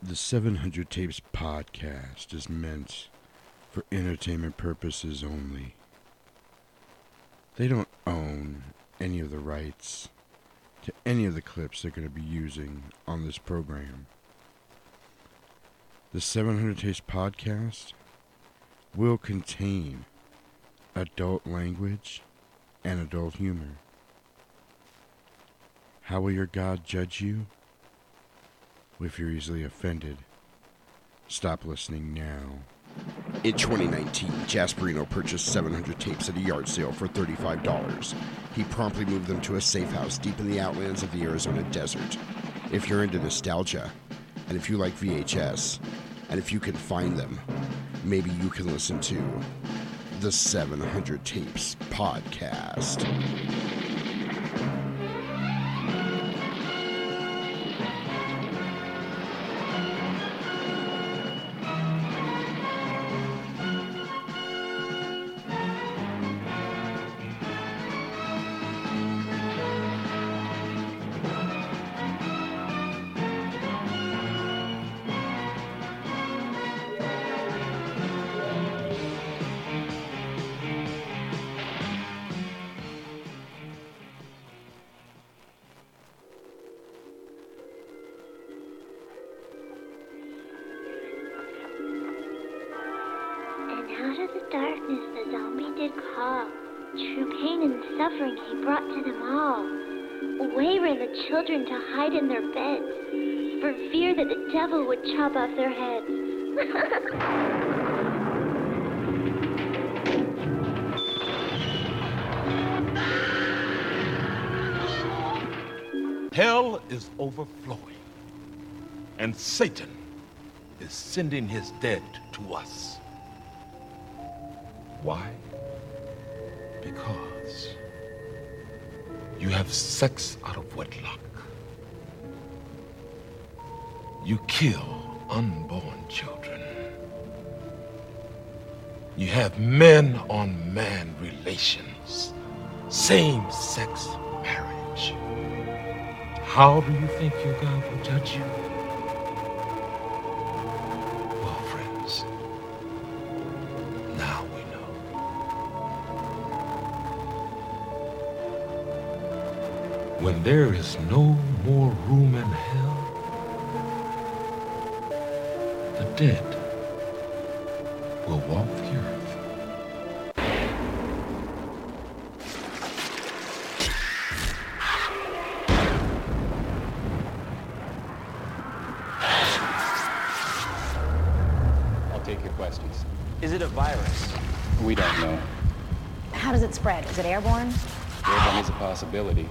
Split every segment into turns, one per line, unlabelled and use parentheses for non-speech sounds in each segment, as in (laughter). The 700 Tapes podcast is meant for entertainment purposes only. They don't own any of the rights to any of the clips they're going to be using on this program. The 700 Tapes podcast will contain adult language and adult humor. How will your God judge you? If you're easily offended, stop listening now. In 2019, Jasperino purchased 700 tapes at a yard sale for $35. He promptly moved them to a safe house deep in the outlands of the Arizona desert. If you're into nostalgia, and if you like VHS, and if you can find them, maybe you can listen to the 700 Tapes Podcast.
And out of the darkness the zombie did call. True pain and suffering he brought to them all. Away ran the children to hide in their beds, for fear that the devil would chop off their heads.
Hell is overflowing, and Satan is sending his dead to us. Why? Because you have sex out of wedlock. You kill unborn children. You have men on man relations, same sex marriage. How do you think your God will judge you? Well, friends, now we know. When there is no more room in hell, the dead will walk the earth.
I'll take your questions.
Is it a virus?
We don't know.
How does it spread? Is it airborne?
Airborne is a possibility.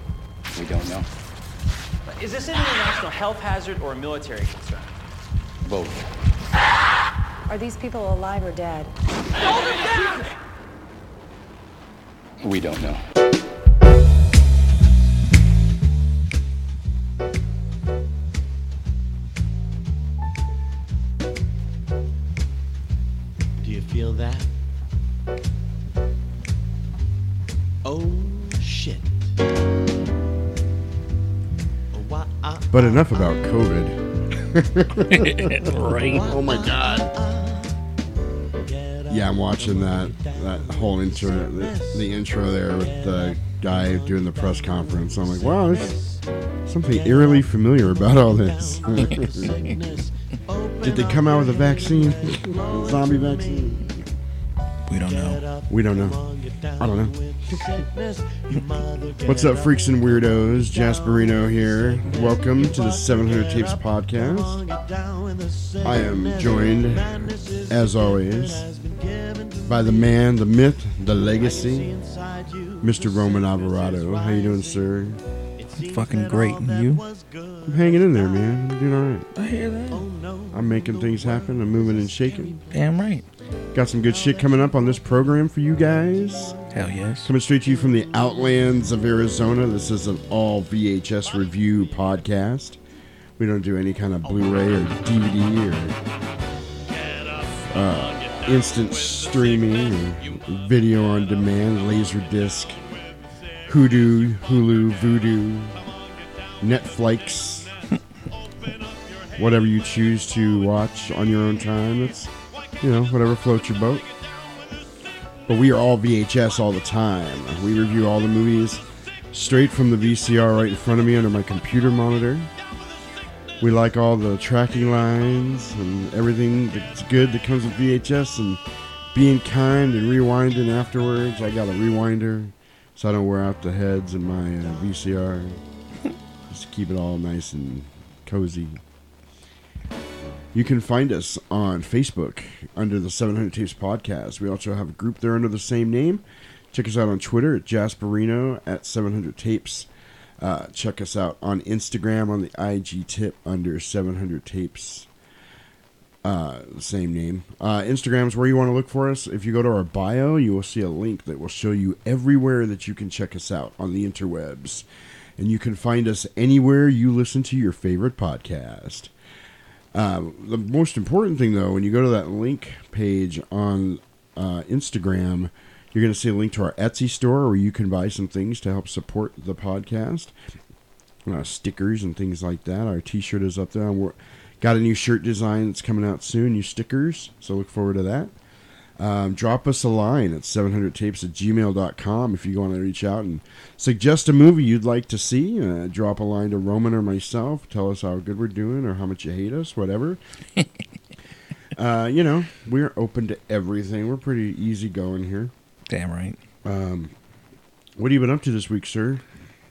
We don't know.
Is this an international health hazard or a military concern?
Both.
Are these people alive or dead?
We don't know.
Do you feel that? Oh shit.
But enough about COVID.
Oh my god.
Yeah, I'm watching that that whole intro, the, the intro there with the guy doing the press conference. I'm like, wow, there's something eerily familiar about all this. (laughs) Did they come out with a vaccine? (laughs) Zombie vaccine?
We don't know.
We don't know. I don't know. What's up, freaks and weirdos? Jasperino here. Welcome to the 700 Tapes podcast. I am joined, as always, by the man, the myth, the legacy, Mr. Roman Alvarado. How you doing, sir?
Fucking great. And you?
I'm hanging in there, man. I'm doing all right.
I hear that.
I'm making things happen. I'm moving and shaking.
Damn right.
Got some good shit coming up on this program for you guys.
Hell yes.
Coming straight to you from the outlands of Arizona. This is an all VHS review podcast. We don't do any kind of Blu-ray or DVD or uh, instant streaming, or video on demand, laser disc, Hoodoo, Hulu, Voodoo, Netflix, whatever you choose to watch on your own time. It's, you know, whatever floats your boat. But we are all VHS all the time. We review all the movies straight from the VCR right in front of me under my computer monitor. We like all the tracking lines and everything that's good that comes with VHS and being kind and rewinding afterwards. I got a rewinder so I don't wear out the heads in my uh, VCR. (laughs) Just to keep it all nice and cozy. You can find us on Facebook under the 700 Tapes Podcast. We also have a group there under the same name. Check us out on Twitter at Jasperino at 700 Tapes. Uh, check us out on Instagram on the IG tip under 700 Tapes. Uh, the same name. Uh, Instagram is where you want to look for us. If you go to our bio, you will see a link that will show you everywhere that you can check us out on the interwebs. And you can find us anywhere you listen to your favorite podcast. Uh, the most important thing, though, when you go to that link page on uh, Instagram, you're going to see a link to our Etsy store where you can buy some things to help support the podcast uh, stickers and things like that. Our T-shirt is up there. We're, got a new shirt design that's coming out soon. New stickers, so look forward to that. Um, drop us a line at 700tapes at gmail.com if you want to reach out and suggest a movie you'd like to see. Uh, drop a line to Roman or myself. Tell us how good we're doing or how much you hate us, whatever. uh, you know, we're open to everything. We're pretty easy going here.
Damn right.
What have you been up to this week, sir?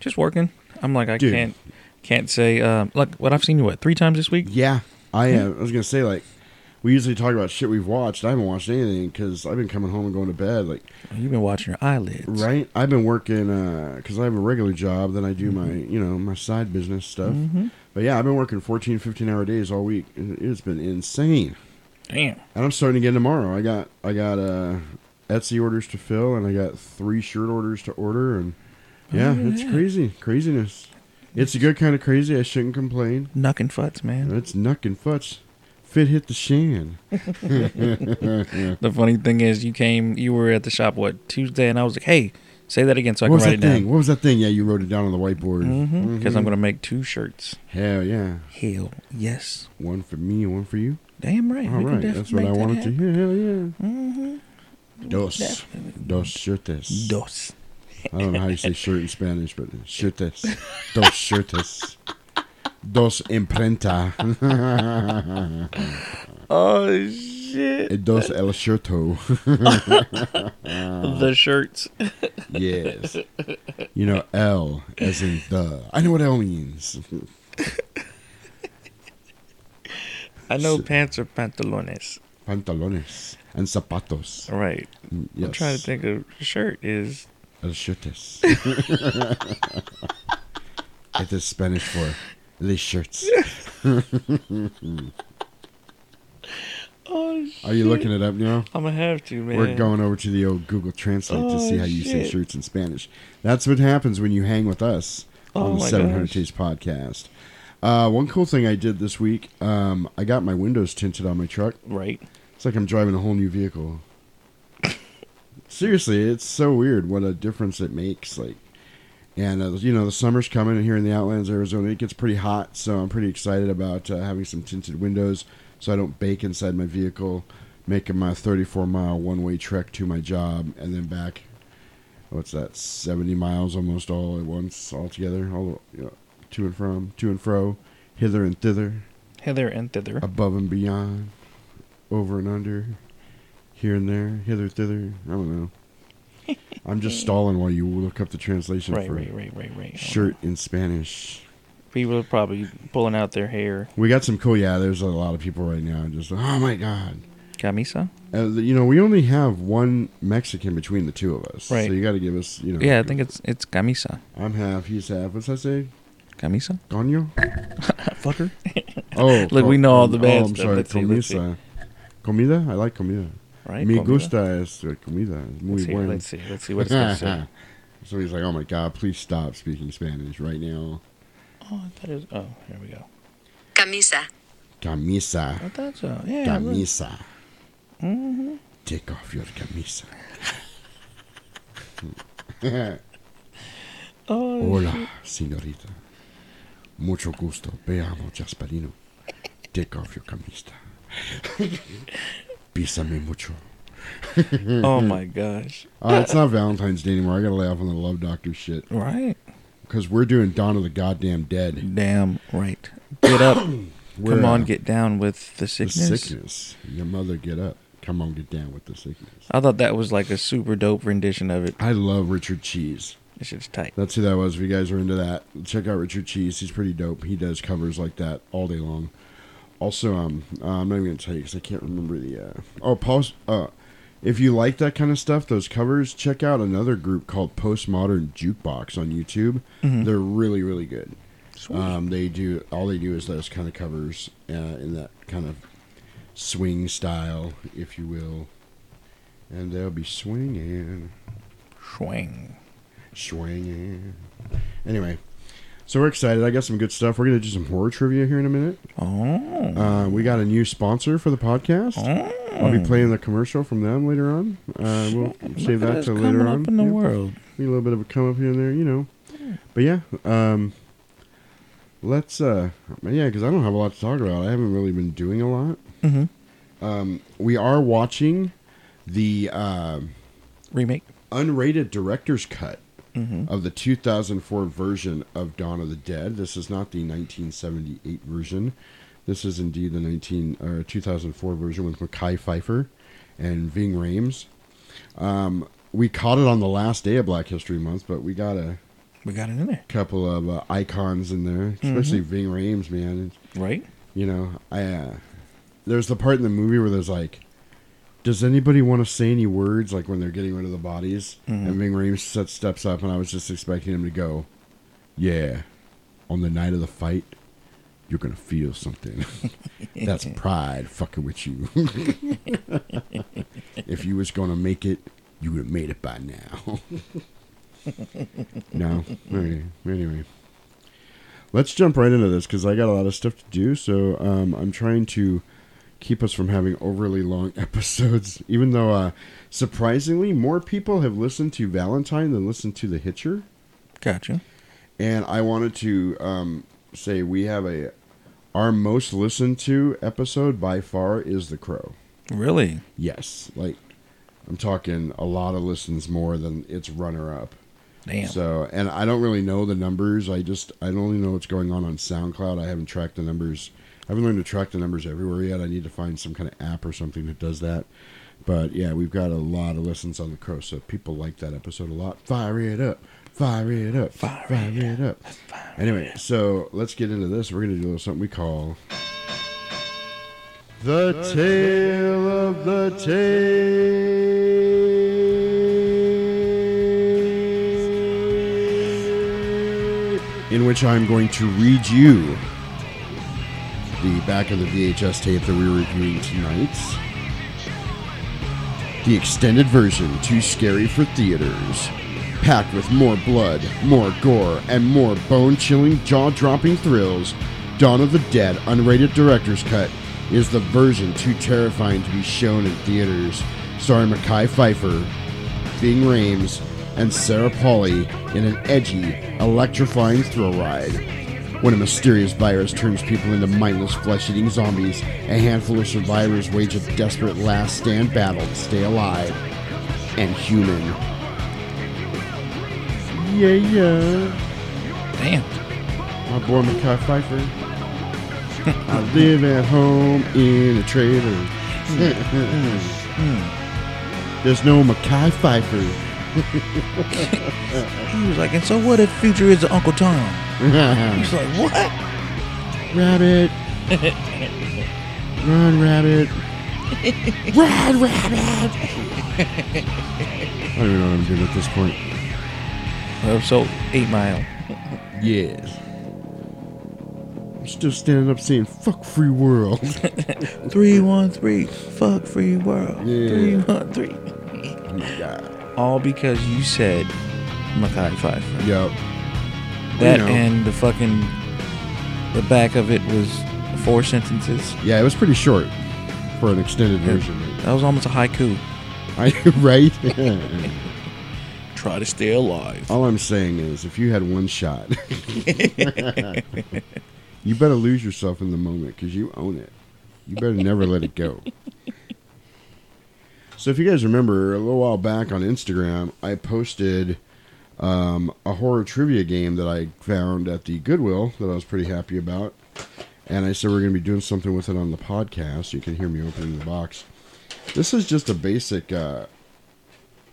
Just working. I'm like I
Dude.
can't can't say um like what I've seen you what three times this week.
Yeah, I uh, I was gonna say like we usually talk about shit we've watched. I haven't watched anything because I've been coming home and going to bed. Like
You've been watching your eyelids.
right, I've been working because I have a regular job. Then I do my you know my side business stuff. But yeah, I've been working 14, 15 hour days all week. and It's been insane.
Damn.
And I'm starting again tomorrow. I got I got uh, Etsy orders to fill, and I got three shirt orders to order, and yeah, it's crazy craziness. It's a good kind of crazy. I shouldn't complain.
Nuck and futz, man.
That's Nuck and Futz. Fit hit the shan.
The funny thing is you came you were at the shop what Tuesday and I was like, Hey, say that again so I
What
can
was
write
that
it
thing?
down.
What was that thing? Yeah, you wrote it down on the whiteboard.
Mm-hmm. Because I'm gonna make two shirts.
Hell yeah.
Hell yes.
One for me and one for you.
Damn right.
All
we can
right. That's
definitely
what I
make that
wanted to
happen. Mm-hmm.
hear. Hell yeah. Dos.
Definitely.
Dos shirtes.
Dos.
I don't know how you say shirt in Spanish, but shirtes. Dos shirtes. Dos imprenta. (laughs)
Oh shit.
Dos el shirto. (laughs)
the shirts.
Yes. You know, L as in the. I know what L means.
(laughs) I know pants are pantalones.
Pantalones and zapatos.
Right.
Yes.
I'm trying to think of shirt is
El shirtes. (laughs) it is Spanish for les shirts.
Oh shit.
Are you looking it up now?
I'm gonna have to, man.
We're going over to the old Google Translate to see
Oh,
how you say
shit.
shirts in Spanish. That's what happens when you hang with us
Oh,
on the
my
700
gosh.
Taste podcast. Uh, one cool thing I did this week, um, I got my windows tinted on my truck.
Right.
It's like I'm driving a whole new vehicle. Seriously, it's so weird what a difference it makes. Like, and uh, you know, the summer's coming, and here in the Outlands, Arizona, it gets pretty hot. So I'm pretty excited about uh, having some tinted windows, so I don't bake inside my vehicle, making my 34 mile one way trek to my job and then back. What's that? 70 miles almost all at once, all together, all you know, to and from, to and fro, hither and thither
Hither and thither.
above and beyond, over and under, here and there, hither thither. I don't know.
(laughs)
I'm just stalling while you look up the translation
right,
for
right, right, right, right.
shirt in Spanish.
People are probably pulling out their hair.
We got some cool. Yeah, there's a lot of people right now. Just oh my god.
Camisa?
Uh, you know, we only have one Mexican between the two of us,
Right.
so you got to give us. You know,
Yeah, I think it's it's camisa.
I'm half, he's half. What's that say?
Camisa?
Coño.
(laughs) Fucker.
Oh,
(laughs) Look, we know all the bad
Oh, I'm
stuff.
sorry,
Let's see, let's see.
comisa. Comida. I like comida.
Right.
Me
comida.
gusta es uh, comida. Es muy
Let's see,
bueno.
let's see. Let's see what it's gonna say.
(laughs) so he's like, "Oh my God, please stop speaking Spanish right now."
Oh, I thought it was oh, here we go.
Camisa.
I
Camisa,
thought so. Yeah. look. Mm-hmm.
camisa. Take off your camisa.
(laughs)
(laughs)
Oh oh,
Hola, señorita. Mucho gusto. Te amo, Jasperino. dick off your camisa. (laughs) Bísame mucho.
oh my gosh.
Uh, it's not Valentine's Day anymore. I got to lay off on the love doctor shit
Right.
because we're doing Dawn of the Goddamn Dead.
Damn right. Get up.
(coughs) We're,
Come on,
uh,
get down with the
the
sickness.
sickness. Your mother, get up. Come on, get down with the sickness.
I thought that was like a super dope rendition of it.
I love Richard Cheese.
This shit's tight.
That's who that was. If you guys are into that, check out Richard Cheese. He's pretty dope. He does covers like that all day long. Also, um, uh, I'm not even gonna tell you because I can't remember the. Uh, oh, post. Uh, if you like that kind of stuff, those covers, check out another group called Postmodern Jukebox on YouTube. They're really, really good. Um, they do all they do is those kind of covers uh, in that kind of swing style, if you will, and they'll be swinging.
Swing.
Swinging. Anyway, so we're excited. I got some good stuff. We're going to do some horror trivia here in a minute.
Oh.
Uh, we got a new sponsor for the podcast. I'll
Oh.
be playing the commercial from them later on. Uh, we'll save that
That's
till
coming
later
up
on.
in the
Yep.
world.
Be a little bit of a come up here and there, you know. But yeah, um, let's. Uh, yeah, because I don't have a lot to talk about. I haven't really been doing a lot. Mm-hmm. Um, we are watching the. um
Remake.
unrated director's cut of the 2004 version of Dawn of the Dead. This is not the 1978 version. This is indeed the 19 or 2004 version with Mackay Pfeiffer and Ving Rhames. Um, we caught it on the last day of Black History Month, but we got a
We got it in there.
couple of uh, icons in there, especially Ving Rhames, man.
Right?
You know, I uh, there's the part in the movie where there's like, does anybody want to say any words like when they're getting rid of the bodies? And Ving Rhames set steps up, and I was just expecting him to go, yeah, on the night of the fight, you're gonna feel something. (laughs) That's pride fucking with you. (laughs) if you was gonna make it, you would have made it by now. (laughs) no, okay. anyway let's jump right into this because I got a lot of stuff to do. So um, I'm trying to keep us from having overly long (laughs) episodes, even though uh, surprisingly more people have listened to Valentine than listened to The Hitcher.
Gotcha.
And I wanted to um, say we have a our most listened to episode by far is The Crow.
Really?
Yes, like I'm talking a lot of listens more than its runner up.
Damn.
So, and I don't really know the numbers. I just I don't really know what's going on on SoundCloud. I haven't tracked the numbers. I haven't learned to track the numbers everywhere yet. I need to find some kind of app or something that does that. But yeah, we've got a lot of listens on the crow, so people like that episode a lot. Fire it up, fire it up, fire, it, up. anyway, so let's get into this. We're gonna do a little something we call the tale of the tape, in which I'm going to read you the back of the VHS tape that we were reviewing tonight. The extended version, too scary for theaters. Packed with more blood, more gore, and more bone chilling, jaw dropping thrills, Dawn of the Dead, unrated director's cut, is the version too terrifying to be shown in theaters. Starring Mackay Pfeiffer, Bing Rames, and Sarah Pauli in an edgy, electrifying thrill ride. When a mysterious virus turns people into mindless, flesh eating zombies, a handful of survivors wage a desperate last stand battle to stay alive and human. Yeah, yeah.
Damn.
My boy Mackay Pfeiffer. I live at home in a trailer. There's no Mackay Pfeiffer. (laughs)
He was like, and so what if Future is Uncle Tom? He's like, what?
Rabbit. Run, (laughs) rabbit. Run, (laughs) rabbit. I don't even know what I'm doing at this point.
Well, so Eight Mile.
Yes. I'm still standing up saying, fuck free world.
313. Fuck free world.
Yeah.
313.
(laughs) oh my god.
All because you said Mackay Pfeiffer.
Yep.
That
know.
and the fucking the back of it was four sentences.
Yeah, it was pretty short for an extended version.
That was almost a haiku.
I, (laughs) right?
Try to stay alive.
All I'm saying is, if you had one shot, (laughs) You better lose yourself in the moment because you own it. You better never let it go. So, if you guys remember, a little while back on Instagram, I posted um, a horror trivia game that I found at the Goodwill that I was pretty happy about. And I said we're going to be doing something with it on the podcast. You can hear me opening the box. This is just a basic uh,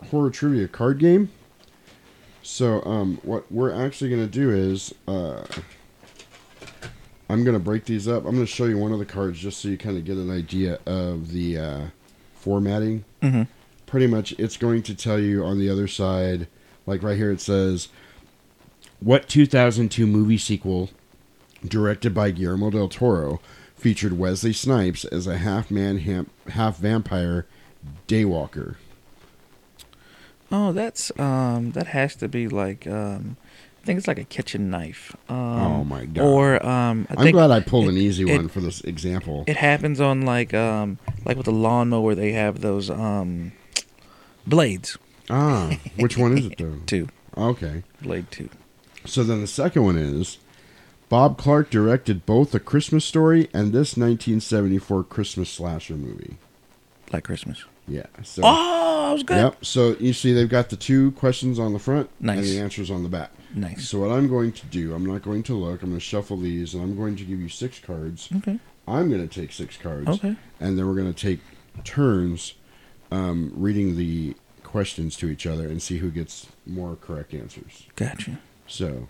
horror trivia card game. So, um, what we're actually going to do is uh, I'm going to break these up. I'm going to show you one of the cards just so you kind of get an idea of the uh, formatting.
Mhm.
Pretty much, it's going to tell you on the other side, like right here, it says, What 2002 movie sequel, directed by Guillermo del Toro, featured Wesley Snipes as a half man, ham- half vampire daywalker?
Oh, that's um that has to be like um I think it's like a kitchen knife. Um,
Oh, my God.
Or um I
I'm
think
glad I pulled an
it-
easy
it-
one for this example.
It happens on like um like with the lawnmower they have those um blades
ah, which one is it
(laughs)
though?
too.
Okay.
Blade two.
So then the second one is Bob Clark directed both A Christmas Story and this 1974 Christmas slasher movie.
Like Christmas.
Yeah. So
Oh, I was good.
Yep. So you see, they've got the two questions on the front and
Nice.
the answers on the back.
Nice.
So what I'm going to do, I'm not going to look. I'm going to shuffle these, and I'm going to give you six cards.
Okay.
I'm going to take six cards.
Okay.
And then we're going to take turns um, reading the questions to each other and see who gets more correct answers.
Gotcha.
So,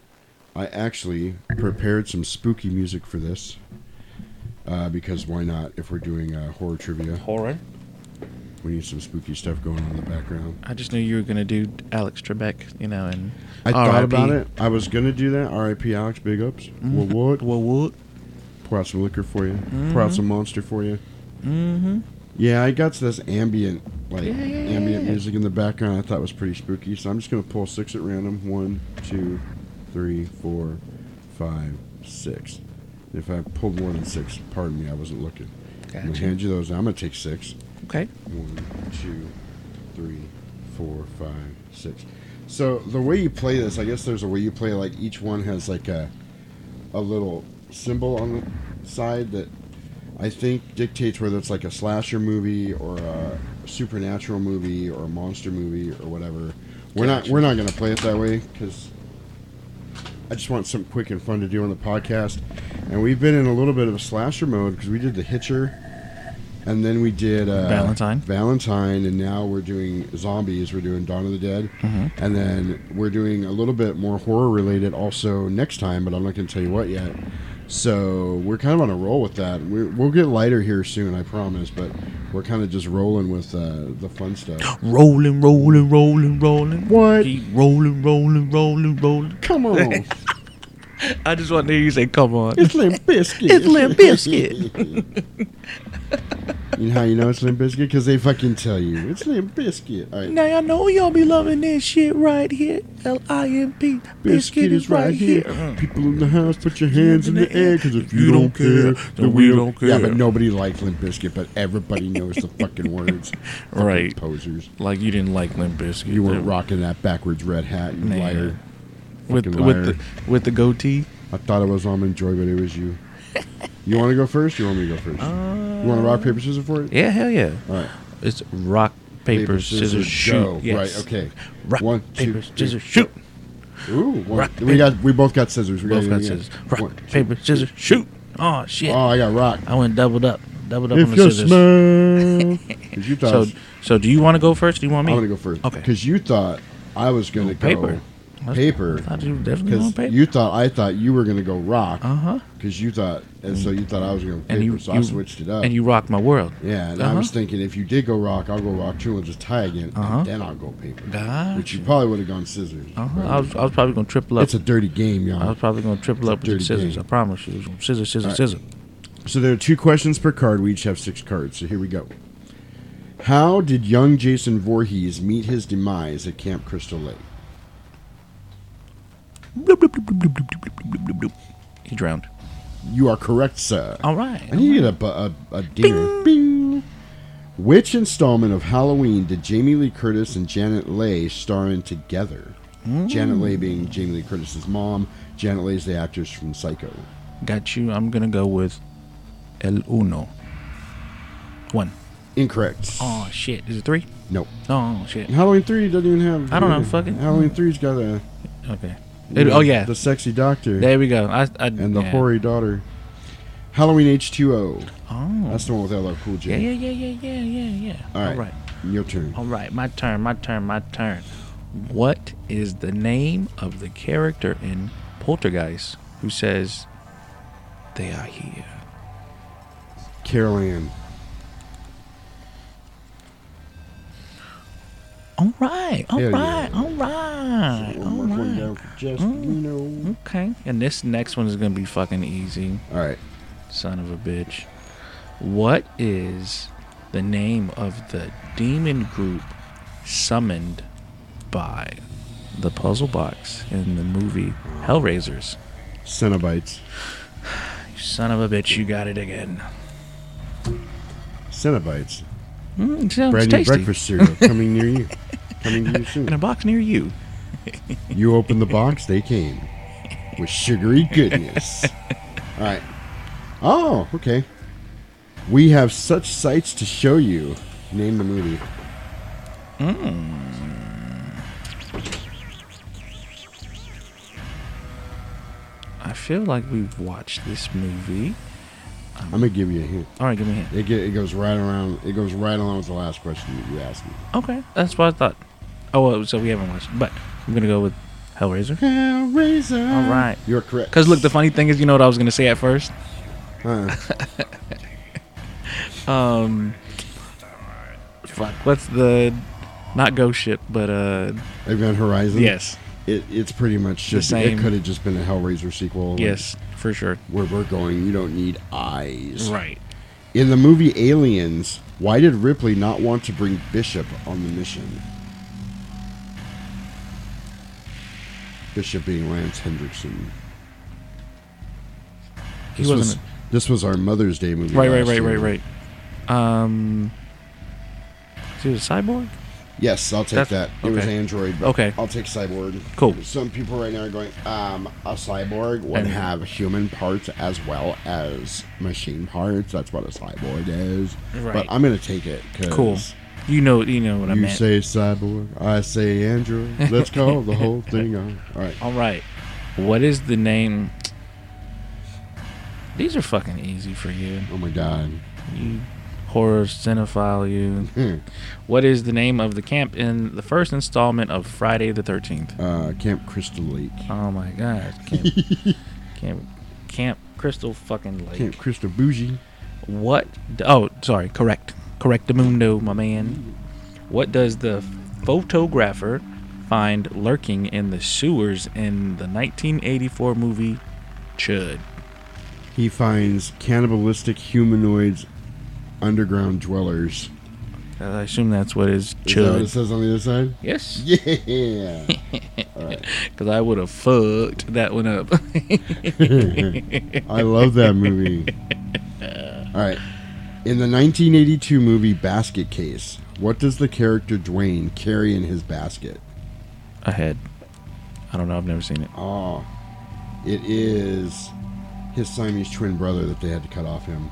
I actually prepared some spooky music for this uh, because why not? If we're doing uh, horror trivia,
Horror.
we need some spooky stuff going on in the background.
I just knew you were gonna do Alex Trebek, you know, and
I thought
R.I.P..
about it. I was gonna do that. R.I.P. Alex. Big ups. Well, what?
Well, what?
Pour out some liquor for you. Pour out some monster for you. Mm-hmm. Yeah, I got this ambient, like ambient music in the background. I thought was pretty spooky. So I'm just gonna pull six at random. One, two, three, four, five, six. If I pulled more than six, pardon me, I wasn't looking. I'm gonna
Gotcha.
hand you those. I'm gonna take six.
Okay.
One, two, three, four, five, six. So the way you play this, I guess there's a way you play. Like each one has like a a little symbol on the side that I think dictates whether it's like a slasher movie or a supernatural movie or a monster movie or whatever. We're not we're not gonna play it that way because I just want something quick and fun to do on the podcast. And we've been in a little bit of a slasher mode because we did the Hitcher. And then we did uh,
Valentine.
Valentine, and now we're doing zombies. We're doing Dawn of the Dead, and then we're doing a little bit more horror related also next time. But I'm not going to tell you what yet. So we're kind of on a roll with that. We're, we'll get lighter here soon, I promise. But we're kind of just rolling with uh, the fun stuff.
Rolling, rolling, rolling, rolling.
What?
Keep rolling, rolling, rolling, rolling.
Come on,
I just want to hear you say, "Come on."
it's Limp Biscuit.
It's Limp
Biscuit. (laughs) you know how you know it's Limp Biscuit because they fucking tell you it's Limp Biscuit. All right.
Now y'all know y'all be loving this shit right here. L I M P.
Biscuit is right here. People in the house, put your hands in the air, because if you don't care, then we don't care. Yeah, but nobody likes Limp Biscuit, but everybody knows (laughs) the fucking words. Fucking
Right.
Posers.
Like you didn't like Limp Bizkit.
You weren't
though.
rocking that backwards red hat, you
Nah.
liar.
with
fucking
with
liar.
the with the goatee.
I thought it was Almond Joy, but it was you. You want to go first? You want me to go first? you want to rock, paper, scissors for it?
Yeah, hell yeah.
All right.
It's rock paper, scissors,
go.
shoot. Yes.
Right, okay.
Rock
One, two,
paper
three,
scissors shoot.
Ooh, one-
Rock,
we got we both got scissors. We
Both
gotta
got
do it again.
scissors. Rock
One, two,
paper scissors shoot. Oh shit!
Oh, I got rock.
I went doubled up, doubled up on
If
the
you
scissors. (laughs)
smell, if you thought
So so do you want to go first? Do you want me?
I'm gonna go first.
Okay.
Because you thought I was gonna go
paper.
Paper.
I thought you were definitely on
Because
paper.
you thought I thought you were gonna go rock.
uh huh.
Because you thought, and so you thought I was gonna go paper.
And you,
so I
you
switched it up.
And you rocked my world.
yeah, and I
Uh-huh.
was thinking if you did go rock, I'll go rock too, and just tie again,
Uh-huh.
and then I'll go paper. Which
Gotcha.
you probably would have gone scissors.
Uh-huh.
Right?
I was I was probably gonna triple up.
it's a dirty game, y'all.
I was probably gonna triple up with the
dirty
scissors.
game.
I promise you. Scissors, scissors,
Alright.
scissors.
So there are two questions per card. We each have six cards. So here we go. How did young Jason Voorhees meet his demise at Camp Crystal Lake?
Bloop, bloop, bloop, bloop, bloop, bloop, bloop, bloop, bloop, bloop, bloop. He drowned.
You are correct, sir.
All right.
I need to get a, bu- a, a dinner. Bing. Which installment of Halloween did Jamie Lee Curtis and Janet Leigh star in
Mm.
together? Janet Leigh being Jamie Lee Curtis's mom. Janet Leigh is the actress from Psycho.
Got you. I'm gonna go with El Uno. One.
Incorrect.
Oh shit. Is it three?
Nope.
Oh shit.
Halloween three doesn't even have.
I don't know, fuck it.
Halloween three's got a.
Okay. It- oh yeah.
The sexy doctor
There we go. I, I
and the
yeah.
hoary daughter. Halloween H two O.
Oh.
That's the one with LL Cool
yeah,
J.
yeah, yeah, yeah, yeah, yeah, yeah.
All
All
right.
right. Oh.
Your turn.
All right, my turn, my turn, my turn. What is the name of the character in Poltergeist who says, They are here?
Carol Ann.
All right, all
Hell
right,
yeah.
all right,
We'll
all
mark one
right.
down for Jess Reno.
Okay, and this next one is going to be fucking easy,
All right.
son of a bitch. What is the name of the demon group summoned by the puzzle box in the movie Hellraisers?
Cenobites.
Son of a bitch, you got it again.
Cenobites.
Mm, it sounds
Brand new
tasty.
breakfast cereal coming near
(laughs)
you. Coming to you
In a
soon.
box near you.
You opened the box, they came with
(laughs)
sugary goodness. All right. Oh, okay. We have such sights to show you. Name the movie.
I feel like we've watched this movie.
I'm gonna give you a hint.
All right, give me a hand.
It, get, it goes right around. It goes right along with the last question that you asked me.
Okay, that's what I thought. Oh, well, so we haven't watched it, but I'm going to go with Hellraiser.
Hellraiser.
All right.
You're correct.
Because, look, the funny thing is, you know what I was going to say at first?
Uh,
(laughs) Um, fuck, what's the, not Ghost Ship, but, uh,
Event Horizon.
yes,
It, it's pretty much just.
same.
It could have just been a Hellraiser sequel. like,
yes, for sure.
Where we're going, you don't need eyes.
Right.
In the movie Aliens, why did Ripley not want to bring Bishop on the mission? Bishop being Lance Hendrickson.
He
This was,
wasn't.
this was our Mother's Day movie.
Right, right,
last
right, right,
year.
right. Um, is he a cyborg?
Yes, I'll take
That's-
that. It was
okay.
Android, but
Okay.
I'll take cyborg.
Cool.
Some people right now are going, um, a cyborg would
And-
have human parts as well as machine parts. That's what a cyborg is.
Right.
But I'm gonna take it. 'cause
Cool. You know, you know what I
You
meant.
say cyborg, I say android.
(laughs)
Let's call the whole thing on. All right.
All right. What is the name? These are fucking easy for you.
Oh my god.
You horror cinephile, you.
Hmm.
What is the name of the camp in the first installment of Friday the 13th?
Uh, Camp Crystal Lake.
Oh my god. Camp,
(laughs)
camp, camp Crystal fucking Lake.
Camp Crystal Bougie.
What? d- Oh, sorry. Correct. Correctamundo, my man. What does the photographer find lurking in the sewers in the 1984 movie Chud?
He finds cannibalistic humanoids, underground dwellers.
Uh, I assume that's what is
Is that what it
chud.
says on the other side?
Yes,
Yeah.
because I would have fucked that one up. (laughs)
I love that movie. All right. In the 1982 movie Basket Case, what does the character Dwayne carry in his basket?
I had. I don't know. I've never seen it.
Oh, it is his Siamese twin brother that they had to cut off him.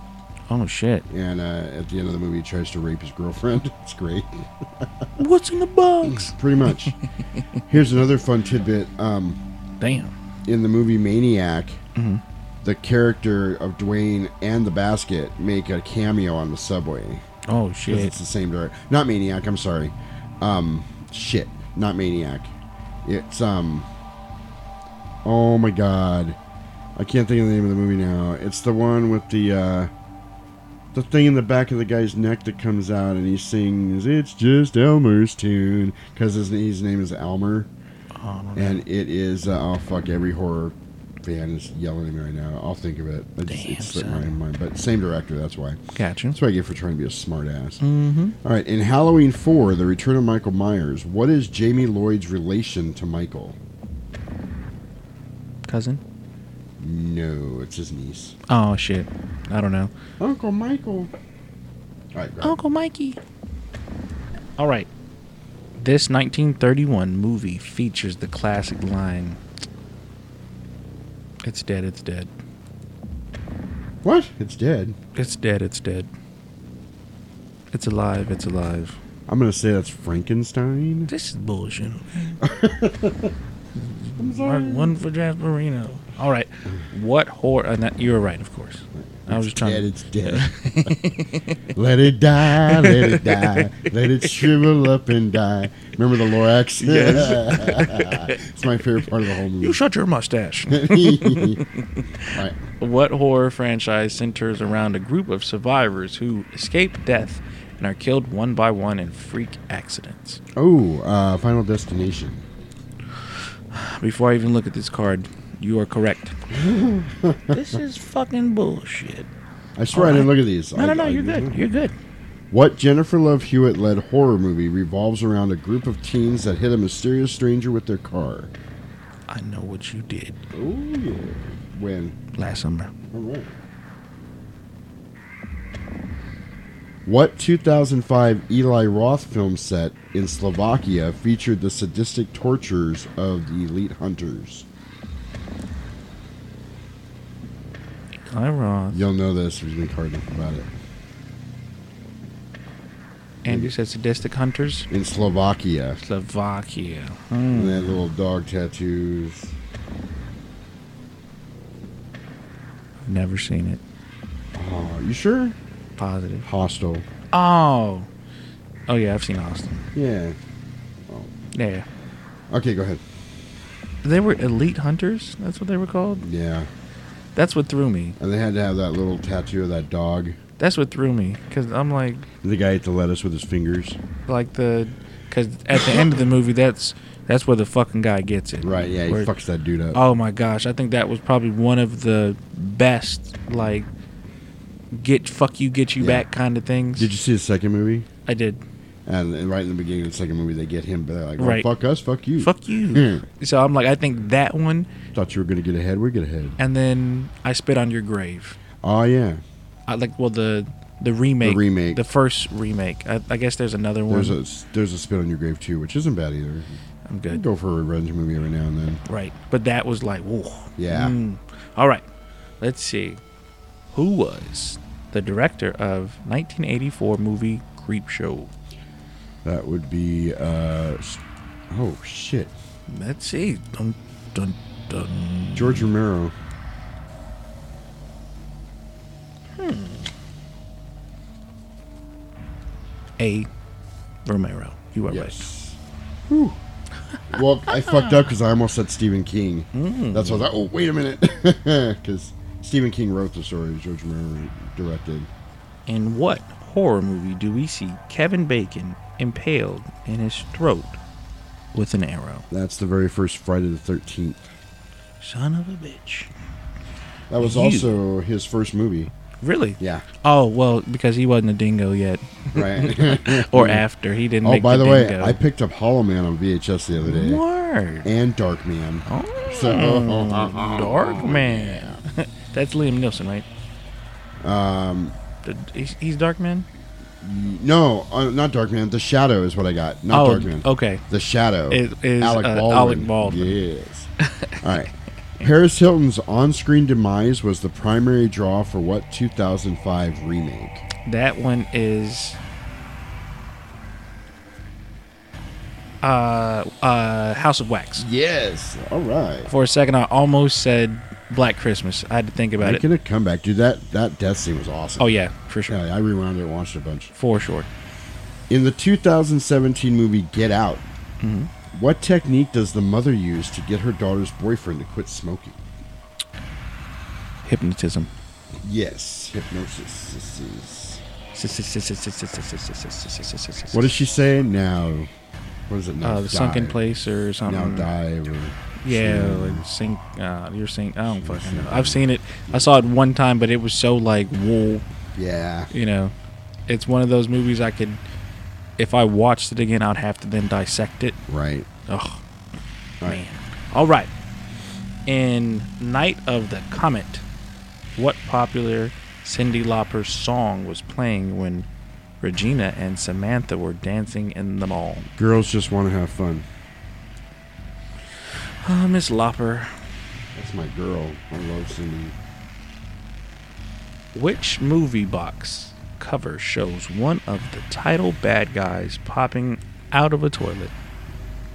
Oh shit!
And uh, at the end of the movie, he tries to rape his girlfriend. (laughs) It's great.
What's in the box?
Pretty much. Here's another fun tidbit. Um,
Damn.
in the movie Maniac, the character of Dwayne and the basket make a cameo on the subway.
Oh
'Cause
shit!
it's the same director. Not Maniac. I'm sorry. Um, shit. Not Maniac. It's um. Oh my god, I can't think of the name of the movie now. It's the one with the uh, the thing in the back of the guy's neck that comes out, and he sings "It's Just Elmer's Tune" because his, his name is Elmer,
Oh,
and it is uh, oh fuck every horror fan is yelling at me right now. I'll think of it. It, just-
Damn,
it slipped
son.
my mind, but same director. That's why.
Gotcha.
That's what I get for trying to be a smartass. Mm-hmm. right, in Halloween 4, The Return of Michael Myers, what is Jamie Lloyd's relation to Michael?
Cousin.
No, it's his niece.
Oh shit! I don't know.
Uncle Michael. All right, grab it.
Uncle Mikey. All right. This 1931 movie features the classic line It's dead, it's dead.
What? It's dead.
It's dead. It's dead. It's alive. It's alive.
I'm gonna say that's Frankenstein.
This is bullshit. Mark one for Jasperino. All right. What horror? Uh, that- you're right, of course. I was just trying.
Dead, it's dead.
(laughs)
let it die, let it die, let it shrivel up and die. Remember the
(laughs)
Lorax? Yes. (laughs) it's my favorite part of the whole movie.
you shut your mustache.
All right.
what horror franchise centers around a group of survivors who escape death and are killed one by one in freak accidents?
Oh, uh, Final Destination.
Before I even look at this card, you are correct. this is fucking bullshit.
I swear I didn't look at these.
Oh, No,
I,
no, no.
I-
You're good. You're good.
What Jennifer Love Hewitt led horror movie revolves around a group of teens that hit a mysterious stranger with their car?
I know what you did
Oh, yeah. When?
last summer.
All right. What 2005 Eli Roth film set in Slovakia featured the sadistic tortures of the elite hunters?
I Roth.
You'll know this if you think hard enough about it.
Andrew said sadistic hunters.
In Slovakia,
Slovakia.
and they had little dog tattoos.
Never seen it.
Oh, you sure?
Positive.
Hostel.
Oh. Oh yeah, I've seen Austin.
Yeah.
Yeah.
Okay, go ahead.
They were elite hunters. That's what they were called.
Yeah.
That's what threw me.
And they had to have that little tattoo of that dog.
That's what threw me. Cause I'm like,
The guy ate the lettuce with his fingers.
like the, cause at the
(laughs)
end of the movie, that's that's where the fucking guy gets it.
Right, yeah, he
Where-
fucks that dude up.
Oh my gosh, I think that was probably one of the best like get fuck you get you
Yeah.
back kind of things.
Did you see the second movie?
I did.
And, and right in the beginning of the second movie, they get him, but they're like, well,
Right.
fuck us, fuck you. (clears throat)
Fuck
Hmm.
you. so I'm like I think that one
Thought you were going to get ahead, we get ahead.
and then I spit on your grave.
Oh, yeah.
I like well the the remake
The remake.
the first remake. I, I guess there's another one.
There's a, there's a Spit on Your Grave, too, which isn't bad either.
I'm
I
good.
go for a revenge movie every now and then.
Right. But that was like, whoa. Mm.
Yeah.
All right. Let's see. Who was the director of 1984 movie Creep Show?
That would be, uh, s- oh, shit.
Let's see. Dun, dun, dun.
George Romero.
A. Romero. You are
Yes. (laughs) Whew. Well, I fucked up because I almost said Stephen King. That's why I thought, oh, wait a minute. (laughs) Because Stephen King wrote the story, George Romero directed.
right. In what horror movie do we see Kevin Bacon impaled in his throat with an arrow?
That's the very first Friday the 13th.
Son of a bitch.
That was
You.
also his first movie. (laughs)
Really?
Yeah.
Oh, well, because he wasn't a dingo yet.
Right. (laughs)
Or after. He didn't
oh,
make
by the, way,
dingo.
I picked up Hollow Man on VHS the other day.
Word.
And Dark Man.
Oh,
So, Hmm. (laughs)
Dark Man. That's Liam Nielsen, right? Um, he's, he's Dark Man.
no, uh, not Dark Man. The Shadow is what I got. Not
Oh,
Dark Man.
okay.
The Shadow.
It is,
Alec
uh, Alec
Baldwin.
Baldwin. (laughs)
Yes. All right. Paris Hilton's on-screen demise was the primary draw for what 2005 remake?
That one is. Uh, uh, House of Wax.
Yes. All right.
For a second, I almost said Black Christmas. I had to think about it.
Making a comeback, dude. That that death scene was awesome.
Oh yeah, for sure,
Yeah, I rewound it, and watched it a bunch.
for sure.
In the 2017 movie Get Out,
Mm-hmm.
what technique does the mother use to get her daughter's boyfriend to quit smoking?
Hypnotism.
Yes, hypnosis. This is- What
What
does she say now? What is it now?
uh, the sunken
Dive.
place Mm. or
Now
something?
dive. Or
Yeah,
swim.
like sink. Uh, you're sink. I don't fucking know. I've seen it. I saw it one time, but it was so like whoa.
yeah.
You know, it's one of those movies I could, if I watched it again, I'd have to then dissect it.
Right.
Oh
All right.
man. All right. In Night of the Comet, what popular Cindy Lauper song was playing when Regina and Samantha were dancing in the mall? (gasps)
Girls just want to have fun.
Oh, Miss Lauper.
That's my girl. I love Cindy.
Which movie box cover shows one of the title bad guys popping out of a toilet?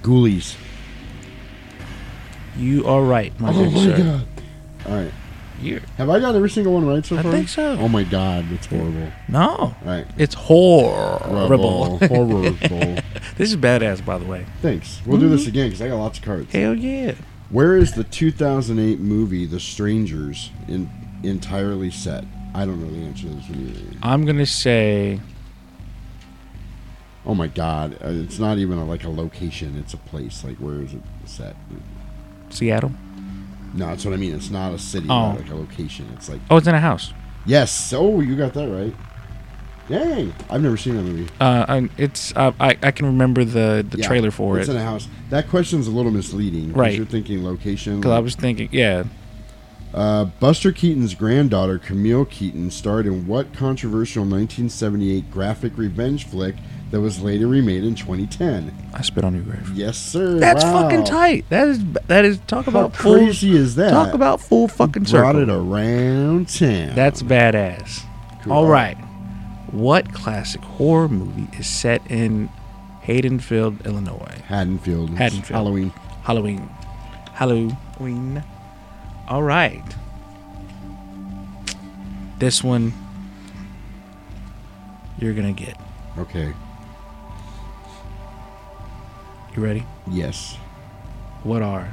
Ghoulies.
You are right, my
Oh
good
my
sir.
god. All right.
You're-
Have I got every single one right so
I
far?
think so.
Oh my god, that's horrible.
no,
All right.
it's
Horrible.
horrible.
horrible.
(laughs) this is badass, by the way.
Thanks. We'll do
Mm-hmm.
this again because I got lots of cards.
Hell yeah.
Where is the 2008 movie The Strangers in, entirely set? I don't know the answer to this one either.
I'm gonna say
Oh my god, uh, it's not even a, like a location, it's a place. Like, where is it set?
Seattle.
No, that's what I mean. It's not a city,
Oh.
not like a location. It's like,
Oh, it's in a house.
yes. Oh, you got that right. Dang. I've never seen that movie.
Uh, I- it's uh, I I can remember the the
Yeah,
trailer for
It's
it
in a house. That question's a little misleading. 'cause
Right.
You're thinking location.
because I was thinking, yeah,
Uh, Buster Keaton's granddaughter, Camille Keaton, starred in what controversial 1978 graphic revenge flick that was later remade in 2010?
I spit on your grave.
Yes, sir.
That's
Wow.
fucking tight. That is that is talk
How
about full
crazy is that?
talk about full fucking
Brought
circle.
it around town.
That's badass.
Cool.
All right. What classic horror movie is set in Haydenfield, Illinois?
Haddonfield. It's
Haddonfield.
Halloween.
Halloween. Halloween. All right. This one you're going to get.
Okay.
You ready?
Yes.
What are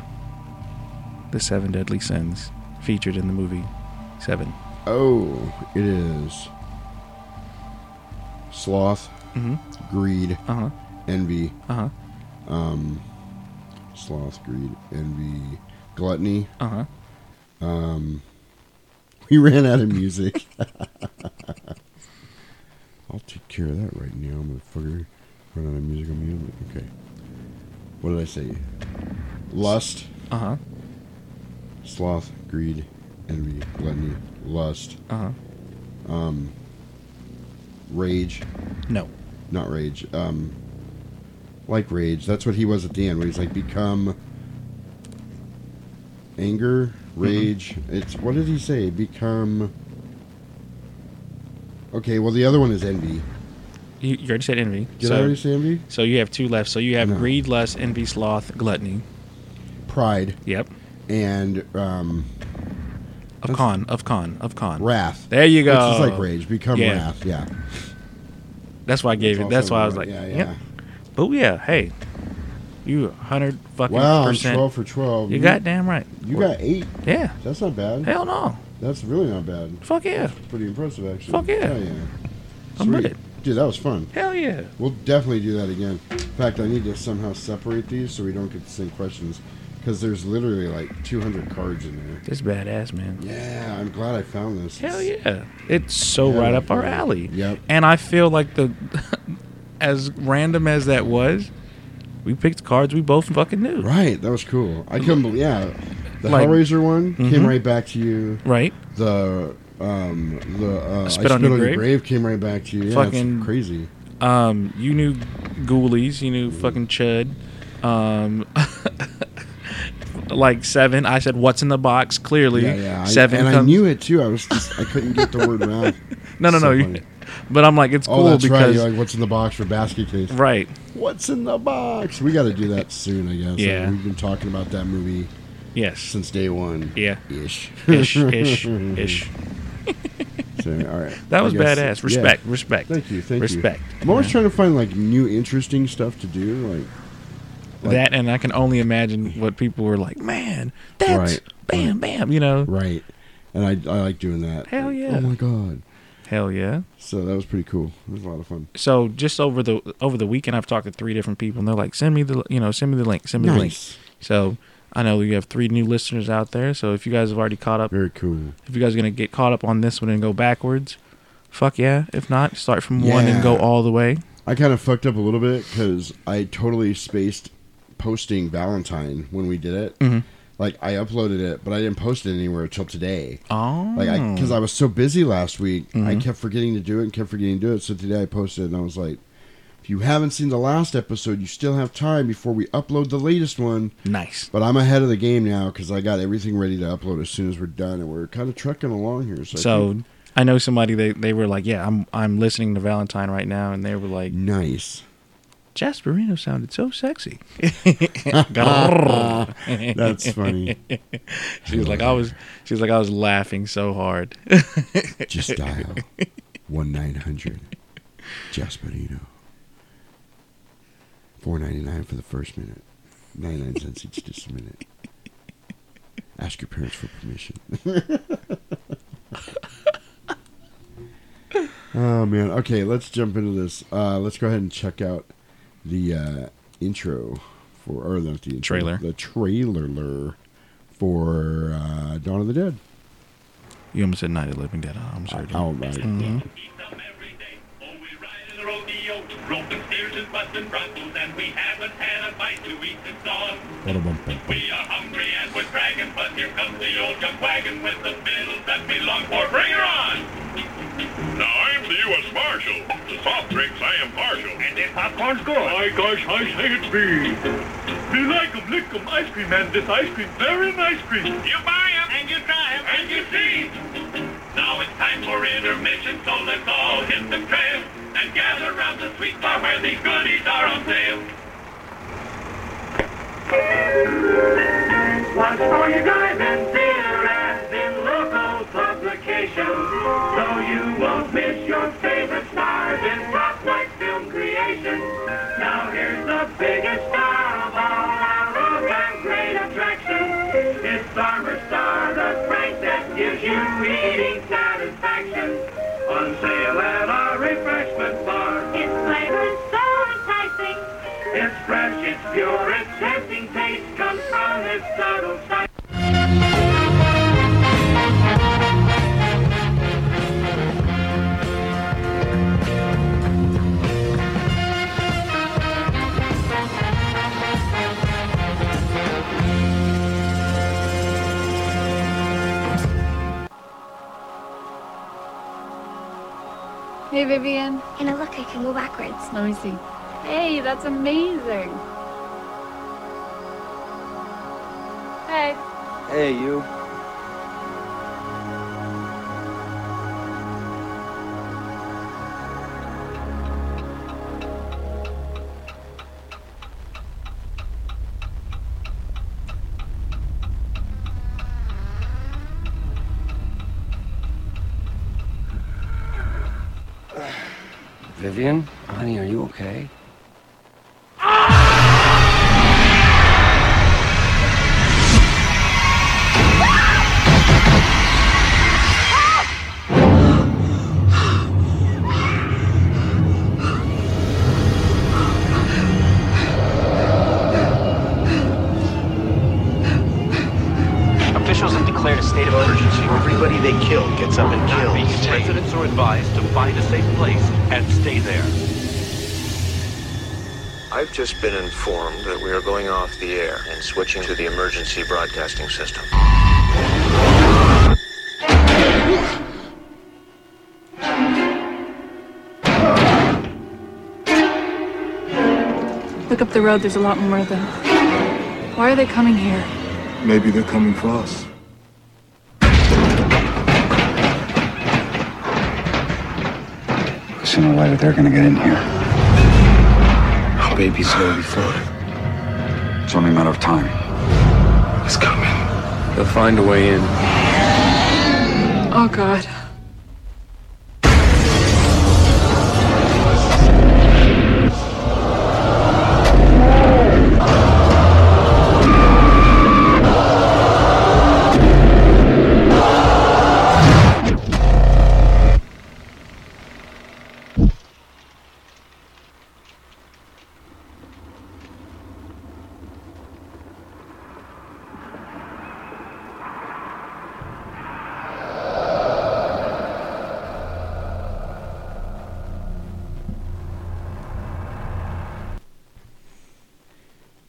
the seven deadly sins featured in the movie Seven?
Oh, it is sloth,
Mhm.
greed,
Uh huh.
envy,
Uh huh.
um, sloth, greed, envy, gluttony. Um,
Uh huh.
(laughs) We ran out of music. (laughs) I'll take care of that right now, motherfucker. Run out of music on me. Okay. What did I say? Lust,
Uh huh.
sloth, greed, envy, gluttony, lust,
Uh huh.
rage.
No.
Not rage. Um, like rage. That's what he was at the end, where he's like, become anger,
Mm-hmm.
rage. It's what did he say? Become. Okay, well the other one is envy.
You, you already said envy.
Did
so-
I already say envy?
So you have two left. So you have
No.
greed, lust, envy, sloth, gluttony.
pride
Yep.
and um,
Of con, of con, of con.
wrath.
There you go.
Which is like rage, become
Yeah.
wrath. Yeah.
That's why I gave it. That's
Also
why I was like,
right,
yeah, But yeah, hey, you hundred fucking
Wow, I'm
percent.
12 for 12.
You got damn right.
you got eight.
Yeah.
That's not bad.
Hell no.
That's really not bad.
Fuck yeah.
Pretty impressive, actually.
Fuck yeah.
Hell yeah.
I'm with
Sweet.
it.
Dude, that was fun.
Hell yeah.
We'll definitely do that again. In fact, I need to somehow separate these so we don't get the same questions because there's literally like 200 cards in there.
This badass man.
Yeah, I'm glad I found this.
Hell yeah. It's so
Yeah,
right up our
yeah.
alley.
Yep.
And I feel like the (laughs) as random as that was, we picked cards we both fucking knew.
Right, that was cool. I couldn't believe. Yeah, the
Like-
Hellraiser one came
Mhm.
right back to you.
Right?
The um the uh,
Spit on Your Grave?
came right back to you. Yeah,
Fucking-
that's crazy.
Um, you knew Ghoulies, you knew fucking Chud. Um, (laughs) like seven. I said, "What's in the box?" Clearly,
Yeah, yeah. I,
seven.
and I
comes-
knew it too. I was just I couldn't get
(laughs)
the word wrath.
No, no,
So
no.
funny.
you- (laughs) but I'm like, it's
Oh,
cool
that's right.
because
You're like, what's in the box for basket case?
right.
What's in the box? We got to do that soon, I guess.
Yeah.
we've been talking about that movie
Yes.
since day one. (laughs)
Yeah.
Ish.
Ish, ish, ish.
So, all right. I
That was
guess-
badass.
yeah.
Respect, respect.
Thank you. Thank
respect.
you. I'm always trying to find like new interesting stuff to do. Like like-
that, and I can only imagine what people were like. Man, that's
Right,
bam, bam. You know,
right, and I, I like doing that.
Hell
Like,
yeah.
Oh my god!
hell yeah.
So that was pretty cool. It was a lot of fun.
So just over the over the weekend, I've talked to three different people, and they're like, "Send me the you know, send me the link, send me the link."
Nice.
So I know you have three new listeners out there. So if you guys have already caught up,
Very cool.
if you guys are gonna get caught up on this one and go backwards, fuck yeah. If not, start from one and go
Yeah.
all the way.
I kind of fucked up a little bit because I totally spaced posting Valentine when we did it. Like I uploaded it, but I didn't post it anywhere until today.
Oh,
Like because I, was so busy last week, I kept forgetting to do it and kept forgetting to do it. So today I posted it and I was like, if you haven't seen the last episode, you still have time before we upload the latest one.
nice.
But I'm ahead of the game now because I got everything ready to upload as soon as we're done, and we're kind of trucking along here. So, I
So
think-
I know somebody they, they were like, yeah, I'm I'm listening to Valentine right now, and they were like,
Mm. Nice.
Jasperino sounded so
(laughs)
(laughs)
sexy.
That's funny.
She was like, I was. She was like, I was laughing so
(laughs)
hard.
Just dial one nine hundred Jasperino. Four ninety nine for the first minute. Ninety nine cents each just a minute. Ask your parents for permission. (laughs) oh man. Okay, let's jump into this. Uh, let's go ahead and check out the uh, intro for or not the intro,
Trailer.
The trailer for uh, Dawn of the Dead.
you almost said Night of the Living Dead. I almost heard you.
Oh my
beat them every day. Oh, we ride in the rodeo, roping steers and busting broncos, and we haven't had a bite to eat since dawn. We are hungry and we're dragging, but here comes the old junk wagon with the fiddle that we long for. Bring her on! Now I'm the U.S. Marshal. The soft drinks I am partial. And the popcorn's good. My gosh, I say it's me. We like 'em, lick 'em, ice cream, and this ice cream, very nice cream. You buy 'em and you try 'em and you see. Now it's time for intermission, so let's all hit the trail and gather round the sweet bar where these goodies are on sale. Watch for your guys in theater and in local publications, so you won't miss your favorite stars in top-flight film creation. Now here's the biggest star of all our road and great attraction. It's Armor Star, the prank that gives you eating satisfaction. On sale at our refreshment bar.
Its flavor is so enticing.
It's fresh, it's pure, its tempting taste comes from its subtle sight.
Hey, Vivian.
Hannah, look, I can go backwards.
Let me see. Hey, that's amazing. Hey.
Hey, you. Vivian, honey, are you okay?
Officials have declared a state of emergency. Everybody they kill gets up and kills. Residents are advised to find a safe place and stay there.
I've just been informed that we are going off the air and switching to the emergency broadcasting system.
Look up the road, there's a lot more of them. Why are they coming here?
Maybe they're coming for us.
Sooner or later, they're gonna get in here. Our baby's here before. It's only a matter of time. It's coming. They'll find a way in.
Oh,
(laughs)
God.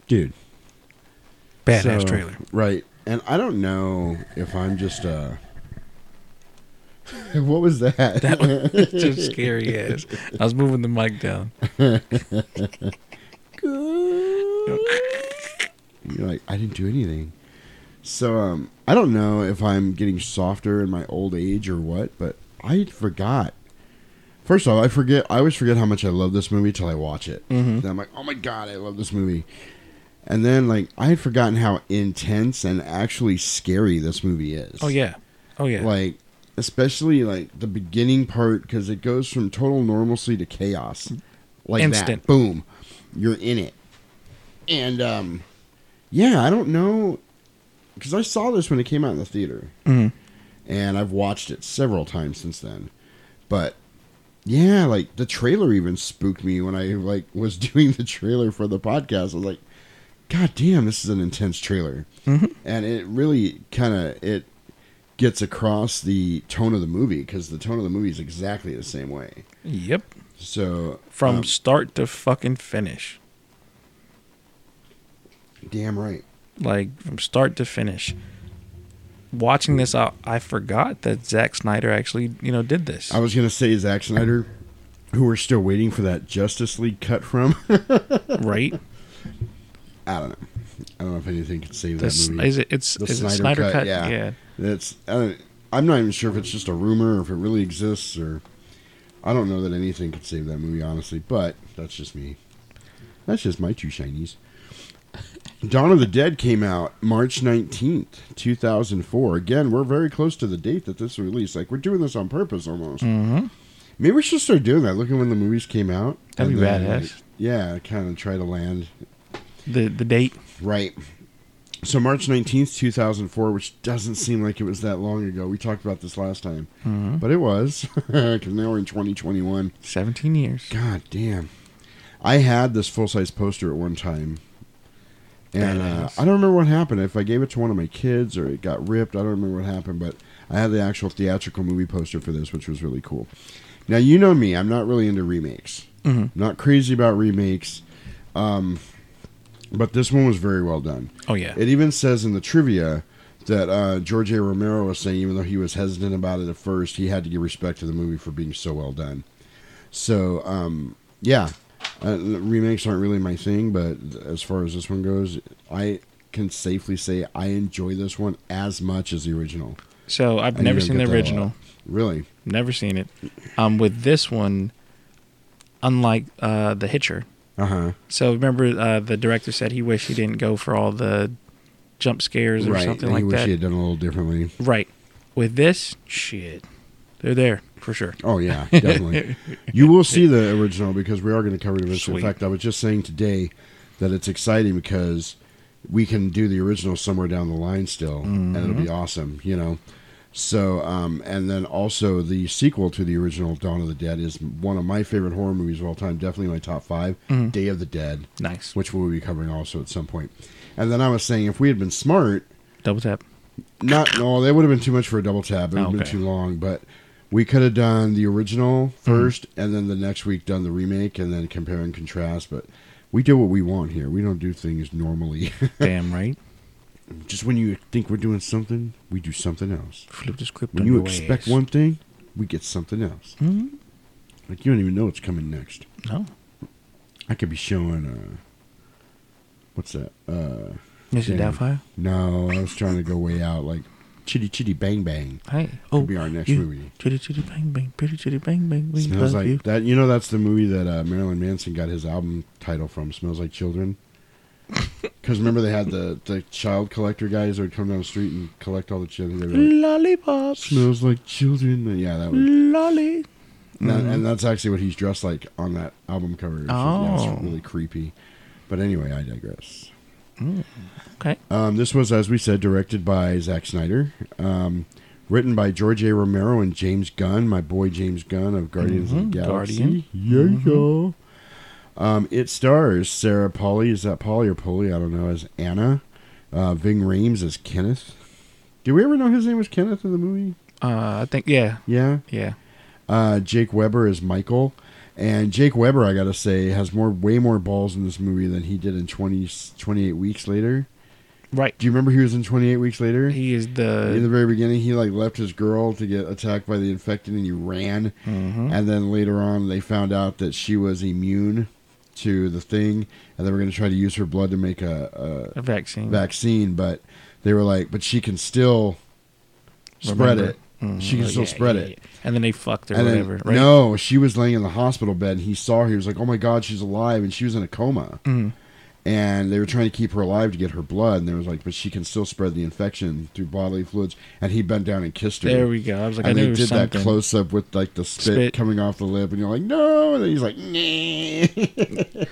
dude.
Badass
So,
trailer.
right? And I don't know if I'm just uh. (laughs) what was that?
That was just scary ass. I was moving the mic down.
(laughs) You're like, I didn't do anything. So um, I don't know if I'm getting softer in my old age or what, but I forgot. First off, I forget. I always forget how much I love this movie till I watch it.
Mm-hmm.
Mhm.
Then I'm like, oh my god, I love this movie. And then like I had forgotten how intense and actually scary this movie is.
Oh yeah. Oh yeah.
Like especially like the beginning part because it goes from total normalcy to chaos. Like
Instant.
that. Boom. You're in it. And um, yeah, I don't know because I saw this when it came out in the theater
Mhm.
and I've watched it several times since then. But yeah, like the trailer even spooked me when I like was (laughs) doing the trailer for the podcast. I was like, "God damn, this is an intense trailer," and it really kind of it gets across the tone of the movie because the tone of the movie is exactly the same way.
Yep.
So
From
um,
start to fucking finish.
damn right,
Like from start to finish. Watching this out, I forgot that Zack Snyder actually, you know, did this.
I was gonna say Zack Snyder, who we're still waiting for that Justice League cut from. (laughs)
right?
I don't know. I don't know if anything could save (laughs)
The
that
s-
movie.
is it- it's- is it Snyder Cut?
Yeah,
Yeah.
It's. I don't, I'm not even sure if it's just a rumor or if it really exists or. I don't know that anything could save that movie, honestly. But that's just me. That's just my two shinies. (laughs) Dawn of the Dead came out March 19th, 2004. Again, we're very close to the date that this released. Like, we're doing this on purpose almost.
Mm-hmm.
Maybe we should start doing that, looking when the movies came out.
That'd
and
be
then,
badass.
like, yeah, kind of try to land
The the date.
Right. So March 19th, 2004, which doesn't seem like it was that long ago. We talked about this last time.
Mhm.
But it was, (laughs) because now we're in 2021.
17 years.
God damn. I had this full size poster at one time. And uh,
Badass.
I don't remember what happened. If I gave it to one of my kids or it got ripped, I don't remember what happened. But I had the actual theatrical movie poster for this, which was really cool. Now, you know me, I'm not really into remakes.
Mhm.
Not crazy about remakes. Um, but this one was very well done.
Oh yeah.
It even says in the trivia that uh, George A. Romero was saying, even though he was hesitant about it at first, he had to give respect to the movie for being so well done. So, um, yeah, uh, remakes aren't really my thing, but as far as this one goes, I can safely say I enjoy this one as much as the original.
So I've
And you
never
don't
seen
get that a
the
lot.
original.
Really?
Never seen it. Um, with this one, unlike uh, The Hitcher.
Uh huh.
So remember, uh, the director said he wished he didn't go for all the jump scares or
Right.
something
and
like
you wish
that.
he had done a little differently.
Right. With this, shit, they're there for sure.
Oh yeah, definitely. you will see the original because we are going to cover the original.
Sweet.
In fact, I was just saying today that it's exciting because we can do the original somewhere down the line still, and it'll be awesome. You know. So, um, and then also the sequel to the original Dawn of the Dead is one of my favorite horror movies of all time. Definitely my top 5
Mhm.
Day of the Dead.
Nice.
Which we'll be covering also at some point. And then I was saying if we had been smart, (laughs)
Double tap.
not no, that would have been too much for a double tap. It would have been
Okay.
too long, but we could have done the original 1st and then the next week done the remake and then compare and contrast, but we do what we want here. We don't do things normally. (laughs)
Damn right.
Just when you think we're doing something, we do something else.
Flip the script.
When
on
you
your
expect
ass.
one thing, we get something else.
Mhm.
Like you don't even know what's coming next.
No.
I could be showing uh what's that? Uh
Mr.
damn.
Doubtfire?
No, I was trying to go way out like Chitty Chitty Bang Bang.
Hey.
Oh,
Oh,
could be our next
you-
movie.
Chitty chitty bang bang, pretty chitty bang bang. We
Smells
love
like
you.
that. You know, that's the movie that uh, Marilyn Manson got his album title from. Smells like Children. Because remember they had the, the child collector guys that would come down the street and collect all the children. They were like,
Lollipops.
Smells like children. Yeah, that was.
Lolly.
That, and that's actually what he's dressed like on that album cover. So, yeah,
Oh.
it's really creepy. But anyway, I digress.
Mm, okay.
Um, this was, as we said, directed by Zack Snyder, um, written by George A. Romero and James Gunn, my boy James Gunn of Guardians of
Mhm,
the Galaxy.
Guardian. Mm-hmm.
Yeah, yeah. Um, it stars Sarah Polly. Is that Polly or Polly? I don't know. As Anna, uh, Ving Rhames as Kenneth. Did we ever know his name was Kenneth in the movie?
Uh, I think yeah,
Yeah.
yeah.
Uh, Jake Weber is Michael, and Jake Weber, I gotta say, has more way more balls in this movie than he did in 20, 28 weeks later.
Right.
Do you remember he was in Twenty Eight Weeks Later?
He is
in
the
the very beginning, he like left his girl to get attacked by the infected, and he ran.
Mhm.
And then later on, they found out that she was immune to the thing, and they were going to try to use her blood to make a,
a
a
vaccine.
vaccine. But they were like, "But she can still spread
Remember.
it."
Mhm.
She can
Oh,
still
yeah,
spread
yeah,
it.
yeah. And then they fucked or
And then-
whatever, right?
No, she was laying in the hospital bed, and he saw her. He was like, "Oh my god, she's alive!" And she was in a coma.
Mhm.
And they were trying to keep her alive to get her blood, and they was like, "But she can still spread the infection through bodily fluids." And he bent down and kissed her.
There we go. I was like, I
and
knew
they
it was
did that
something.
close up with like the spit,
Spit.
coming off the lip, and you're like, "No!" And then he's like,
(laughs)
"Nah."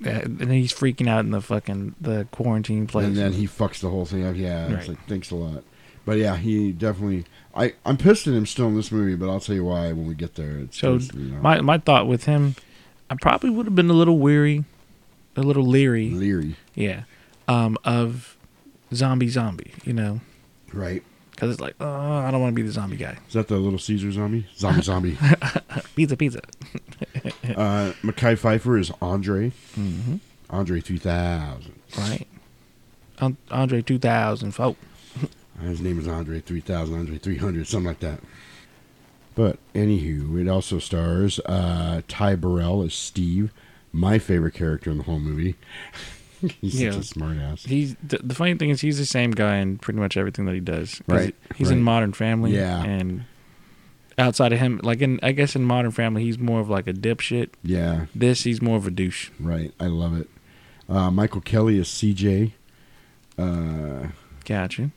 Yeah, and then he's freaking out in the fucking the quarantine place.
And then he fucks the whole thing up. Yeah, it's
Right.
like thanks a lot. But yeah, he definitely. I I'm pissed at him still in this movie, but I'll tell you why when we get there. It's
So
just, you know.
my my thought with him, I probably would have been a little weary, a little leery,
leery,
yeah, um, of zombie zombie, you know,
right?
Because it's like, oh, I don't want to be the zombie guy.
Is that the Little Caesar zombie? Zombie zombie.
pizza pizza.
uh, Mackay Pfeiffer is Andre. Mm-hmm. Andre 3000.
Right. An- Andre 2000, folk.
His name is Andre 3000, Andre 300, something like that. But anywho, it also stars uh, Ty Burrell as Steve, my favorite character in the whole movie. (laughs) He's
Yeah.
such a smart ass.
He's the, the funny thing is he's the same guy in pretty much everything that he does. 'Cause
Right,
He's in
right.
Modern Family.
Yeah.
And outside of him, like in I guess in Modern Family, he's more of like a dipshit.
Yeah.
This he's more of a douche.
Right. I love it. Uh, Michael Kelly is CJ. Uh,
Gotcha.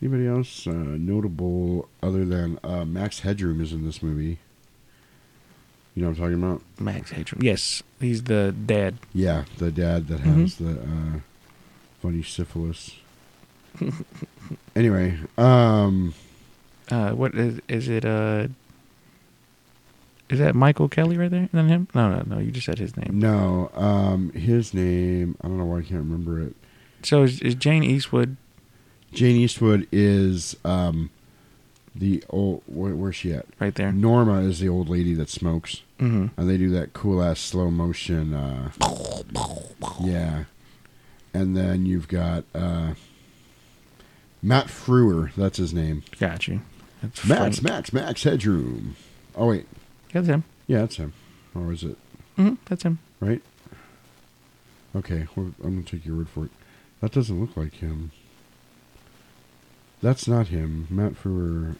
Anybody else uh, notable other than uh, Max Headroom is in this movie? You know what I'm talking about?
Max Headroom. Yes, he's the dad.
Yeah, the dad that
Mhm.
has the uh, funny syphilis. (laughs) anyway, um,
Uh, what is is it? Uh, is that Michael Kelly right there? And then him? No, no, no. You just said his name.
no, um, his name I don't know why I can't remember it.
So is, is Jane Eastwood?
Jane Eastwood is um, the old. Where, where's she at?
Right there.
Norma is the old lady that smokes,
Mhm.
and they do that cool ass slow motion. Uh, yeah, and then you've got uh, Matt Frewer. That's his name.
Got you. That's
Max,
Frank.
Max, Max Headroom. Oh wait,
That's him.
yeah, that's him. Or is it
hmm that's him.
right? Okay, well, I'm gonna take your word for it. That doesn't look like him. That's not him. Matt Frewer.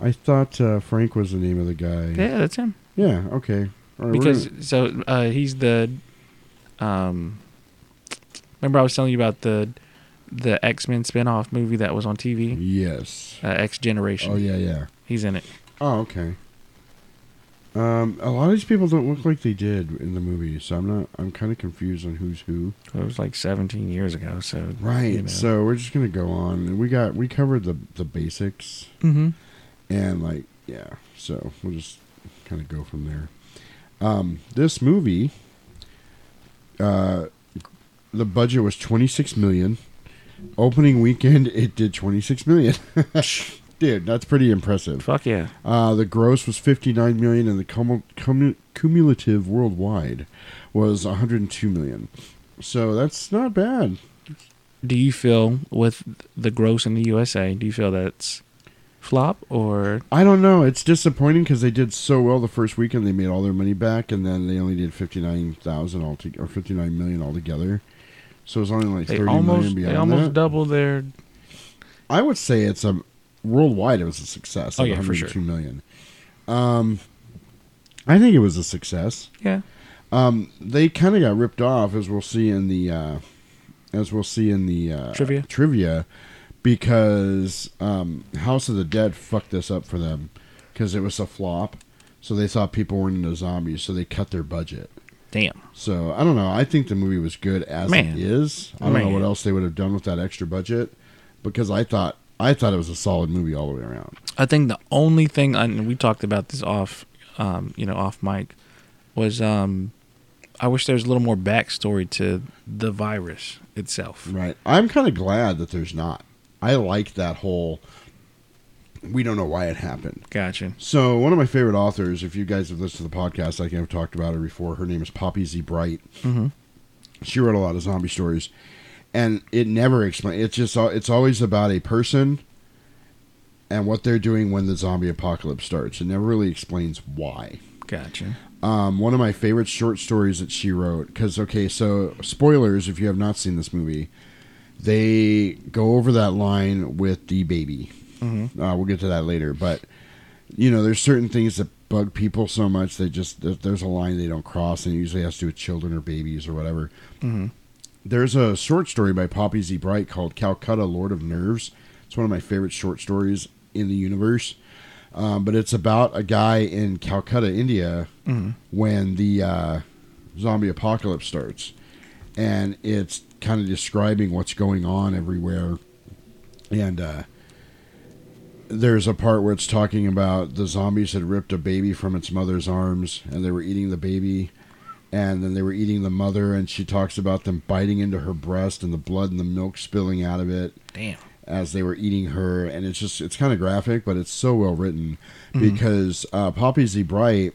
I thought uh, Frank was the name of the guy.
Yeah, that's him.
Yeah. Okay. All right, we're
because
gonna-
so uh, he's the um remember i was telling you about the the x-men spin-off movie that was on tv
yes
uh, x generation
Oh, yeah, yeah.
he's in it
oh, okay. Um, a lot of these people don't look like they did in the movie, so I'm not. I'm kind of confused on who's who.
it was like 17 years ago so
Right.
you know.
So we're just gonna go on. We got we covered the the basics.
Mhm.
And like yeah, so we'll just kind of go from there. Um, this movie, uh, the budget was twenty six million. Opening weekend, (laughs) it did twenty six million. (laughs) Dude, that's pretty impressive.
Fuck yeah.
Uh, the gross was fifty nine million, and the cumu- cumu- cumulative worldwide was one hundred and two million. So that's not bad.
do you feel with the gross in the usa do you feel that's flop or
I don't know. It's disappointing because they did so well the first weekend. They made all their money back, and then they only did fifty nine thousand all or fifty nine million altogether. So it's only like
they
thirty million
almost
beyond
they almost
that.
double their
I would say it's a worldwide. It was a success.
Oh,
at
yeah, for sure.
102 million. Um, I think it was a success.
Yeah.
Um, they kind of got ripped off, as we'll see in the uh, as we'll see in the uh,
Trivia?
trivia, because um, House of the Dead fucked this up for them because it was a flop. So they thought people weren't into zombies, so they cut their budget.
damn
So I don't know. I think the movie was good as
Man.
it is. I don't know
Man.
what else they would have done with that extra budget because I thought I thought it was a solid movie all the way around.
I think the only thing, and we talked about this off, um, you know, off mic, was um, I wish there was a little more backstory to the virus itself.
Right. I'm kind of glad that there's not. I like that whole. We don't know why it happened.
Gotcha.
So one of my favorite authors, if you guys have listened to the podcast, I think I've talked about her before. Her name is Poppy Z. Bright.
Mhm.
She wrote a lot of zombie stories, and it never explains. It's just al- it's always about a person and what they're doing when the zombie apocalypse starts. It never really explains why.
Gotcha.
Um, one of my favorite short stories that she wrote. Because okay, so spoilers if you have not seen this movie, they go over that line with the baby
Mhm.
Uh, we'll get to that later, but you know, there's certain things that bug people so much they just there- there's a line they don't cross, and it usually has to do with children or babies or whatever.
Mhm.
There's a short story by Poppy Z. Bright called "Calcutta, Lord of Nerves." It's one of my favorite short stories in the universe. Um, but it's about a guy in Calcutta, India,
Mhm.
when the uh, zombie apocalypse starts, and it's kind of describing what's going on everywhere, and uh, there's a part where it's talking about the zombies had ripped a baby from its mother's arms and they were eating the baby and then they were eating the mother and she talks about them biting into her breast and the blood and the milk spilling out of it
Damn.
as they were eating her and it's just it's kind of graphic but it's so well written
Mhm.
because uh, poppy z bright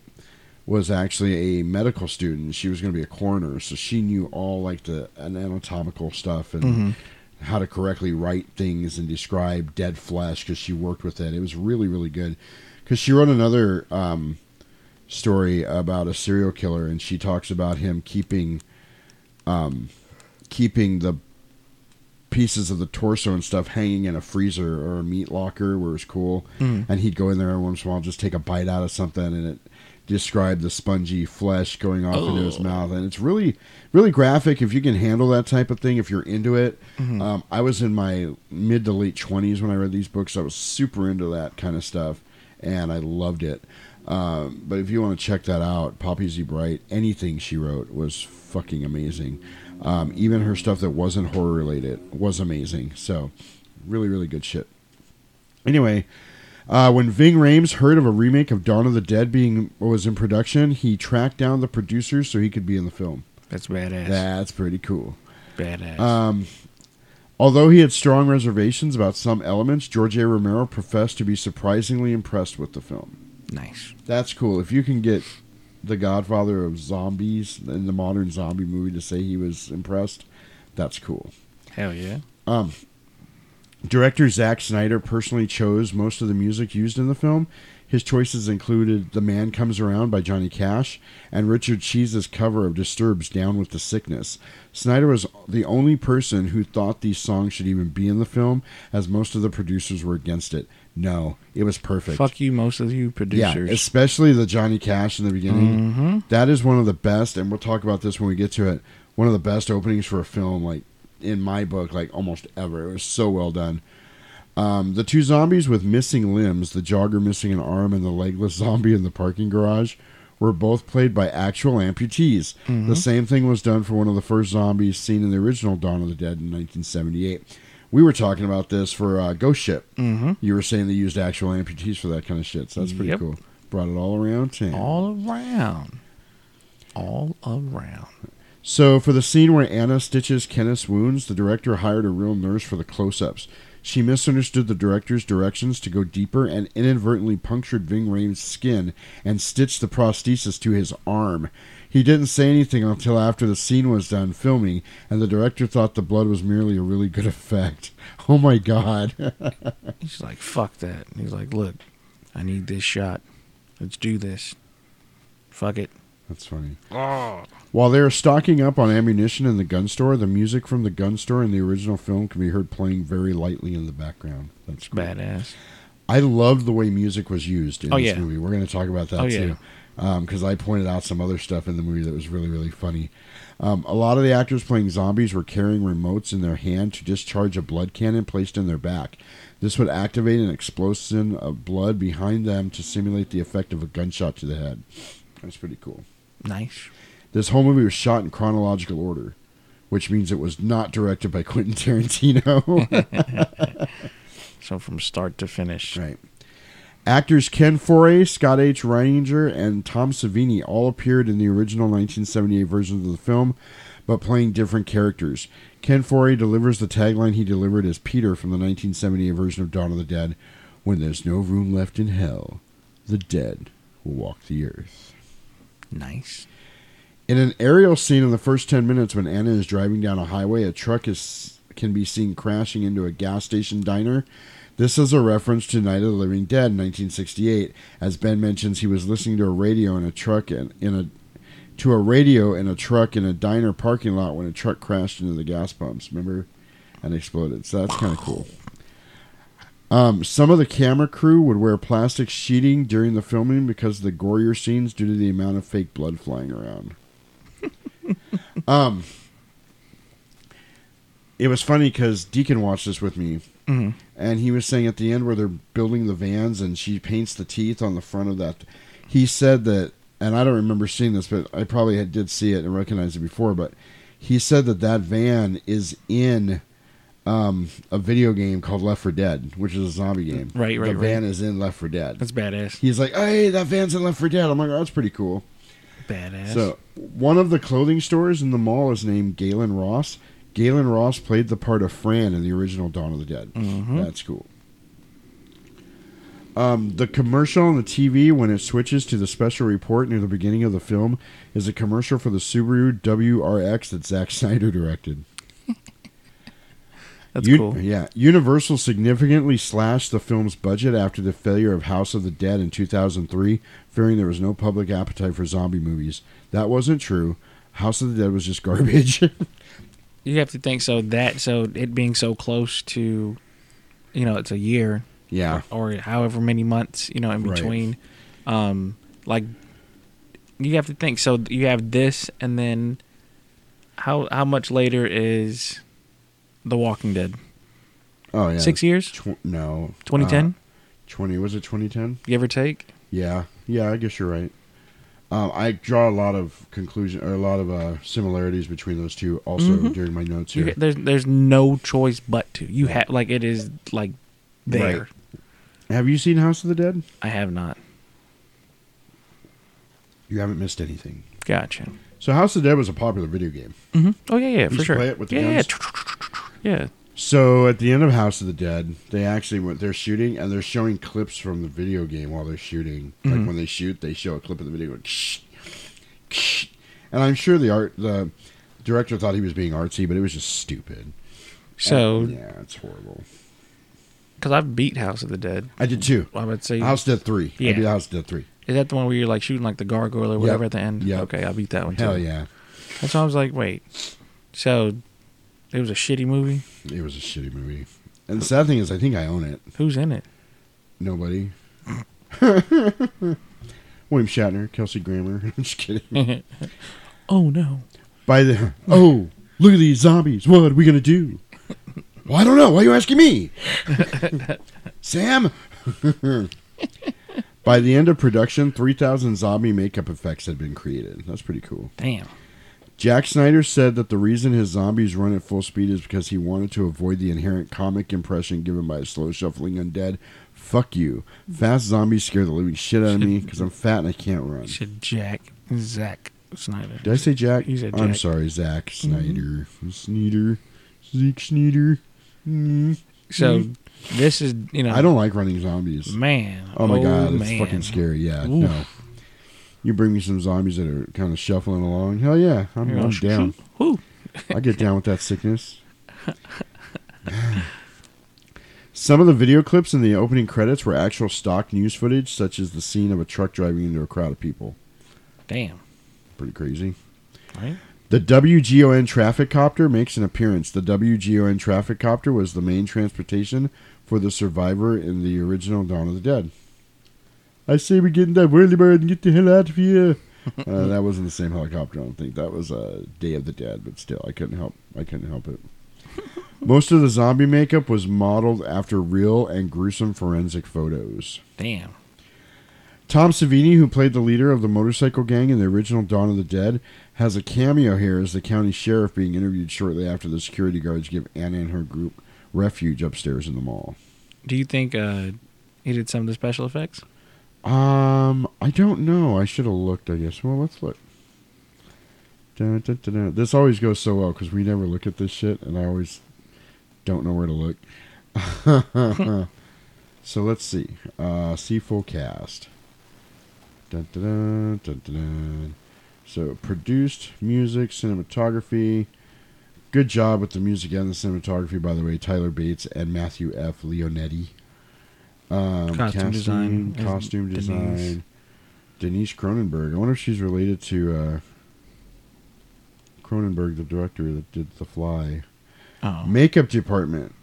was actually a medical student she was going to be a coroner so she knew all like the anatomical stuff and
Mhm.
how to correctly write things and describe dead flesh because she worked with it. It was really, really good. Because she wrote another um, story about a serial killer, and she talks about him keeping, um, keeping the pieces of the torso and stuff hanging in a freezer or a meat locker where it was cool.
Mhm.
And he'd go in there every once in a while, just take a bite out of something, and it described the spongy flesh going off into his
Oh.
mouth. And it's really, really graphic if you can handle that type of thing, if you're into it.
Mhm.
Um, I was in my mid to late 20s when I read these books. I was super into that kind of stuff, and I loved it. Um, but if you want to check that out, Poppy Z. Bright, anything she wrote was fucking amazing. Um, even her stuff that wasn't horror related was amazing. So, really, really good shit. Anyway, uh, when Ving Rhames heard of a remake of Dawn of the Dead being was in production, he tracked down the producers so he could be in the film.
That's badass.
That's pretty cool.
Badass.
Um, although he had strong reservations about some elements, George A. Romero professed to be surprisingly impressed with the film.
Nice.
That's cool. If you can get the godfather of zombies in the modern zombie movie to say he was impressed, that's cool.
Hell yeah.
Um, director Zack Snyder personally chose most of the music used in the film. His choices included "The Man Comes Around" by Johnny Cash and Richard Cheese's cover of Disturbed's "Down with the Sickness." Snyder was the only person who thought these songs should even be in the film, as most of the producers were against it. No, it was perfect.
Fuck you, most of you producers.
Yeah, especially the Johnny Cash in the beginning.
Mhm.
That is one of the best, and we'll talk about this when we get to it. One of the best openings for a film, like in my book, like almost ever. It was so well done. Um, the two zombies with missing limbs, the jogger missing an arm and the legless (laughs) zombie in the parking garage, were both played by actual amputees.
Mhm.
The same thing was done for one of the first zombies seen in the original Dawn of the Dead in 1978. We were talking about this for uh, Ghost Ship.
Mhm.
You were saying they used actual amputees for that kind of shit, so that's pretty
Yep.
cool. Brought it all around town.
All around. All around.
So for the scene where Anna stitches Kenneth's wounds, the director hired a real nurse for the close-ups. She misunderstood the director's directions to go deeper and inadvertently punctured Ving Rhames' skin and stitched the prosthesis to his arm. He didn't say anything until after the scene was done filming, and the director thought the blood was merely a really good (laughs) effect. Oh my god. (laughs)
He's like, fuck that. He's like, look, I need this shot. Let's do this. Fuck it.
That's funny. While they are stocking up on ammunition in the gun store, the music from the gun store in the original film can be heard playing very lightly in the background. That's cool.
Badass.
I loved the way music was used in
Oh,
this
yeah.
movie. We're going to talk about that
Oh,
too. Because I pointed out some other stuff in the movie that was really, really funny. Um, a lot of the actors playing zombies were carrying remotes in their hand to discharge a blood cannon placed in their back. This would activate an explosion of blood behind them to simulate the effect of a gunshot to the head. That's pretty cool.
Nice.
This whole movie was shot in chronological order, which means it was not directed by (laughs) Quentin Tarantino.
so from start to finish.
Right. Actors Ken Foray, Scott H. Reininger, and Tom Savini all appeared in the original 1978 version of the film, but playing different characters. Ken Foray delivers the tagline he delivered as Peter from the 1978 version of Dawn of the Dead When there's no room left in hell, the dead will walk the earth.
Nice.
In an aerial scene in the first 10 minutes when Anna is driving down a highway, a truck is can be seen crashing into a gas station diner. This is a reference to Night of the Living Dead 1968 as Ben mentions he was listening to a radio in a truck and in a to a radio in a truck in a diner parking lot when a truck crashed into the gas pumps, remember? And exploded. So that's kind of cool. Um, some of the camera crew would wear plastic sheeting during the filming because of the gorier scenes due to the amount of fake blood flying around. um, it was funny because Deacon watched this with me,
Mhm.
and he was saying at the end where they're building the vans and she paints the teeth on the front of that. He said that, and I don't remember seeing this, but I probably had, did see it and recognize it before. But he said that that van is in um, a video game called Left for Dead, which is a zombie game.
Right,
The
right, right.
van is in Left for Dead.
That's badass.
He's like, hey, that van's in Left for Dead. I'm like, oh, that's pretty cool.
Badass.
So one of the clothing stores in the mall is named Galen Ross. Galen Ross played the part of Fran in the original Dawn of the Dead.
Mhm.
That's cool. Um, the commercial on the TV when it switches to the special report near the beginning of the film is a commercial for the Subaru WRX that Zack Snyder directed.
That's
Un-
cool.
Yeah. Universal significantly slashed the film's budget after the failure of House of the Dead in 2003, fearing there was no public appetite for zombie movies. That wasn't true. House of the Dead was just (laughs) garbage.
You have to think so that so it being so close to, you know, it's a year,
Yeah.
or, however many months, you know, in
Right.
between. Um, like you have to think so you have this, and then how how much later is The Walking Dead?
oh yeah.
Six years,
Tw- no.
2010?
Uh, 20 was it 2010?
give or take.
Yeah. Yeah, I guess you're right. Um, I draw a lot of conclusion or a lot of uh, similarities between those two also
Mhm.
during my notes
You,
here.
there's there's no choice but to you have like it is like there.
Right. Have you seen House of the Dead?
I have not.
You haven't missed anything.
Gotcha.
So House of the Dead was a popular video game.
Mm-hmm. Oh yeah, yeah,
You
for
should
sure.
play it with the
yeah, yeah,
guns.
yeah.
So at the end of House of the Dead, they actually went. They're shooting and they're showing clips from the video game while they're shooting.
Mhm.
Like when they shoot, they show a clip of the video. Going, "Ksh, ksh." and I'm sure the art, the director thought he was being artsy, but it was just stupid.
So-
And, Uh, yeah, it's horrible.
Because I've beat House of the Dead.
I did too.
I would say
House of Dead three.
Yeah.
I did House of Dead three.
Is that the one where you're like shooting like the gargoyle or whatever at the end?
Yep.
Okay, I beat that one too.
Hell yeah,
That's why I was like, wait. So it was a shitty movie.
it was a shitty movie. And the sad thing is, I think I own it.
Who's in it? (laughs)
Nobody. William Shatner, Kelsey Grammer. (laughs) I'm just
(laughs)
kidding.
oh no.
By the oh, look at these zombies. What are we gonna do? Well, I don't know. Why are you asking me, Sam? (laughs) By the end of production, 3,000 zombie makeup effects had been created. That's pretty cool.
Damn.
Jack Snyder said that the reason his zombies run at full speed is because he wanted to avoid the inherent comic impression given by a slow shuffling undead. Fuck you. Fast zombies scare the living shit out of me because I'm fat and I can't run.
Should Jack Zach Snyder.
Did I say Jack?
You said
I'm
Jack. Mm-hmm.
sorry, Zack Snyder. Snyder. Zeke Snyder.
Mm-hmm.
Mm.
So
Mm.
this is you know
I don't like running zombies.
Man,
Oh my
oh
god, it's
man.
fucking scary. Yeah,
Oof.
no. You bring me some zombies that are kind of shuffling along. Hell yeah, I'm,
You're (laughs)
I'm
all sh-
down.
Whoo.
I get down with that sickness. (sighs) Some of the video clips in the opening credits were actual stock news footage, such as the scene of a truck driving into a crowd of people.
Damn.
Pretty crazy.
Right?
The WGON traffic copter makes an appearance. The WGON traffic copter was the main transportation for the survivor in the original Dawn of the Dead. I say we get in that whirly bird and get the hell out of here. uh, that wasn't the same helicopter, I don't think. That was uh, Day of the Dead, but still, I couldn't help. I couldn't help it. Most of the zombie makeup was modeled after real and gruesome forensic photos.
Damn.
Tom Savini, who played the leader of the motorcycle gang in the original Dawn of the Dead, has a cameo here as the county sheriff being interviewed shortly after the security guards give Anna and her group refuge upstairs in the mall.
Do you think uh he did some of the special effects?
Um, I don't know. I should have looked, I guess. Well, let's look. Dun, dun, dun, dun. This always goes so well because we never look at this shit, and I always don't know where to look. (laughs) so let's see. Uh, see full cast. Dun, dun, dun, dun, dun, dun. So produced music, cinematography. Good job with the music and the cinematography, by the way. Tyler Bates and Matthew F. Leonetti. Um,
Costume
casting,
design is
Costume
Denise.
design. Denise Cronenberg. I wonder if she's related to uh, Cronenberg, the director that did The Fly.
Oh.
Makeup department.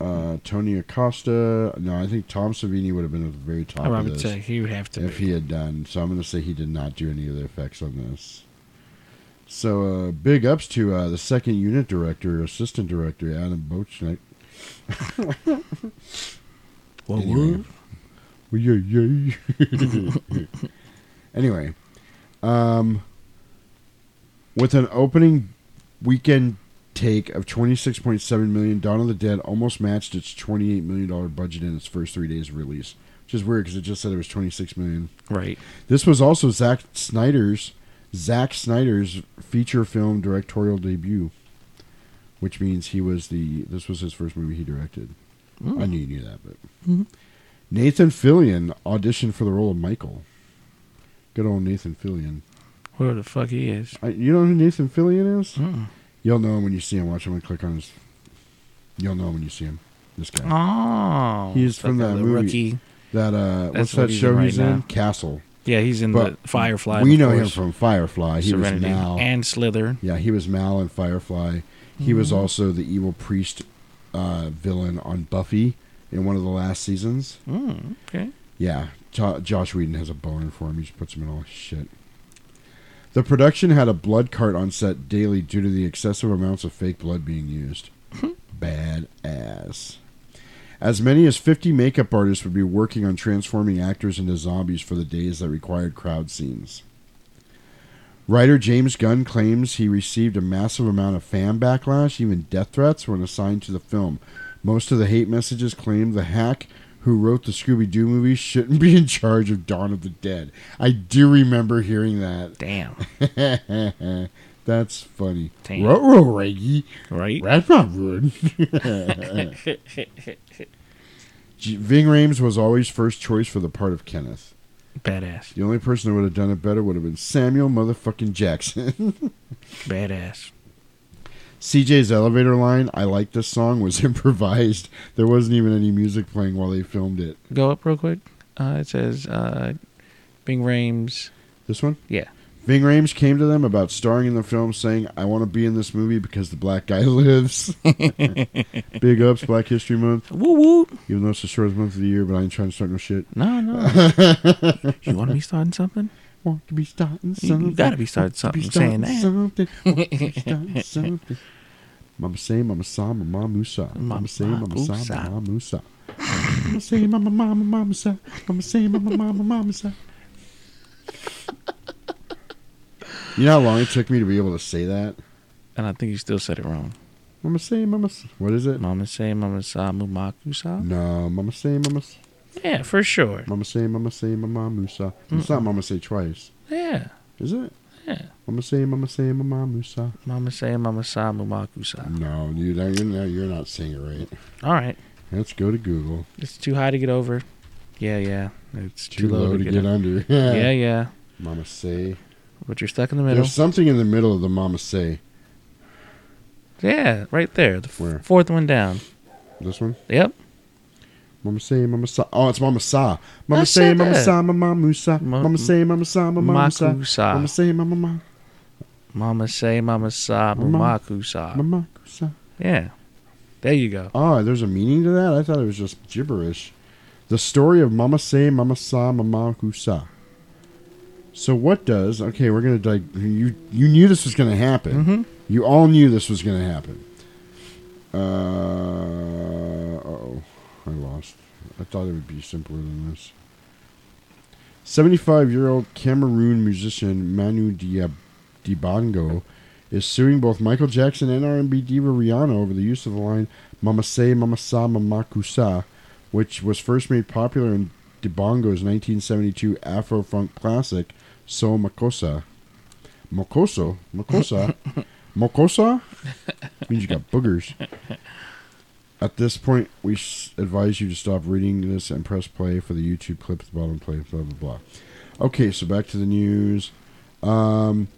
Uh, Tony Acosta. No, I think Tom Savini would have been at the very top.
I
of
would
this
say he would have to
if he had done. So I'm going to say he did not do any of the effects on this. So uh, big ups to uh, the second unit director, assistant director Adam Bochnick.
What,
Anyway. Well, yeah, yeah. (laughs) anyway, um, with an opening weekend take of 26.7 million, Dawn of the Dead almost matched its 28 million dollar budget in its first three days of release, which is weird because it just said it was 26 million.
Right.
This was also Zack Snyder's Zack Snyder's feature film directorial debut, which means he was the this was his first movie he directed. I knew you knew that, but
Mhm.
Nathan Fillion auditioned for the role of Michael. Good old Nathan Fillion.
Where the fuck he is? Mm.
I, you know who Nathan Fillion is? You'll know him when you see him. Watch him and click on his. You'll know him when you see him. This guy.
Uh-huh. Oh,
he's from
the
that
the
movie.
rookie.
That uh, what's
That's what
that
he's
show
in
he's
right
in?
now.
Castle.
Yeah, he's in
But
the Firefly.
We
of
know him
course.
from Firefly. He
Serenity
was Mal
and Slither.
Yeah, he was Mal in Firefly. He was
Mhm.
also the evil priest uh, villain on Buffy in one of the last seasons.
Mm, okay.
Yeah, Jo- Josh Whedon has a boner for him. He just puts him in all his shit. The production had a blood cart on set daily due to the excessive amounts of fake blood being used. Bad ass. As many as 50 makeup artists would be working on transforming actors into zombies for the days that required crowd scenes. Writer James Gunn claims he received a massive amount of fan backlash, even death threats, when assigned to the film. Most of the hate messages claimed the hack who wrote the Scooby Doo movie shouldn't be in charge of Dawn of the Dead. I do remember hearing that. (laughs) Damn. That's funny.
Damn.
Ruh, ruh, Reggie.
Right?
That's not rude. G- Ving Rhames was always first choice for the part of Kenneth.
Badass.
The only person that would have done it better would have been Samuel motherfucking Jackson. (laughs)
Badass.
CJ's elevator line, I like this song, was (laughs) improvised. There wasn't even any music playing while they filmed it.
Go up real quick. Uh, it says uh, Bing Rames.
This one?
Yeah.
Ving Rhames came to them about starring in the film, saying, I want to be in this movie because the black guy (laughs) lives. Big ups, Black History Month.
Woo woo.
Even though it's the shortest month of the year, but I ain't trying to start no shit. (laughs)
No, no. you want to be starting something?
Want to be starting
You- You gotta be starting
Want to
something.
be
saying
starting Something. Want to be starting
that. (laughs)
something. Mama say, Mama saw, Mama Musa. Mama say, Mama
Musa.
saw, Mama Musa. Mama say, Mama, Mama, Mama saw. Mama say, Mama, Mama, Mama saw. You know how long it took me to be able to say that?
And I think you still said it wrong.
Mama say, Mama. s- What is it?
Mama say, Mama sa, Mumaku sa?
No, Mama say, Mama. s-
Yeah, for sure.
Mama say, Mama say, Mama Musa. It's not Mama say twice.
Yeah.
Is it?
Yeah.
Mama say, Mama say, Mama Musa.
Mama say, Mama sa, Mumaku sa.
No, you don't- you're not, you're not saying it right.
All right.
Let's go to Google.
It's too high to get over. Yeah, yeah. It's
Too, low, to get, under. (laughs)
yeah, yeah.
Mama say.
But you're stuck in the middle.
There's something in the middle of the Mama say.
Yeah, right there. The f-
Where?
fourth one down.
This one?
Yep.
Mama say, Mama sa. Oh, it's Mama sa. Mama
I
say,
said
Mama
that.
sa, Mama musa. Mama say, Mama sa, Mama musa.
Maku sa.
Mama say, Mama ma.
Mama say, Mama sa,
Mama-
Mumaku sa.
Mama sa.
Yeah. There you go.
Oh, there's a meaning to that? I thought it was just gibberish. The story of Mama Say, Mama Sa, Mama Kusa. So what does okay? We're gonna di- you you knew this was gonna happen. You all knew this was gonna happen. Uh oh, I lost. I thought it would be simpler than this. Seventy-five-year-old Cameroon musician Manu Diab- Dibango is suing both Michael Jackson and R&B diva Rihanna over the use of the line "Mama say, Mama sa, Mama kusa," which was first made popular in Dibongo's 1972 Afro funk classic "So Makosa." Mokoso, Mokosa, Mokosa means you got boogers. At this point, we s- advise you to stop reading this and press play for the YouTube clip at the bottom. Play blah blah blah. Okay, so back to the news. Um,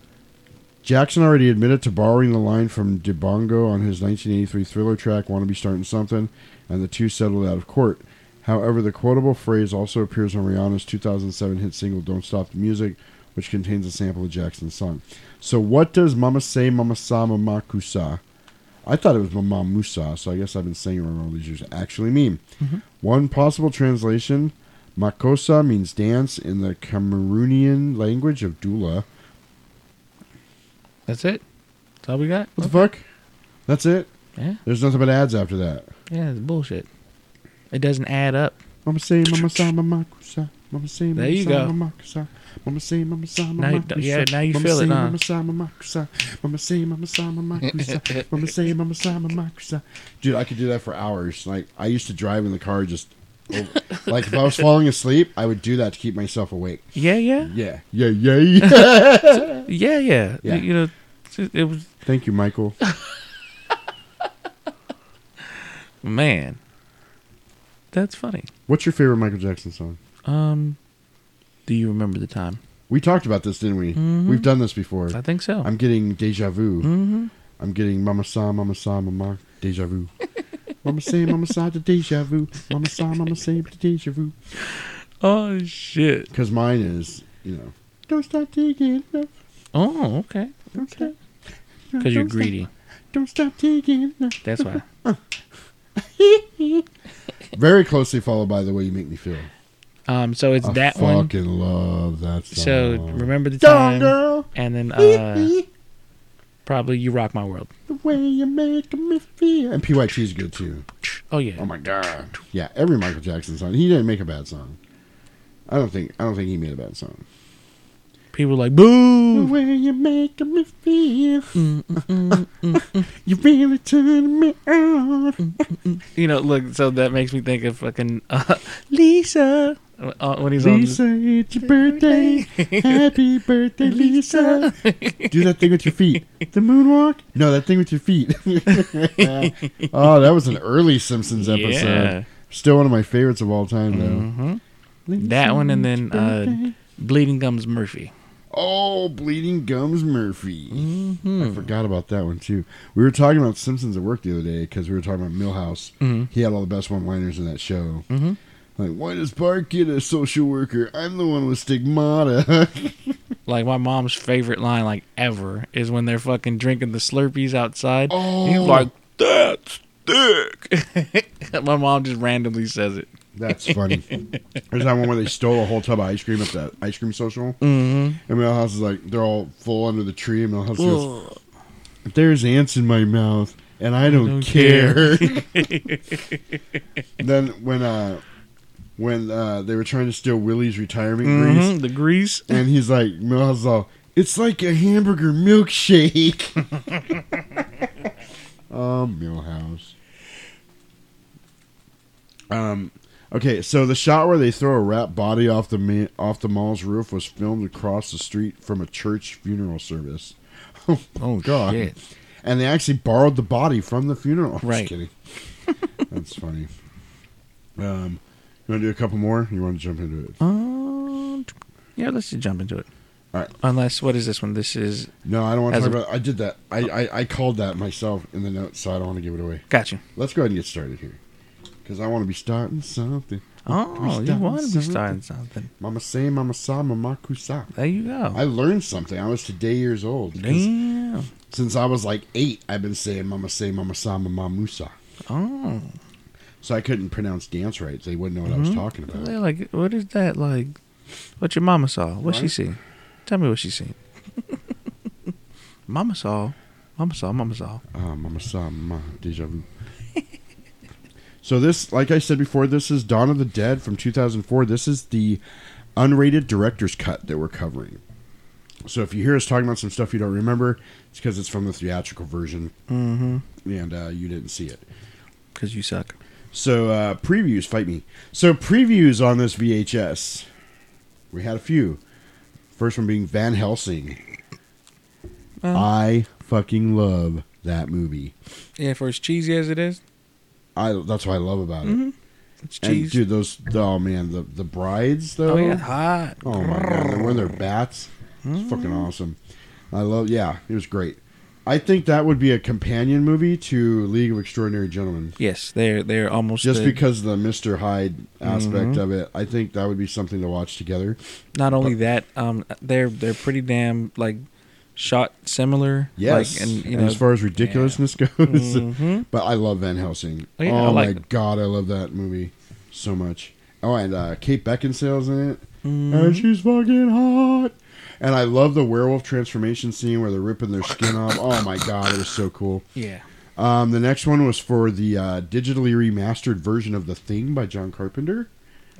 Jackson already admitted to borrowing the line from DeBongo on his 1983 thriller track "Wanna Be Starting Something," and the two settled out of court. However, the quotable phrase also appears on Rihanna's 2007 hit single "Don't Stop the Music," which contains a sample of Jackson's song. So, what does "Mama Say, Mama Sa, Mama Kusa"? I thought it was Mama Musa, so I guess I've been saying it wrong all these years. Actually, mean one possible translation: Makosa means dance in the Cameroonian language of Dula.
That's it. That's all we got.
What the fuck? That's it.
Yeah.
There's nothing but ads after that.
Yeah, it's bullshit. It doesn't add up.
Mama say, Mama say, Mama say, Mama say,
There you go.
Mama say, Mama say, Mama say,
Now you-
Mama say,
yeah, now you
Mama
feel it,
say,
huh?
Mama say, Mama say, Mama say, Mama say, Mama
(laughs)
say, Mama say, Mama say, Mama say. Dude, I could do that for hours. Like I used to drive in the car just. like if I was falling asleep, I would do that to keep myself awake.
Yeah, yeah.
Yeah, yeah, yeah, yeah.
yeah, yeah.
Yeah.
You, you know, it's just- it was
Thank you, Michael.
man. That's funny.
What's your favorite Michael Jackson song?
Um, do you remember the time?
We talked about this, didn't we?
Mhm.
We've done this before.
I think so.
I'm getting deja vu.
Mhm.
I'm getting mama sa, mama sa, mama deja vu. mama say, mama sa, the deja vu. Mama sa, mama say, the deja vu.
Oh shit.
Because mine is, you know, Don't stop digging. love.
Oh, okay.
Don't stop.
Because you're
Don't stop-
greedy.
Don't stop digging. love.
That's why.
Very closely followed by the way you make me feel.
Um, so it's
I
that
fucking
one.
love that song.
So remember the
Gone
time,
girl.
and then uh, probably you rock my world.
the way you make me feel. And PYT is good too.
Oh yeah.
Oh my god. Yeah, every Michael Jackson song. He didn't make a bad song. I don't think. I don't think he made a bad song.
People are like boo.
way you make me feel. (laughs) you really turn me on.
You know, look. So that makes me think of fucking uh, (laughs) Lisa uh, when he's
Lisa,
on.
it's your birthday. Happy birthday, Lisa. Do that thing with your feet. The moonwalk? No, that thing with your feet. (laughs) oh, that was an early Simpsons episode.
Yeah.
Still one of my favorites of all time, though.
That one, and then uh, Bleeding Gums Murphy.
Oh, Bleeding Gums Murphy. I forgot about that one too. We were talking about Simpsons at work the other day because we were talking about Millhouse.
Mhm.
He had all the best one-liners in that show. Like, why does Bart get a social worker? I'm the one with stigmata. (laughs)
Like my mom's favorite line, like ever, is when they're fucking drinking the Slurpees outside.
Oh.
He's like, "That's dick." (laughs) my mom just randomly says it.
That's funny. There's that one where they stole a whole tub of ice cream at that ice cream social.
Mhm.
And Millhouse is like, they're all full under the tree. And Millhouse goes, there's ants in my mouth and I don't, care. (laughs) then when uh when uh they were trying to steal Willie's retirement
Mhm,
grease
The (laughs) grease.
and he's like Milhouse is all it's like a hamburger milkshake.
(laughs)
(laughs) oh Millhouse. Um okay, so the shot where they throw a wrapped body off the ma- off the mall's roof was filmed across the street from a church funeral service. (laughs) oh god.
shit.
And they actually borrowed the body from the funeral. (laughs) I'm
Right.
Just
(laughs)
kidding. That's funny. Um, you want to do a couple more? You want to jump into it?
Um, yeah, let's just jump into it.
All right.
Unless what is this one? This is
No, I don't want to
As
talk
a-
about. I did that. I, I I called that myself in the notes, so I don't want to give it away.
got you.
Let's go ahead and get started here, because I want to be starting something. We
Oh, you
starting
want to be starting something?
Mama say, Mama sa, Mama kusa.
There you go.
I learned something. I was today years old. 'cause
Damn.
Since I was like eight, I've been saying Mama say, Mama sa, Mama musa.
Oh,
So I couldn't pronounce dance right. so They wouldn't know what
Mm-hmm.
I was talking about.
they're like, what is that? Like, what your mama saw? What she
Right.
seen? Tell me what she seen. mama saw. Mama saw. Mama saw.
Ah, mama sa, ma, deja vu. so this, like I said before, this is Dawn of the Dead from 2004. This is the unrated director's cut that we're covering. So if you hear us talking about some stuff you don't remember, it's because it's from the theatrical version
Mm-hmm.
and uh, you didn't see it.
Cause you suck.
So uh, previews, fight me. So previews on this VHS, we had a few. First one being Van Helsing.
Well.
I fucking love that movie.
Yeah, for as cheesy as it is,
I that's what I love about it.
it's
And
Mm-hmm. cheese.
dude, those oh man, the the brides though.
oh yeah, Mm-hmm. hot.
Oh my god, the one of their bats. It's fucking awesome. I love. Yeah, it was great. I think that would be a companion movie to League of Extraordinary Gentlemen.
Yes, they're they're almost
Just
the-
because of the Mr. Hyde aspect
Mhm.
of it, I think that would be something to watch together.
Not only that, um, they're they're pretty damn like shot similar?
Yes,
Like, and you
and
know,
as far as ridiculousness goes, (laughs)
Mhm.
but I love Van Helsing.
Oh, yeah, I
oh my
like-
god, I love that movie so much. Oh, and uh, Kate Beckinsale's in it,
Mhm.
and she's fucking hot. And I love the werewolf transformation scene where they're ripping their skin off. Oh my god, it was so cool.
Yeah.
Um, the next one was for the uh, digitally remastered version of The Thing by John Carpenter.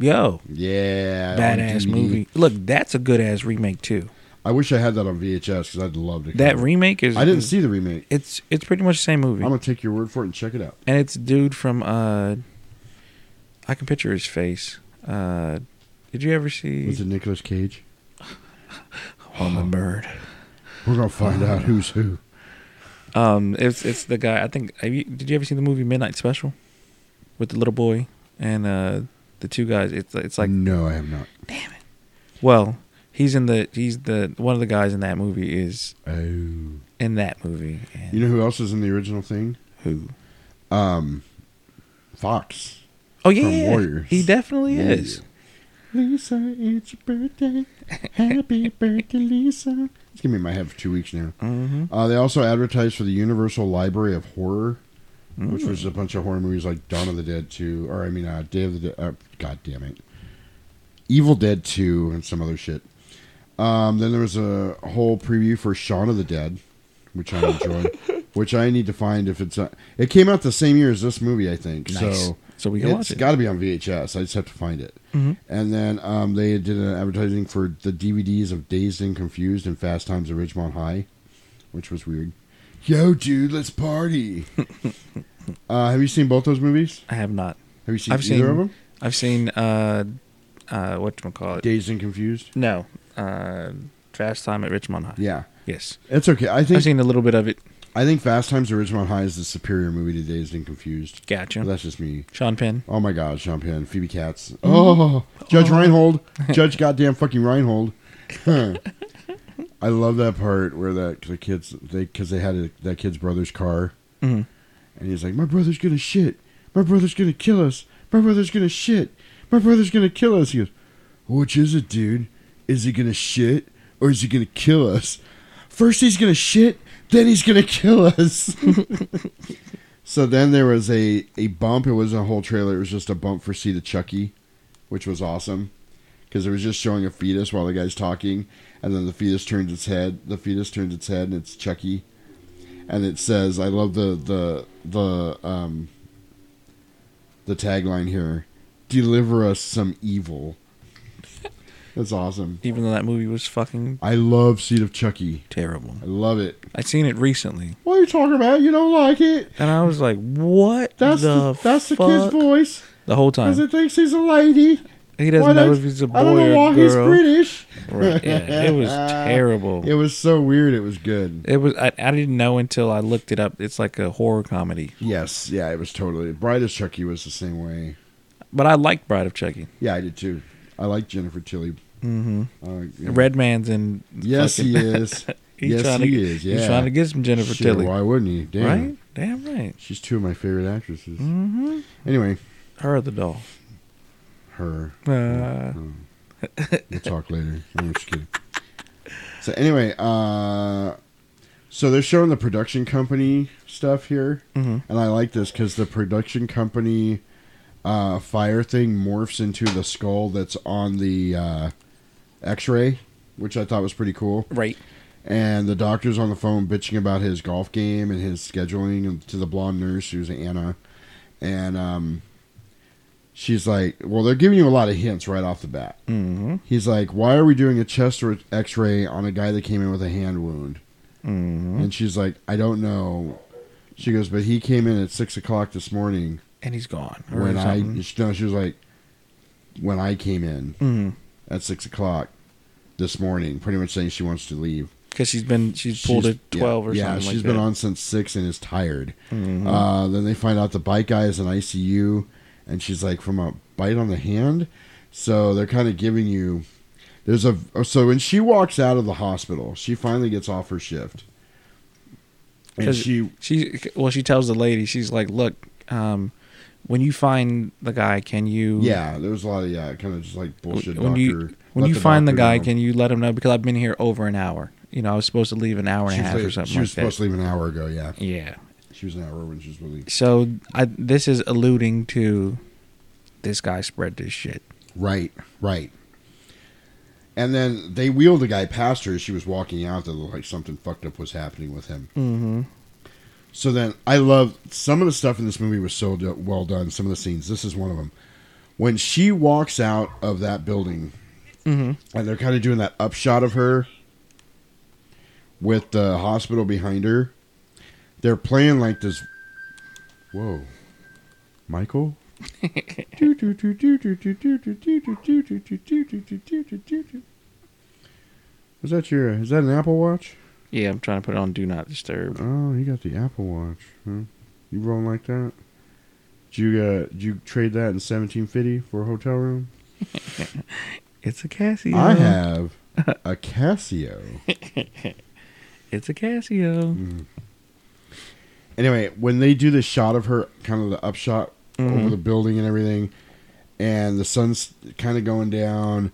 Yo.
Yeah. on
Badass
DVD.
movie. Look, that's a good ass remake too.
I wish I had that on VHS because I'd love to.
That
cover it.
remake is
I didn't see the remake.
It's it's pretty much the same movie.
I'm gonna take your word for it and check it out.
and it's dude from uh I can picture his face. Uh did you ever see
Was it Nicolas Cage?
Hummingbird?
We're gonna find out who's who.
Um it's it's the guy I think have you, did you ever see the movie Midnight Special with the little boy and uh the two guys it's it's like
No, I have not.
well he's in the he's the one of the guys in that movie is
Oh.
in that movie and
You know who else is in the original thing?
Who?
Um, Fox.
Oh yeah,
from
yeah,
Warriors.
he definitely
Yeah.
is.
Lisa, it's your birthday. Happy birthday, Lisa. It's gonna be in my head for two weeks now. Uh, they also advertised for the Universal Library of Horror,
Hmm.
which was a bunch of horror movies like Dawn of the Dead Two, or I mean, uh, Day of the Dead. Uh, God damn it, Evil Dead Two, and some other shit. Um, then there was a whole preview for Shaun of the Dead, which
(laughs)
I enjoy, which I need to find if it's. Uh, it came out the same year as this movie, I think.
Nice.
So,
So we can watch it.
It's got to be on VHS. I just have to find it.
Mhm.
And then um, they did an advertising for the DVDs of Dazed and Confused and Fast Times at Ridgemont High, which was weird. Yo, dude, let's party. uh, have you seen both those movies?
I have not.
Have you seen either of them?
I've seen uh uh what call it?
Dazed and Confused.
No. Uh Fast Time at Richmond High.
Yeah.
Yes.
It's okay. I think
I've seen a little bit of it.
I think Fast Times at Ridgemont High is the superior movie to Dazed and Confused.
Gotcha.
But that's just me.
Sean Penn.
Oh my God, Sean Penn, Phoebe Katz. Oh, Judge Reinhold, Judge goddamn fucking Reinhold. (laughs) Huh. I love that part where that the kids they because they had a, that kid's brother's car,
Mhm.
and he's like, "My brother's gonna shit. My brother's gonna kill us. My brother's gonna shit. My brother's gonna kill us." He goes, "Which is it, dude? Is he gonna shit or is he gonna kill us? First he's gonna shit, then he's gonna kill us." (laughs) So then there was a, a bump. It wasn't a whole trailer. It was just a bump for See the Chucky, which was awesome because it was just showing a fetus while the guy's talking, and then the fetus turns its head. The fetus turns its head, and it's Chucky, and it says, "I love the the the um the tagline here: Deliver us some evil." That's awesome.
Even though that movie was fucking
I love Seed of Chucky.
terrible.
I love it.
I seen it recently.
What are you talking about? You don't like it?
And I was like, What
That's the,
the,
that's the
fuck?
kid's voice.
The whole
Because
time.
it thinks he's a lady.
He doesn't
Why
know
don't-
if he's a
I don't
boy
know
or
why
girl.
he's British.
Right, yeah,
(laughs)
it was terrible.
It was so weird. It was good.
It was I, I didn't know until I looked it up. It's like a horror comedy.
Yes, yeah, it was totally. Bright as Chucky was the same way.
But I liked Bride of Chucky.
Yeah, I did too. I like Jennifer Tilly.
Mm-hmm.
Uh, yeah.
Red Man's in.
Yes, he is.
he's
yes,
trying
he
to,
is. Yeah,
He's trying to get some (laughs) Jennifer
Sure,
Tilly.
Why wouldn't he? Damn.
Right? Damn right.
She's two of my favorite actresses.
Mm-hmm.
Anyway,
Her or the doll.
her.
Uh,
We'll talk later. No, I'm just kidding. So anyway, uh, so they're showing the production company stuff here,
Mhm.
and I like this because the production company uh, fire thing morphs into the skull that's on the uh, X-ray, which I thought was pretty cool.
Right.
And the doctor's on the phone bitching about his golf game and his scheduling and to the blonde nurse who's Anna, and um, she's like, "Well, they're giving you a lot of hints right off the bat."
Mm-hmm.
He's like, "Why are we doing a chest r- X-ray on a guy that came in with a hand wound?"
Mm-hmm.
And she's like, "I don't know." She goes, "But he came in at six o'clock this morning
And he's gone. Or
when I
something.
no." She was like, "When I came in
Mhm.
at six o'clock this morning," pretty much saying she wants to leave.
'Cause she's been she's pulled
She's-
at twelve
yeah,
or
yeah,
something.
she's
like
been
that.
on since six and is tired.
Mhm.
Uh, then they find out the bite guy is in ICU, and she's like from a bite on the hand. So they're kind of giving you. There's a oh, so when she walks out of the hospital, she finally gets off her shift, and
'Cause
she
she well she tells the lady she's like look um when you find the guy can you
yeah, there was a lot of yeah, kind of just like bullshit
when
doctor.
you when
let
you find the
doctor
guy
know.
can you let him know because I've been here over an hour you know, I was supposed to leave an hour and
She
a
was
half or
late-
something
She was
like
supposed
that.
to leave an hour ago. Yeah.
Yeah.
She was an hour when she was released.
So I, this is alluding to this guy spread this shit.
Right, right. And then they wheeled a guy past her as she was walking out that looked like something fucked up was happening with him.
Mm-hmm.
So then I love some of the stuff in this movie was so do- well done. Some of the scenes. This is one of them. When she walks out of that building,
Mhm.
and they're kind of doing that upshot of her with the hospital behind her, they're playing like this. Whoa, Michael. Is that your? Is that an Apple Watch?
Yeah, I'm trying to put it on Do Not Disturb.
Oh, you got the Apple Watch. Huh? You rolling like that? Did you uh, did you trade that in seventeen fifty for a hotel room?
It's a Casio.
I have a Casio.
it's a Casio.
Anyway, when they do the shot of her, kind of the upshot
Mhm.
over the building and everything, and the sun's kind of going down,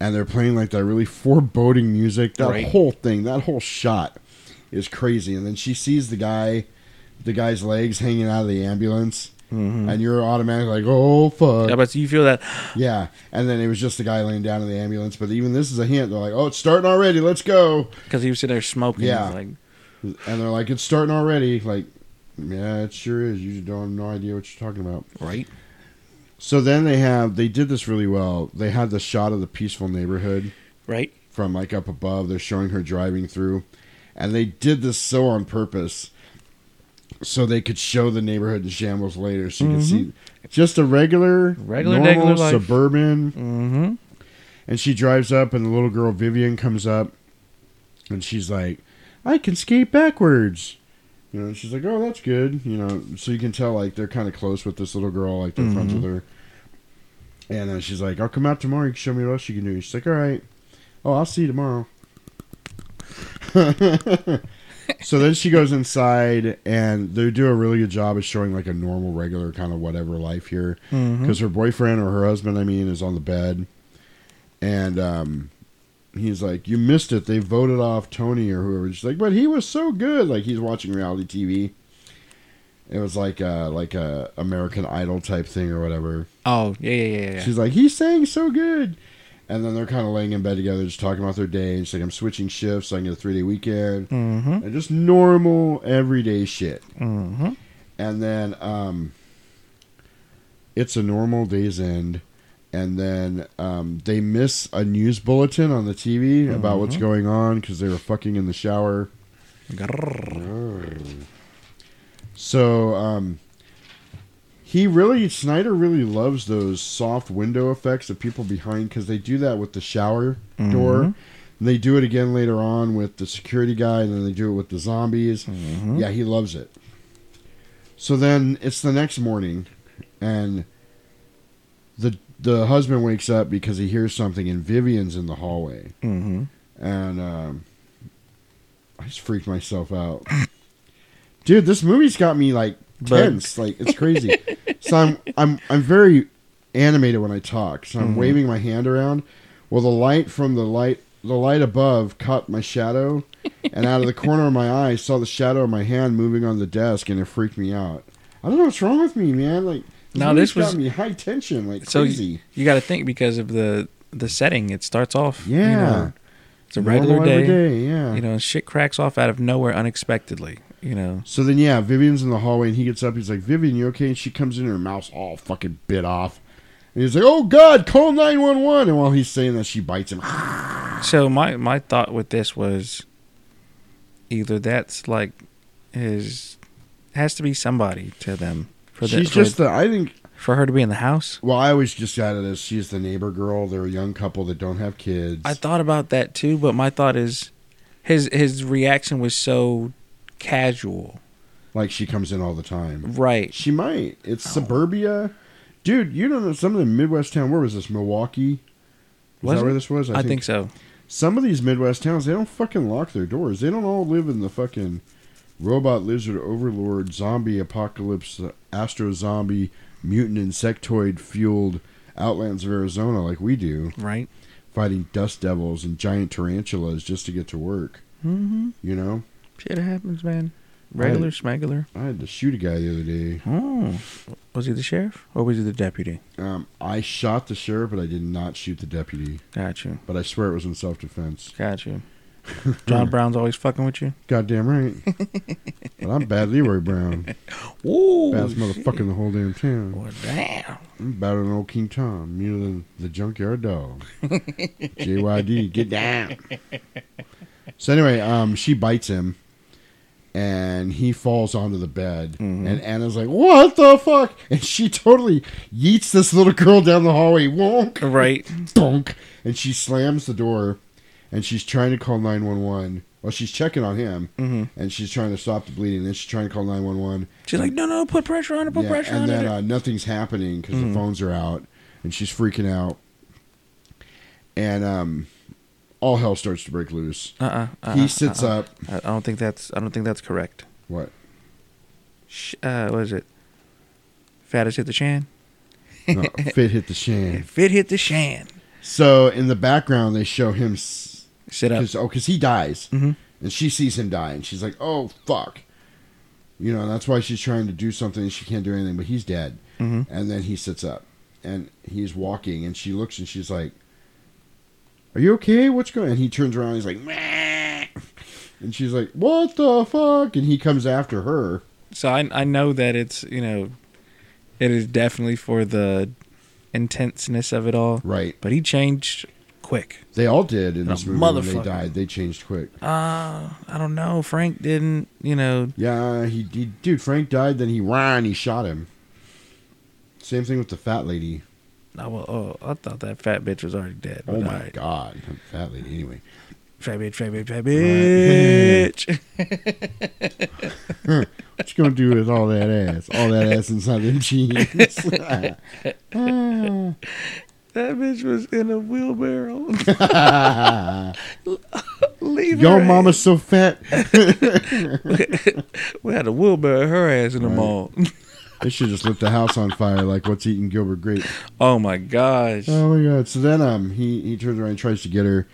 and they're playing like that really foreboding music. That
Right.
whole thing, that whole shot, is crazy. And then she sees the guy, the guy's legs hanging out of the ambulance, and you're automatically like, "Oh fuck!"
Yeah, but you feel that
Yeah, and then it was just the guy laying down in the ambulance. But even this is a hint. They're like, "Oh, it's starting already. Let's go."
because he was sitting there smoking.
Yeah,
Like,
and they're like, "It's starting already." Like, yeah, it sure is. You don't have no idea what you're talking about,
right?
So then they have they did this really well. They had the shot of the peaceful neighborhood,
Right.
from like up above. They're showing her driving through, and they did this so on purpose, so they could show the neighborhood in shambles later, so you could
Mhm.
see just a regular,
Regular,
normal
degular life.
suburban.
Mm-hmm.
And she drives up, and the little girl Vivian comes up, and she's like, "I can skate backwards," you know. And she's like, "Oh, that's good," you know. So you can tell like they're kind of close with this little girl, like they're friends with her. And uh, she's like, "I'll come out tomorrow. You can show me what else you can do." she's like, "All right. Oh, I'll see you tomorrow." (laughs) so then she goes inside, and they do a really good job of showing like a normal, regular kind of whatever life here,
Mhm.
because her boyfriend or her husband, I mean, is on the bed, and um, he's like, "You missed it. They voted off Tony or whoever." She's like, "But he was so good." Like he's watching reality TV. It was like uh like a American Idol type thing or whatever.
Oh yeah, yeah, yeah, yeah.
She's like, he sang so good. And then they're kind of laying in bed together, just talking about their day. And she's like, I'm switching shifts, so I can get a three day weekend.
Mhm.
And just normal, everyday shit.
Mm-hmm.
And then um, it's a normal day's end. And then um, they miss a news bulletin on the TV about what's
Mhm.
going on because they were fucking in the shower. So um, he really Snyder really loves those soft window effects of people behind because they do that with the shower door.
Mhm.
And they do it again later on with the security guy, and then they do it with the zombies.
Mm-hmm.
Yeah, he loves it. So then it's the next morning, and the the husband wakes up because he hears something, and Vivian's in the hallway,
Mm-hmm.
and um, I just freaked myself out. Dude, this movie's got me like
Bug.
tense, like it's crazy. so I'm I'm I'm very animated when I talk. So I'm
Mhm.
waving my hand around. Well, the light from the light the light above caught my
(laughs)
shadow, and out of the corner of my eye, I saw the shadow of my hand moving on the desk, and it freaked me out. I don't know what's wrong with me, man. Like
Now, this
movie's
was-
got me high tension, like
So
crazy.
you, you got to think because of the the setting. It starts off. you
Yeah.
know, it's a
Normal
regular day.
every day, yeah.
You know, shit cracks off out of nowhere unexpectedly. You know.
So then, yeah, Vivian's in the hallway, and he gets up. He's like, "Vivian, you okay?" And she comes in, her mouth's all fucking bit off, and he's like, "Oh God, call nine one one!" And while he's saying that, she bites him.
So my my thought with this was either that's like his has to be somebody to them for the,
She's
for,
just the. I think.
for her to be in the house.
Well, I always just got it as she's the neighbor girl. They're a young couple that don't have kids.
I thought about that too, but my thought is his his reaction was so casual.
like she comes in all the time.
Right.
She might. It's
Oh.
suburbia, dude. You don't know some of the Midwest town. Where was this? Milwaukee. Was
Was
that
it?
where this was?
I think so.
Some of these Midwest towns, they don't fucking lock their doors. They don't all live in the fucking robot lizard overlord zombie apocalypse uh, astro zombie mutant insectoid fueled outlands of Arizona like we do.
Right.
Fighting dust devils and giant tarantulas just to get to work.
Mm-hmm.
You know?
Shit happens, man. Regular smuggler.
I had to shoot a guy the other day.
Oh. Was he the sheriff or was he the deputy?
Um, I shot the sheriff, but I did not shoot the deputy.
Got you.
But I swear it was in self defense.
Got
(laughs)
you. John Brown's always fucking with you.
Goddamn right. but I'm bad Leroy Brown.
Ooh,
Baddest motherfucker in the whole damn town.
Well, damn.
I'm better than old King Tom, you know, the, the junkyard dog. JYD, get down. So anyway, um, she bites him, and he falls onto the bed. And Anna's like, "What the fuck?" And she totally yeets this little girl down the hallway. Wonk,
right?
Donk, and she slams the door, and she's trying to call nine one one. Well, she's checking on him, and she's trying to stop the bleeding. And then she's trying to call nine one one.
She's like, no, no, put pressure on it, put
Yeah,
pressure
and
on
then
it.
uh, nothing's happening because
Mhm.
the phones are out, and she's freaking out, and um, all hell starts to break loose.
Uh uh-uh, uh.
he sits up.
I I don't think that's. I don't think that's correct. (laughs)
What?
Sh- uh, what is it? Fattest hit the shan.
No, fit hit the shan.
Fit hit the shan.
So in the background, they show him s-
sit up.
Cause, oh, because he dies,
Mm-hmm.
and she sees him die, and she's like, "Oh fuck," you know. And that's why she's trying to do something, and she can't do anything, but he's dead.
Mhm.
And then he sits up, and he's walking, and she looks, and she's like, "Are you okay? What's going?" And he turns around, and he's like, "Meh." and she's like, "What the fuck?" And he comes after her.
So I I know that it's you know, it is definitely for the intenseness of it all.
Right.
But he changed quick.
They all did in
The
this movie. When they
motherfucker.
died. They changed quick.
Uh, I don't know. Frank didn't. You know.
Yeah, he, he dude Frank died, then he ran, he shot him. Same thing with the fat lady.
I wa- oh, I thought that fat bitch was already dead.
Oh
but uh,
my
alright.
god, fat lady. Anyway,
Fat bitch, fat bitch, fat bitch. (laughs)
Huh, what you gonna do with all that ass? All that ass inside them jeans.
that bitch was in
(laughs)
a wheelbarrow. Leave
Your
her
mama's so fat.
we had a wheelbarrow of her ass in the mall. (laughs)
They should just lit the house on fire, like what's eating Gilbert Grape.
Oh my gosh.
Oh my god! So then, um, he he turns around and tries to get her,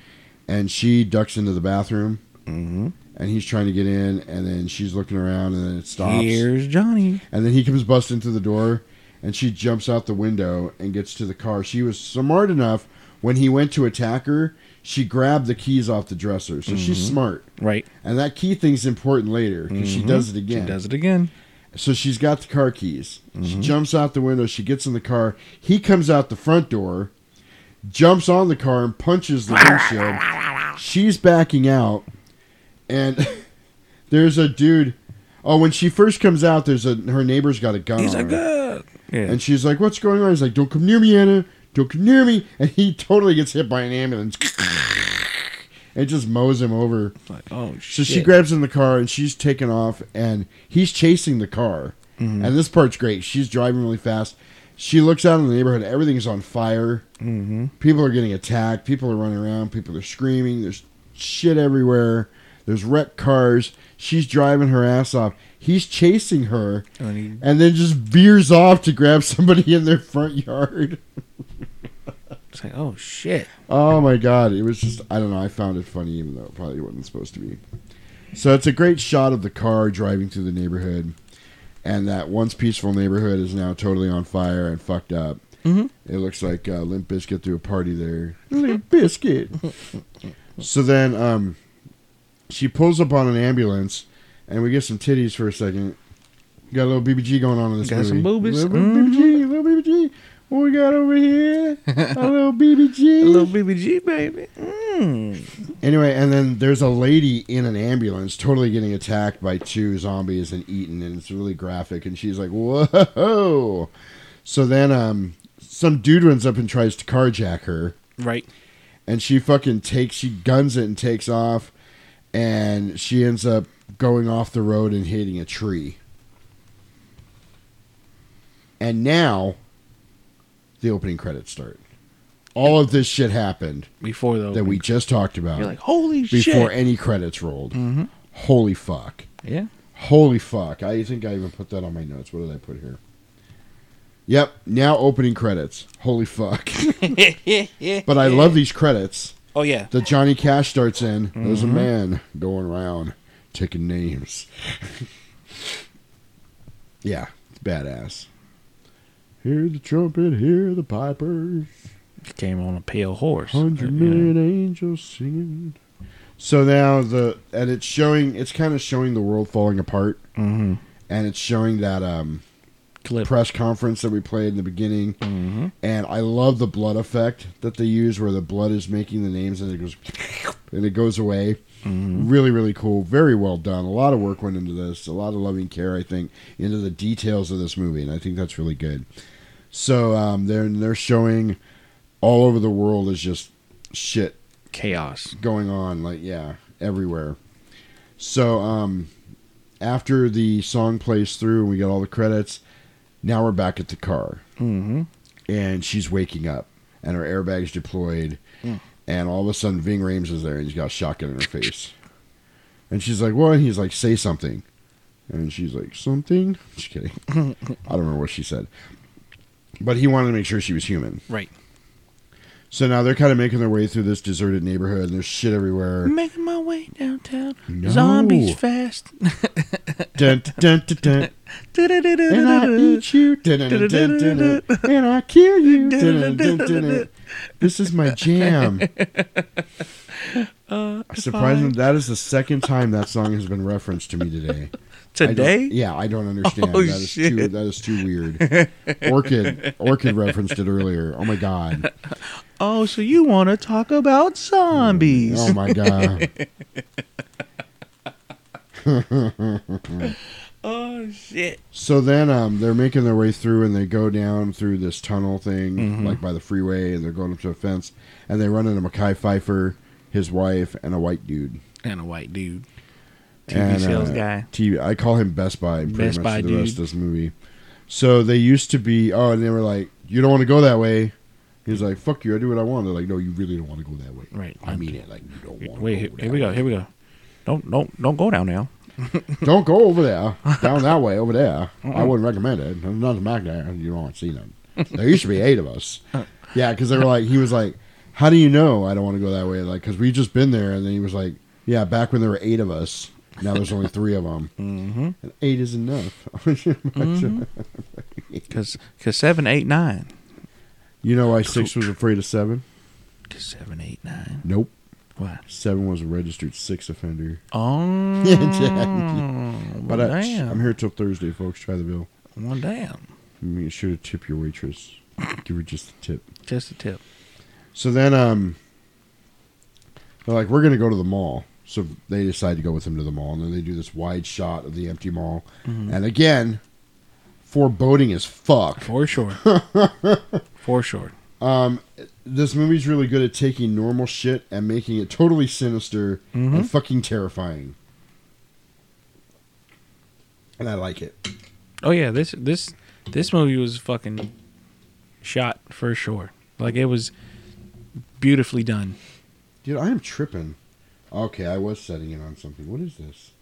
and she ducks into the bathroom, mm-hmm. and he's trying to get in, and then she's looking around, and then it stops.
Here's Johnny.
And then he comes busting through the door, and she jumps out the window and gets to the car. She was smart enough when he went to attack her, she grabbed the keys off the dresser. So she's
Mhm.
smart.
Right.
And that key thing's important later because she
Mhm.
does it
She
again.
does it again.
So she's got the car keys. She jumps out the window. She gets in the car. He comes out the front door, jumps on the car, and punches the windshield. She's backing out, and (laughs) there's a dude. Oh, when she first comes out, there's a her neighbor's got a gun.
He's
on
like,
her.
"Ah." Yeah.
And she's like, "What's going on?" He's like, "Don't come near me, Anna. Don't come near me." (laughs) And he totally gets hit by an ambulance. (laughs) It just mows him over.
oh
So she
shit.
grabs in the car and she's taking off, and he's chasing the car.
Mhm.
And this part's great. She's driving really fast. She looks out in the neighborhood. Everything's on fire.
Mm-hmm.
People are getting attacked. People are running around. People are screaming. There's shit everywhere. There's wrecked cars. She's driving her ass off. He's chasing her
And he-
and then just veers off to grab (laughs) somebody in their front yard.
It's like, oh
(laughs)
shit.
Oh my god, it was just I don't know, I found it funny even though it probably wasn't supposed to be. So it's a great shot of the car driving through the neighborhood and that once peaceful neighborhood is now totally on fire and fucked up.
Mhm.
It looks like uh, Limp Bizkit threw a party there. (laughs) Limp Biscuit. so then um she pulls up on an ambulance and we get some titties for a second. Got a little BBG going on in this
Got
movie.
some boobies. Mm-hmm.
Little BBG, little BBG. What we got over
(laughs)
here? a little BBG.
A little BBG baby. Mm.
Anyway, and then there's a lady in an ambulance totally getting attacked by two zombies and eaten, and it's really graphic. And she's like, whoa. So then um, some dude runs up and tries to carjack her.
Right.
And she fucking takes, she guns it and takes off. And she ends up going off the road and hitting a tree. And now the opening credits start. All of this shit happened
Before though.
that we just talked about.
You're like, holy
before
shit.
any credits rolled.
Mhm.
Holy fuck.
Yeah.
Holy fuck. I think I even put that on my notes. What did I put here? Yep, now opening credits. Holy fuck. but I love these credits
Oh yeah.
The Johnny Cash starts in. There's a
Mhm.
man going around taking names. (laughs) yeah, it's badass. Hear the trumpet, hear the pipers.
Came on a pale horse.
Hundred million angels singing. So now the and it's showing it's kind of showing the world falling apart,
Mhm.
and it's showing that um press conference that we played in the beginning, mm-hmm. and I love the blood effect that they use, where the blood is making the names and it goes (laughs) and it goes away. Really, really cool. Very well done. A lot of work went into this. A lot of loving care, I think, into the details of this movie, and I think that's really good. So um, they're they're showing all over the world is just shit
chaos
going on like yeah everywhere so um after the song plays through and we get all the credits now we're back at the car
Mm-hmm.
and she's waking up and her airbags deployed
Mm.
and all of a sudden ving rames is there and he's got a shotgun in her face and she's like what and he's like say something and she's like something (laughs) just kidding i don't remember what she said but he wanted to make sure she was human
Right.
so now they're kind of making their way through this deserted neighborhood and there's shit everywhere
Making my way downtown.
No.
Zombies fast.
(laughs) dun, dun, dun, dun.
And
I eat you. Dun, dun, dun, dun, dun. And I kill you. Dun, dun, dun, dun, dun. This is my jam.
Uh,
Surprisingly, that is the second time that song has been referenced to me today. I don't-
(laughs) Today?
yeah, I don't understand.
Oh,
that is too
shit.
that is too weird. Orchid Orchid referenced it earlier. Oh my god.
Oh, so you want to talk about zombies?
Oh my god.
(laughs) oh shit.
So then um, they're making their way through and they go down through this tunnel thing,
Mhm.
like by the freeway, and they're going up to a fence and they run into Mackay Pfeiffer, his wife, and a white dude.
And a white dude. TV
And,
sales
uh,
guy.
TV, I call him Best Buy pretty
Best
much
Buy
for the rest of
dude.
this movie. So they used to be, oh, and they were like, you don't want to go that way. He's like, fuck you, I do what I want. They're like, no, you really don't want to go that way.
Right.
I mean it. Like, you don't want
Wait, here, here we go. Here we go. Don't don't don't go down now.
don't go over (laughs) there. Down that way, over there. I
Uh-uh.
wouldn't recommend it. There's nothing back there. You don't want to see them. There used to be eight of (laughs) us. Yeah, because they were like, he was like, how do you know I don't want to go that way? Like, because we just been there. And then he was like, yeah, back when there were eight of us. Now there's only three of them. Mm-hmm. And eight is enough. (laughs)
Cause cause seven eight nine.
You know why six was afraid of seven?
Cause seven eight nine.
Nope.
Why?
Seven was a registered six offender.
Oh.
Mm, (laughs) but I,
damn.
I'm here till Thursday, folks. Try the bill.
Well, damn.
Make sure to tip your waitress. Give her just a tip.
Just a tip.
So then, um, they're like, we're going to go to the mall. So they decide to go with him to the mall. And then they do this wide shot of the empty mall.
Mhm.
And again, foreboding as fuck.
For (laughs) sure. For sure.
Um, this movie's really good at taking normal shit and making it totally sinister and fucking terrifying. And I like it.
Oh yeah, this this this movie was fucking shot for sure. Like it was beautifully done.
Dude, I am tripping. Okay, I was setting it on something. What is this?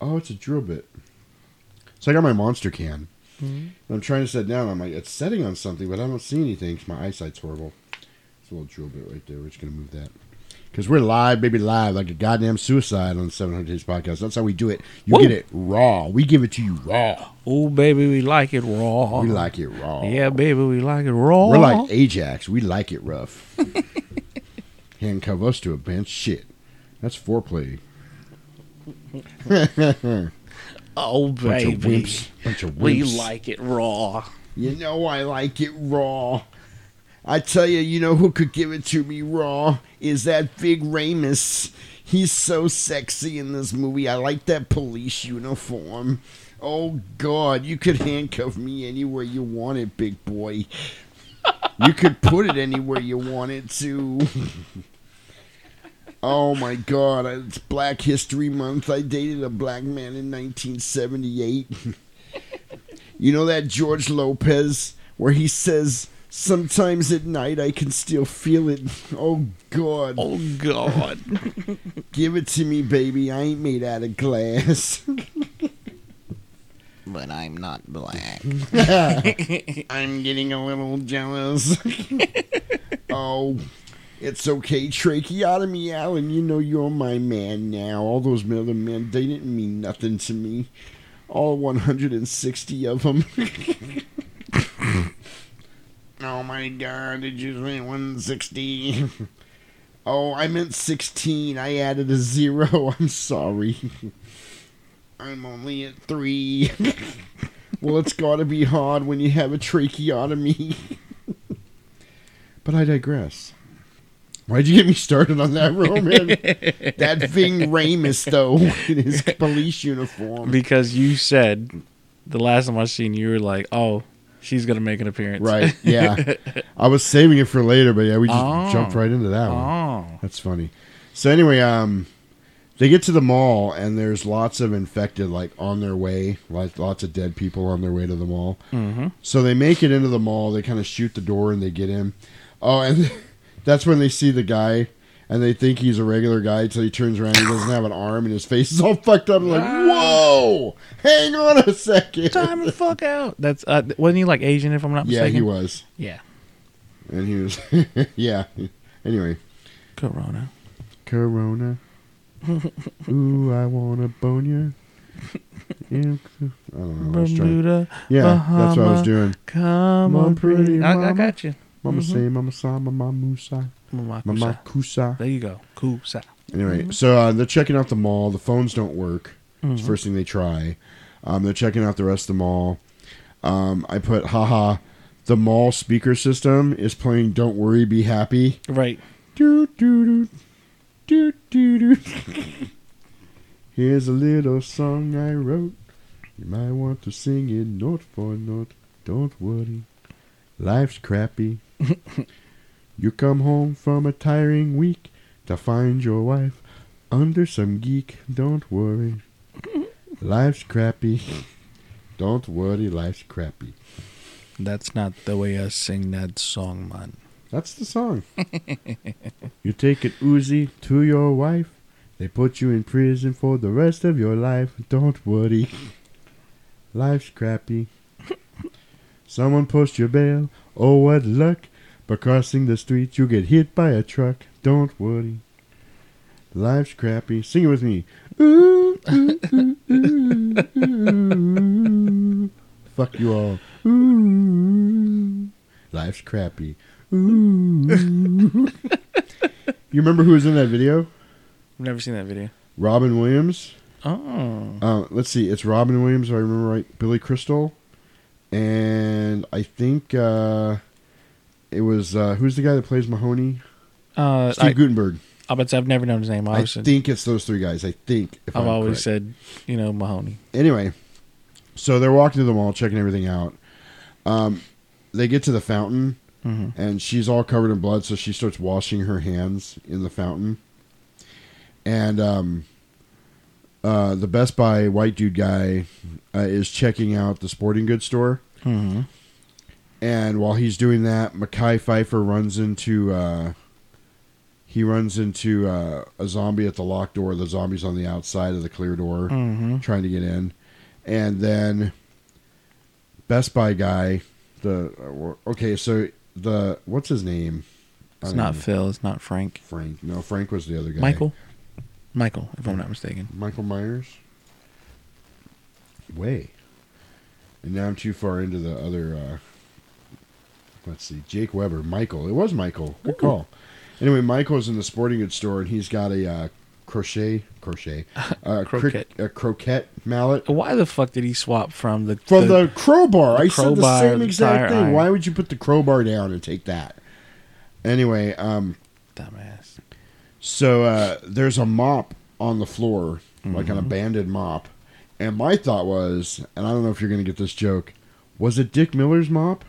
Oh, it's a drill bit. So I got my monster can.
Mhm.
And I'm trying to set it down. I'm like, it's setting on something, but I don't see anything 'cause my eyesight's horrible. It's a little drill bit right there. We're just going to move that. Because we're live, baby, live, like a goddamn suicide on the 700 Days Podcast. That's how we do it. You
Woo!
get it raw. We give it to you raw.
Oh baby, we like it raw.
We like it raw.
Uh-huh. Yeah, Uh-huh. baby, we like it raw.
We're like Ajax. We like it rough. Handcuff us to a bench. Shit. That's foreplay.
(laughs) oh
Bunch
baby,
of wimps. Bunch of
we
wimps.
like it raw.
You know I like it raw. I tell you, you know who could give it to me raw is that big Ramus. He's so sexy in this movie. I like that police uniform. Oh God, you could handcuff me anywhere you wanted, big boy. You could put it anywhere you wanted to. Oh my God, it's Black History Month. I dated a black man in 1978. (laughs) You know that George Lopez where he says, "Sometimes at night I can still feel it." (laughs) Oh God.
Oh God.
(laughs) Give it to me, baby. I ain't made out of glass. (laughs)
But I'm not black.
I'm getting a little jealous. (laughs) oh, It's okay, tracheotomy, Alan. You know you're my man now. All those other men, they didn't mean nothing to me. All 160 of them. (laughs) oh my god, did you say 160? (laughs) oh, I meant 16. I added a zero. (laughs) I'm sorry. I'm only at three. (laughs) well, it's gotta be hard when you have a tracheotomy. (laughs) but I digress. Why'd you get me started on that, (laughs) Roman? that Ving Ramus, though, (laughs) in his police uniform.
Because you said the last time I seen you, you were like, oh, she's going to make an appearance.
Right, yeah. I was saving it for later, but yeah, we just jumped right into that one.
Oh.
That's funny. So anyway, um, they get to the mall and there's lots of infected like on their way, like lots of dead people on their way to the mall.
Mhm.
So they make it into the mall. They kind of shoot the door and they get in. Oh, and (laughs) that's when they see the guy and they think he's a regular guy until he turns around. He doesn't have an arm and his face is all (laughs) fucked up. I'm like, whoa! Hang on a second.
Time the fuck out. That's uh, wasn't he like Asian if I'm not
Yeah,
mistaken?
he was.
Yeah.
And he was, (laughs) yeah. Anyway,
Corona.
(laughs) Corona. Ooh, I want to bone you. Yeah, I don't know. I was trying-
Bermuda,
Yeah, that's what I was
Bahama,
doing.
come
My
on, pretty I- I
mama.
got you.
Mama
Mhm.
say, Mama sa, Mama musa,
Mama
Mama kusa.
There you go. Cool. So.
Anyway,
Mm-hmm.
so uh, they're checking out the mall. The phones don't work. It's the
Mhm.
first thing they try. Um, they're checking out the rest of the mall. Um, I put, haha, the mall speaker system is playing Don't Worry, Be Happy.
Right.
(laughs) Do, do, do. Do, do, do. Here's a little song I wrote. You might want to sing it note for note. Don't worry. Life's crappy. you come home from a tiring week to find your wife under some geek. Don't worry. Life's crappy. (laughs) Don't worry, life's crappy.
That's not the way I sing that song, man.
That's the song. (laughs) you take an Uzi to your wife. They put you in prison for the rest of your life. Don't worry. Life's crappy. Someone posts your bail. Oh, what luck. But crossing the street, you get hit by a truck. Don't worry. Life's crappy. Sing it with me. Ooh, ooh, ooh, ooh, ooh. Fuck you all. Ooh, life's crappy. Ooh. you remember who was in that video?
I've never seen that video.
Robin Williams.
Oh.
Uh, let's see. It's Robin Williams. If I remember right. Billy Crystal, and I think uh, it was uh, who's the guy that plays Mahoney?
Uh,
Steve
I-
Gutenberg.
I bet I've never known his name.
I
Obviously.
think it's those three guys. I think. If
I've
I'm correct.
always said, you know, Mahoney.
anyway, so they're walking to the mall, checking everything out. Um, they get to the fountain,
Mhm.
and she's all covered in blood, so she starts washing her hands in the fountain. And um, uh, the Best Buy white dude guy uh, is checking out the sporting goods store.
Mm-hmm.
And while he's doing that, Mackay Pfeiffer runs into uh, he runs into uh, a zombie at the locked door. The zombie's on the outside of the clear door,
Mhm.
trying to get in. And then Best Buy guy, the okay, so the what's his name? I
It's
don't
not
know.
Phil. It's not Frank.
Frank. No, Frank was the other guy.
Michael. Michael, if I'm not mistaken.
Michael Myers. Way. And now I'm too far into the other. Uh, let's see, Jake Weber, Michael. It was Michael. Good call. Anyway, Michael's in the sporting goods store and he's got a uh, crochet,
(laughs)
crochet, uh,
Croquette.
Cric- a croquette mallet
Why the fuck did he swap from the
from the, crowbar.
the
I said the
crowbar,
same
the tire
exact thing.
iron.
Why would you put the crowbar down and take that? Anyway, um,
dumbass?
so uh, there's a mop on the floor, like an
Mhm.
abandoned mop. And my thought was, and I don't know if you're going to get this joke, was it Dick Miller's mop?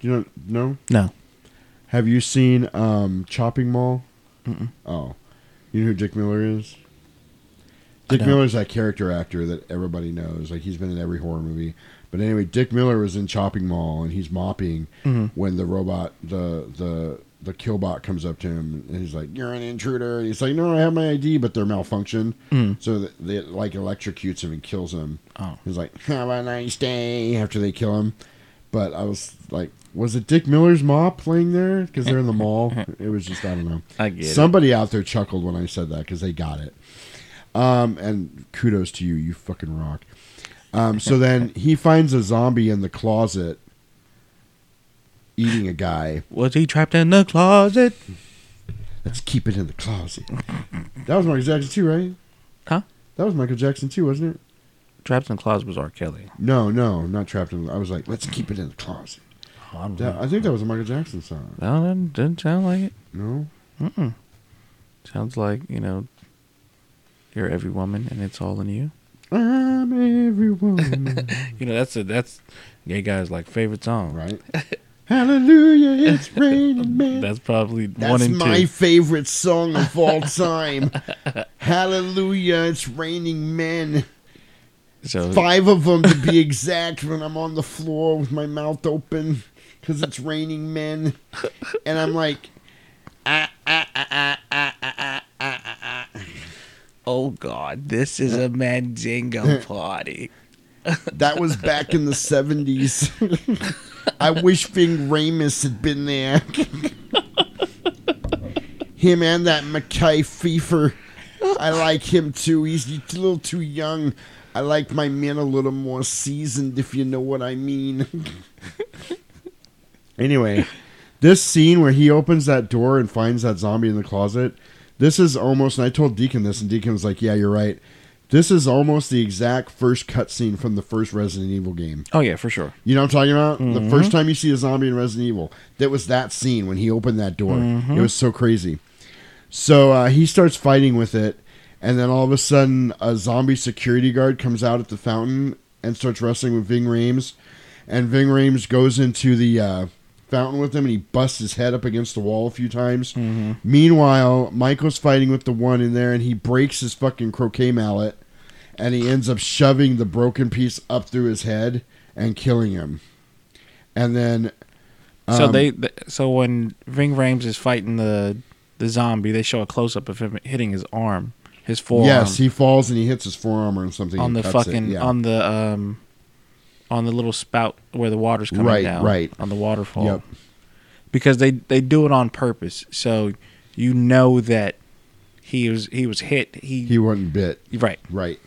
you don't know?
No.
Have you seen um, Chopping Mall? Oh, you know who Dick Miller is?
I
Dick
don't.
Miller's that character actor that everybody knows. Like he's been in every horror movie. But anyway, Dick Miller was in Chopping Mall and he's mopping
Mhm.
when the robot, the the the killbot comes up to him and he's like, "You're an intruder." And he's like, "No, I have my ID, but they're malfunctioned."
Mm.
So th- they like electrocutes him and kills him.
Oh.
He's like, "Have a nice day." After they kill him, but I was like, Was it Dick Miller's mop playing there? Because they're in the
(laughs)
mall. It was just I don't know.
I get it.
Somebody out there chuckled when I said that because they got it. Um, and kudos to you. You fucking rock. Um, so then
(laughs)
he finds a zombie in the closet eating a guy.
Was he trapped in the closet?
Hmm. Let's keep it in the closet. That was Michael Jackson too, right?
Huh?
That was Michael Jackson too, wasn't it?
Trapped in the closet was R. Kelly.
No, no, not trapped in. I was like, let's keep it in the closet.
I don't
That- I think that was a Michael Jackson song.
No, that doesn't sound like it.
No.
Mm-mm. Sounds like you know, you're every woman and it's all in you.
I'm
(laughs)
everyone.
You know that's a that's gay guys like favorite song.
Right. Hallelujah, it's raining man.
That's probably one
Mm-hmm. That's
and
my
two.
favorite song of all
(laughs)
time. Hallelujah, it's raining men.
So
Five of them to be (laughs) exact when I'm on the floor with my mouth open because it's raining men. And I'm like, ah, ah, ah, ah, ah, ah, ah, ah, ah, ah.
Oh God, this is
(laughs)
a Mandingo party.
That was back in the
(laughs)
70s. I wish Ving Ramus had been there. him and that Mackay Pfeiffer. I like him too. He's a little too young. I like my men a little more seasoned, if you know what I mean. (laughs) anyway, this scene where he opens that door and finds that zombie in the closet, this is almost, and I told Deacon this, and Deacon was like, yeah, you're right. This is almost the exact first cutscene from the first Resident Evil game.
Oh yeah, for sure.
You know what I'm talking about?
Mhm.
The first time you see a zombie in Resident Evil, that was that scene when he opened that door.
Mhm.
It was so crazy. So uh, he starts fighting with it, and then all of a sudden, a zombie security guard comes out at the fountain and starts wrestling with Ving Rames. And Ving Rames goes into the uh, fountain with him, and he busts his head up against the wall a few times. Meanwhile, Michael's fighting with the one in there, and he breaks his fucking croquet mallet, and he ends up shoving the broken piece up through his head and killing him. And then,
so
um,
they th- so when Ving Rames is fighting the the zombie, they show a close up of him hitting his arm, his forearm.
Yes, he falls and he hits his forearm or something
on
and
the
cuts it,
fucking
yeah.
on the um on the little spout where the water's coming
Right,
down.
right.
On the waterfall.
Yep.
Because they they do it on purpose. So you know that he was he was hit. He
He wasn't bit.
Right.
Right.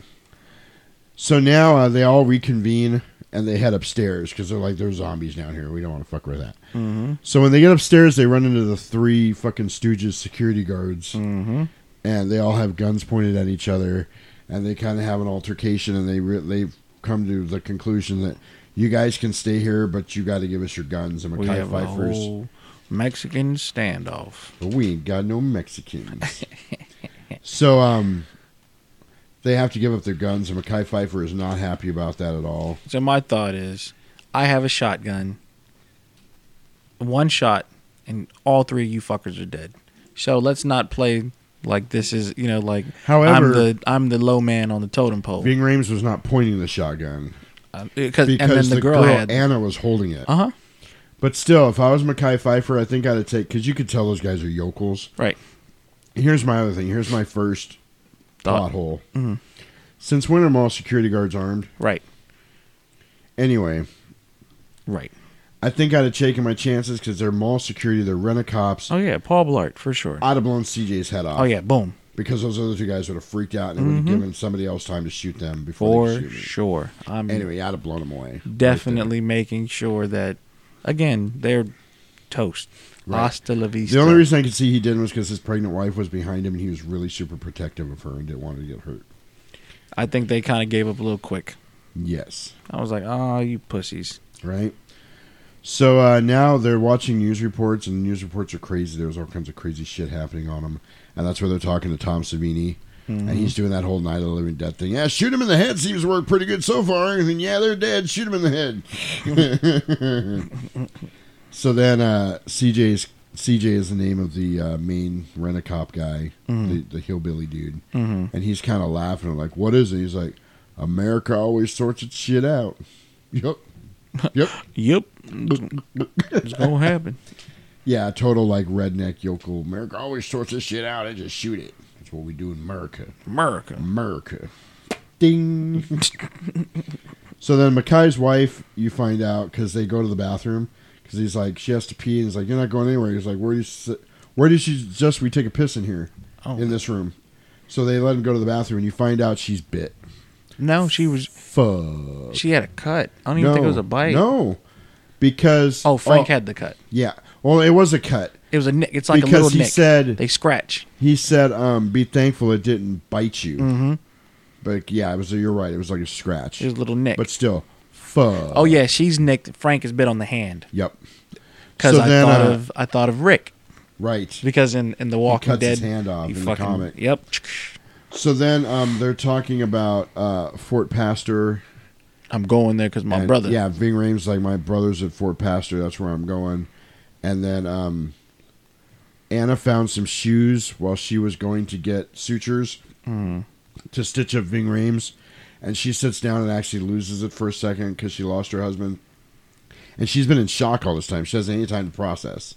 So now uh, they all reconvene and they head upstairs because they're like, there's zombies down here. We don't want to fuck with that.
Mhm.
So when they get upstairs, they run into the three fucking Stooges security guards. Mm-hmm. And they all have guns pointed at each other. And they kind of have an altercation and they re- they've come to the conclusion that you guys can stay here, but you got to give us your guns. And
we
Mackay
have a
Pfeiffer's.
whole Mexican standoff.
But we ain't got no Mexicans. (laughs) so um they have to give up their guns and Mackay Pfeiffer is not happy about that at all.
So my thought is, I have a shotgun. One shot, and all three of you fuckers are dead. So let's not play like this is you know like
However-
I'm the I'm the low man on the totem pole.
Ving Rames was not pointing the shotgun.
Um, because Oh. and then the, girl, had
Anna was holding it.
Uh-huh.
But still, if I was Mackay Pfeiffer, I think I'd take because you could tell those guys are yokels.
Right.
Here's my other thing. Here's my first
Thought.
plot hole.
Mhm.
Since when are mall security guards armed?
Right.
Anyway.
Right.
I think I'd have taken my chances because they're mall security. They're rent cops.
Oh yeah, Paul Blart for sure.
I'd have blown CJ's head off.
Oh yeah, boom
because those other two guys would have freaked out and it would have
Mhm.
given somebody else time to shoot them before they
for
could shoot me.
sure. I'm
Anyway, I'd have blown them away.
definitely making sure that again they're toast.
Right.
Hasta la vista.
The only reason I could see he didn't was because his pregnant wife was behind him and he was really super protective of her and didn't want her to get hurt.
I think they kind of gave up a little quick.
Yes.
I was like, oh, you pussies.
Right? So uh, now they're watching news reports and the news reports are crazy. There's all kinds of crazy shit happening on them. And that's where they're talking to Tom Savini.
Mhm.
And he's doing that whole Night of the Living Dead thing. Yeah, shoot him in the head seems to work pretty good so far. And then, yeah, they're dead. Shoot him in the head. (laughs) so then uh, CJ's, CJ is the name of the uh, main rent-a-cop guy,
Mhm.
the, the hillbilly dude.
Mhm.
And he's kind of laughing like, what is it? He's like, America always sorts its shit out. Yep. Yep.
yep. It's gonna happen.
Yeah, total like redneck yokel. America always sorts this shit out and just shoot it. That's what we do in America.
America.
America. Ding. (laughs) so then Mackay's wife, you find out because they go to the bathroom because he's like, she has to pee, and he's like, you're not going anywhere. He's like, where do you, s- where did she just we take a piss in here,
Oh,
in this room? So they let him go to the bathroom, and you find out she's bit.
No, she was.
Fuck.
She had a cut. I don't even think it was a bite.
No, because
Oh, Frank had the cut.
Yeah. Well, it was a cut.
It was a nick. It's like
because
a little
he
nick.
said
they scratch.
He said, um, "Be thankful it didn't bite you."
Mhm.
But yeah, it was. You're right. It was like a scratch.
It was a little nick.
But still, fuck.
oh yeah, she's nicked. Frank is bit on the hand
Yep.
because
So
I
then,
thought
uh,
of I thought of Rick.
Right.
Because in in the Walking
cuts
Dead,
his hand off
he
in the
fucking-
comic.
Yep.
So then um, they're talking about uh, Fort Pastor.
I'm going there because my brother.
Yeah, Ving Rhames like my brother's at Fort Pastor. That's where I'm going. And then um, Anna found some shoes while she was going to get sutures
Hmm.
to stitch up Ving Rhames, and she sits down and actually loses it for a second because she lost her husband, and she's been in shock all this time. She hasn't any time to process.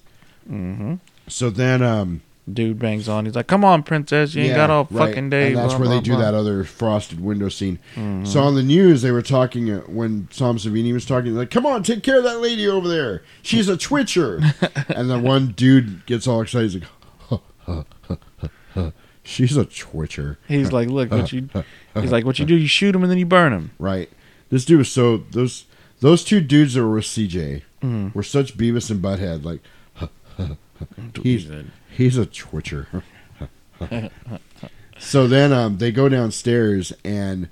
Mm-hmm.
So then, um,
dude bangs on. He's like, "Come on, princess, you ain't got all
right.
fucking day."
And that's
blah,
where
blah,
they do
blah."
that other frosted window scene.
Mhm.
So on the news, they were talking uh, when Tom Savini was talking, like, "Come on, take care of that lady over there. She's a
(laughs)
twitcher." and then one dude gets all excited, he's like, "Huh, huh, huh, huh, huh. (laughs) "She's a twitcher."
He's like, "Look, what
(laughs)
you." He's like, "What you do? You shoot him and then you burn him."
Right. This dude was so those those two dudes that were with CJ
Mhm.
were such Beavis and Butthead. Like, he's he's a twitcher. (laughs) so then um, they go downstairs and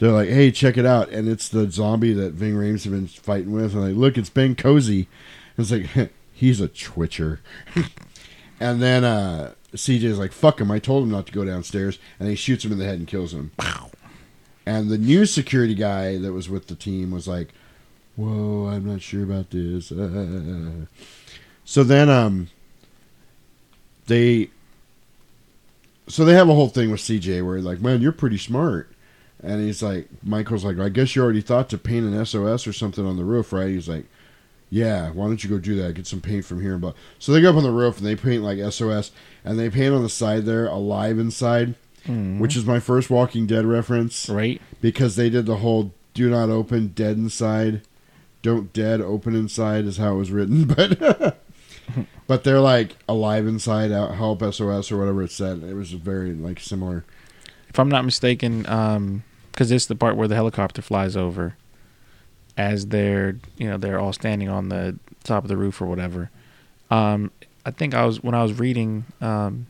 they're like, "Hey, check it out!" And it's the zombie that Ving Rhames have been fighting with. And like, look, it's Ben Cozy. And it's like (laughs) he's a twitcher. (laughs) and then uh, CJ's like, "Fuck him! I told him not to go downstairs." And he shoots him in the head and kills him. And the new security guy that was with the team was like, "Whoa, I'm not sure about this." Uh. So then, um, they, so they have a whole thing with CJ where like, "Man, you're pretty smart," and he's like, "Michael's like, I guess you already thought to paint an SOS or something on the roof, right?" He's like, "Yeah, why don't you go do that? Get some paint from here." And blah. So they go up on the roof and they paint like SOS, and they paint on the side there, alive inside which is my first Walking Dead reference.
Right.
Because they did the whole do not open, dead inside. Don't dead, open inside is how it was written. (laughs) But but they're like alive inside, out, help SOS or whatever it said. It was very like similar.
if I'm not mistaken, um, because it's the part where the helicopter flies over, as they're you know they're all standing on the top of the roof or whatever. Um, I think I was when I was reading, um,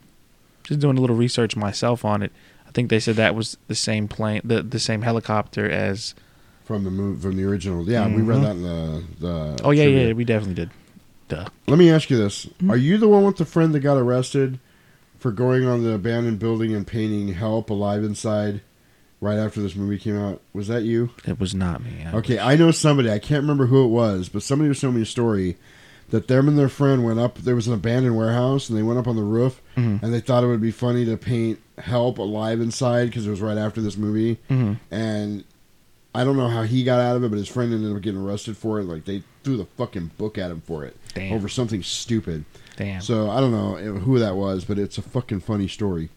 just doing a little research myself on it. I think they said that was the same plane, the the same helicopter as.
From the move, from the original, yeah, we read
Mhm.
that in the the.
Oh yeah, Mm-hmm.
trivia.
yeah, we definitely did. Duh.
Let me ask you this: Are you the one with the friend that got arrested for going on the abandoned building and painting "Help" alive inside? Right after this movie came out, was that you?
It was not me. I
Okay, I know somebody. I can't remember who it was, but somebody was telling me a story that them and their friend went up. There was an abandoned warehouse, and they went up on the roof,
Mhm.
and they thought it would be funny to paint "Help" alive inside because it was right after this movie.
Mhm.
And I don't know how he got out of it, but his friend ended up getting arrested for it. Like they threw the fucking book at him for it
Damn.
over something stupid.
Damn.
So I don't know eh, who that was, but it's a fucking funny story.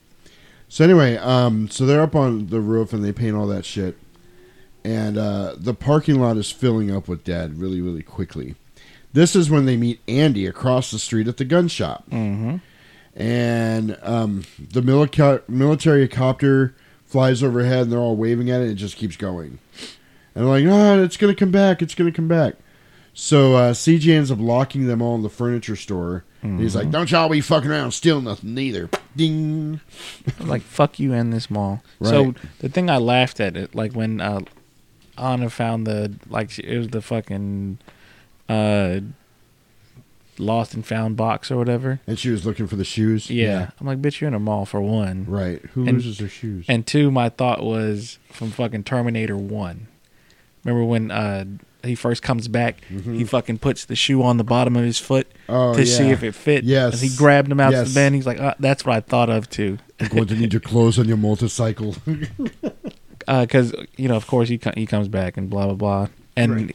So anyway, um, so they're up on the roof and they paint all that shit, and uh, the parking lot is filling up with dead really, really quickly. This is when they meet Andy across the street at the gun shop,
mm-hmm.
and um, the milica- military copter flies overhead, and they're all waving at it. And it just keeps going, and they're like, "Ah, it's gonna come back! It's gonna come back!" So uh, CJ ends up locking them all in the furniture store. And he's like,
Mhm.
"Don't y'all be fucking around, stealing nothing neither." Ding.
like fuck you and this mall. So
Right.
the thing I laughed at it like when uh, Anna found the like she- it was the fucking uh, lost and found box or whatever.
And she was looking for the shoes.
Yeah. I'm like, bitch, you're in a mall for one.
Right. Who loses their shoes?
And two, my thought was from fucking Terminator One. Remember when uh, he first comes back, he fucking puts the shoe on the bottom of his foot
Mm-hmm. Oh,
to see
yeah.
if it fit.
Yes.
And he grabbed him out of
Yes.
the bin. He's like, uh, that's what I thought of too.
You're going to need your clothes on your motorcycle.
(laughs) because Uh, you know, of course, he co- he comes back and blah blah blah. And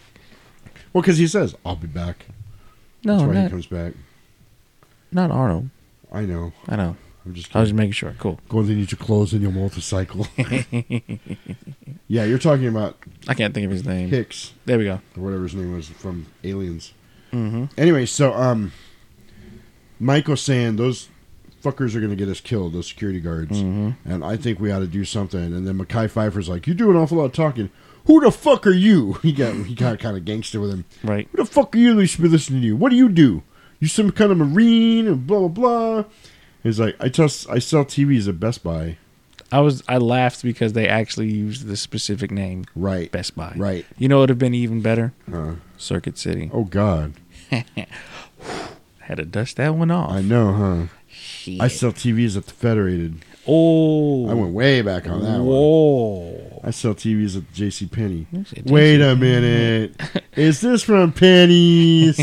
well, because he says, "I'll be back."
Oh, No,
That's why he
not-
comes back.
not Arnold.
I know.
I know.
I'm just.
I was
kidding.
making sure. Cool.
Going to need your clothes and your (laughs)
(laughs)
motorcycle.
I
yeah, you're talking about
can't think of his name.
Hicks
There we go.
or whatever his name was from Aliens.
Mhm.
Anyway, so um, Michael's saying those fuckers are going to get us killed, those security guards, and I think we ought to do something. And then Mackay Pfeiffer's like, "You do an awful lot of talking. Who the fuck are you?" (laughs) He got he got kind of gangster with him.
Right.
Who the fuck are you? They should be listening to you. What do you do? You some kind of marine and blah blah blah. He's like, I just I sell TVs at Best Buy.
I was I laughed because they actually used the specific name.
Right.
Best Buy.
Right.
You know it would have been even better?
Huh.
Circuit City.
Oh God.
Had to dust that one off.
I know, huh? I sell TVs at the Federated.
Oh.
I went way back on that
Whoa.
I sell TVs at JC Penney.
said
Wait a
JCPenney.
minute. Is this from Penny's?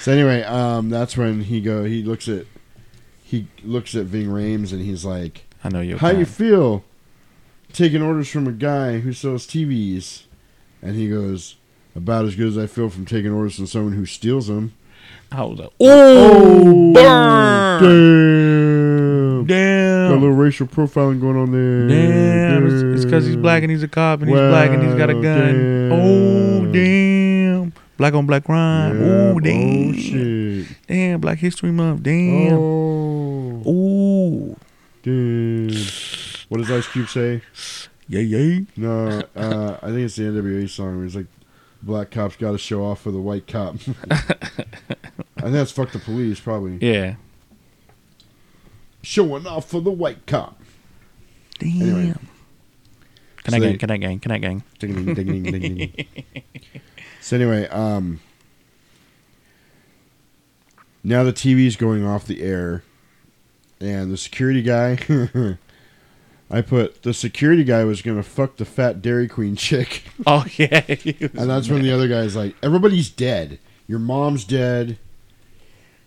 so anyway, um, that's when he go he looks at he looks at Ving Rames and he's like
I know you
How you
kind."
feel taking orders from a guy who sells TVs? And he goes, About as good as I feel from taking orders from someone who steals them.
I was like,
Oh,
burn!
Damn. Got a little racial profiling going on there.
Damn, it's- it's 'cause he's black and he's a cop and he's black and he's got a
Wow,
gun. Oh, damn. Black on black crime. Oh, damn.
shit.
Damn, Black History Month. Damn.
Oh.
Ooh.
Dude. What does Ice Cube say?
Yay, yay.
No, uh, I think it's the NWA song where he's like, black cops got to show off for the white cop. (laughs) I think that's fuck the police, probably.
Yeah.
Showing off for the white cop.
Damn.
Anyway.
Can
So they-
I gang? Can I gang? Can I gang? (laughs)
Ding, ding, ding, ding, ding, ding. So anyway, um, now the TV's going off the air, and the security guy. (laughs) I put the security guy was gonna fuck the fat Dairy Queen chick,
Oh yeah. He was
and that's when the
mad.
other guy's like, "Everybody's dead. Your mom's dead.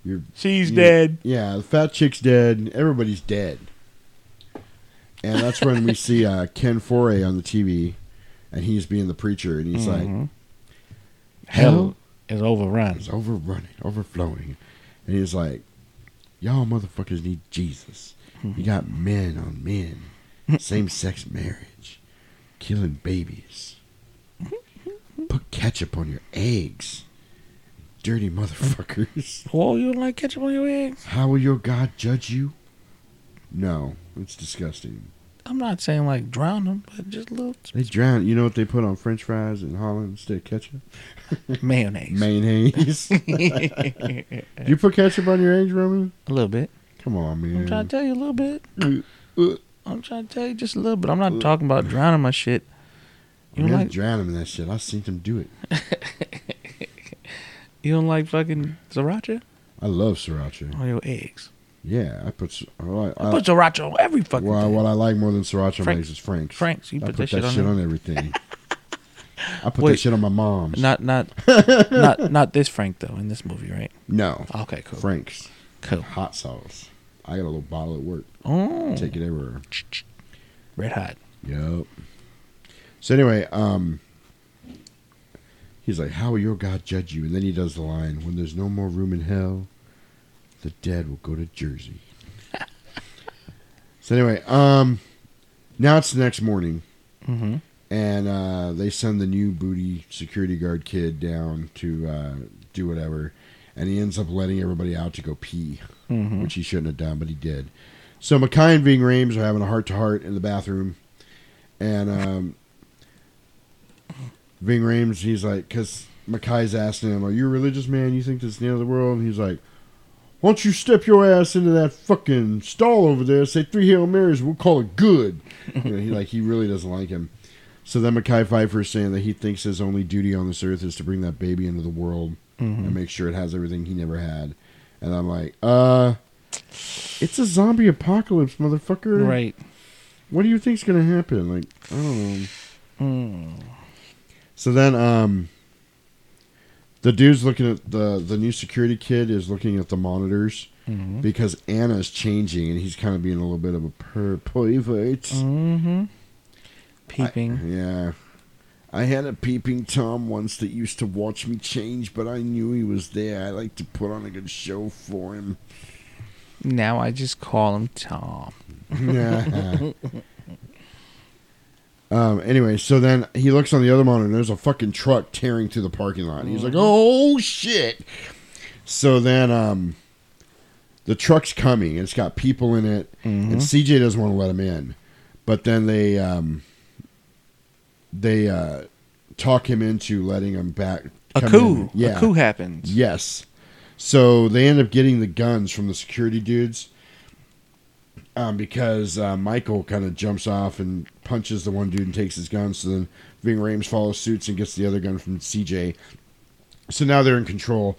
Your
She's
you-
dead.
Yeah, the fat chick's dead. Everybody's dead." And that's when we see uh, Ken Foray on the TV, and he's being the preacher, and he's like,
Mhm.
Hell
Hell is overrun.
is overrunning, overflowing. And he's like, Y'all motherfuckers need Jesus. You got men on men, same sex marriage, killing babies. Put ketchup on your eggs. Dirty motherfuckers.
Whoa, you don't like ketchup on your eggs?
How will your God judge you? No, it's disgusting.
I'm not saying like drown them, but just a little
They drown. You know what they put on french fries in Holland instead of ketchup?
mayonnaise. (laughs)
Mayonnaise. (laughs)
a
you put ketchup on your eggs, Roman?
little bit.
Come on, man.
I'm trying to tell you a little bit.
Uh,
I'm trying to tell you just a little bit. I'm not talking about drowning my shit.
You
You don't
gotta
like
drown him in that shit. I seen him do it.
you don't like fucking sriracha
I love sriracha.
on your eggs.
Yeah, I put. s- oh, I,
I
I,
put sriracha on every fucking
well,
thing.
what I like more than sriracha on my
Frank-
eggs is Frank's.
Frank's, you
I
put that shit on there?
on
(laughs)
everything. I put that
Wait.
shit on my mom's. (laughs)
Not not not not this Frank though in this movie, right?
no,
Okay, cool.
Frank's
Cool.
hot sauce. I got a little bottle at work.
Oh,
Take it everywhere.
red hot.
Yep. So anyway, um, he's like, "How will your God judge you?" And then he does the line, "When there's no more room in hell, the dead will go to Jersey." (laughs) so anyway, um, now it's the next morning,
Mm-hmm.
and uh, they send the new booty security guard kid down to uh, do whatever, and he ends up letting everybody out to go pee
Mm-hmm.
which he shouldn't have done, but he did. So Mackay and Ving Rames are having a heart to heart in the bathroom, and um, Ving Rames he's like, because Mackay's asking him, "Are you a religious man? You think this is the end of the world?" And he's like, "Why don't you step your ass into that fucking stall over there? Say three hail marys, we'll call it good." (laughs) you know, he like he really doesn't like him. So then Mackay Pfeiffer is saying that he thinks his only duty on this earth is to bring that baby into the world and make sure it has everything he never had. And I'm like, uh, it's a zombie apocalypse, motherfucker.
Right.
What do you think's gonna happen? Like, I don't know.
Mm.
So then, um, the dude's looking at the the new security kid is looking at the monitors
Mhm.
because Anna's changing and he's kind of being a little bit of a per pervert.
Mm-hmm. Peeping.
Yeah. I had a peeping Tom once that used to watch me change, but I knew he was there. I like to put on a good show for him. (laughs)
now I just call him Tom.
Yeah. Um, anyway, so then he looks on the other monitor and there's a fucking truck tearing through the parking lot. He's like, oh shit. So then um, the truck's coming. and It's got people in it.
Mm-hmm.
And CJ doesn't want to let him in. But then they um, they uh, talk him into letting him back.
A
come
coup.
in.
A coup happens.
Yes. So they end up getting the guns from the security dudes um, because uh, Michael kind of jumps off and punches the one dude and takes his gun. So then Ving Rames follows suits and gets the other gun from CJ. So now they're in control.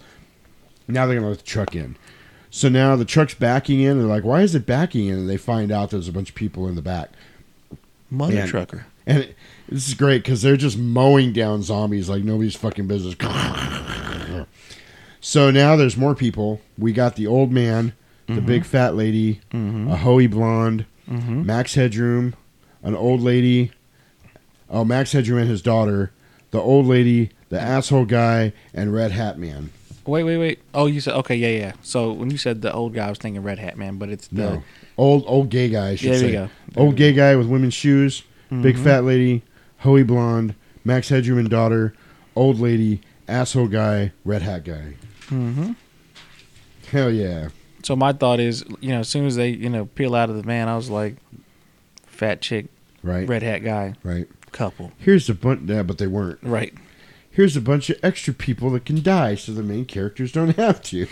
Now they're gonna let the truck in. So now the truck's backing in. They're like, "Why is it backing in?" And they find out there's a bunch of people in the back.
Mother
And-
trucker.
And it- this is great because they're just mowing down zombies like nobody's fucking business. so now there's more people. We got the old man, the
Mhm.
big fat lady,
Mhm.
a hoey blonde,
Mhm.
Max Headroom, an old lady. Oh, Max Headroom and his daughter, the old lady, the asshole guy, and Red Hat Man.
Wait, wait, wait. Oh, you said okay, yeah, yeah. So when you said the old guy, I was thinking Red Hat Man, but it's the
No. Old old gay guy, I should
There we
say.
go.
Old gay guy with women's shoes, big
Mhm.
fat lady, hoey blonde, Max Headroom and daughter, old lady, asshole guy, red hat guy.
Mm-hmm.
Hell yeah.
So my thought is, you know, as soon as they, you know, peel out of the van, I was like, fat chick,
Right.
red hat guy,
Right.
couple,
Here's a bunch yeah, but they weren't.
right?
Here's a bunch of extra people that can die so the main characters don't have to.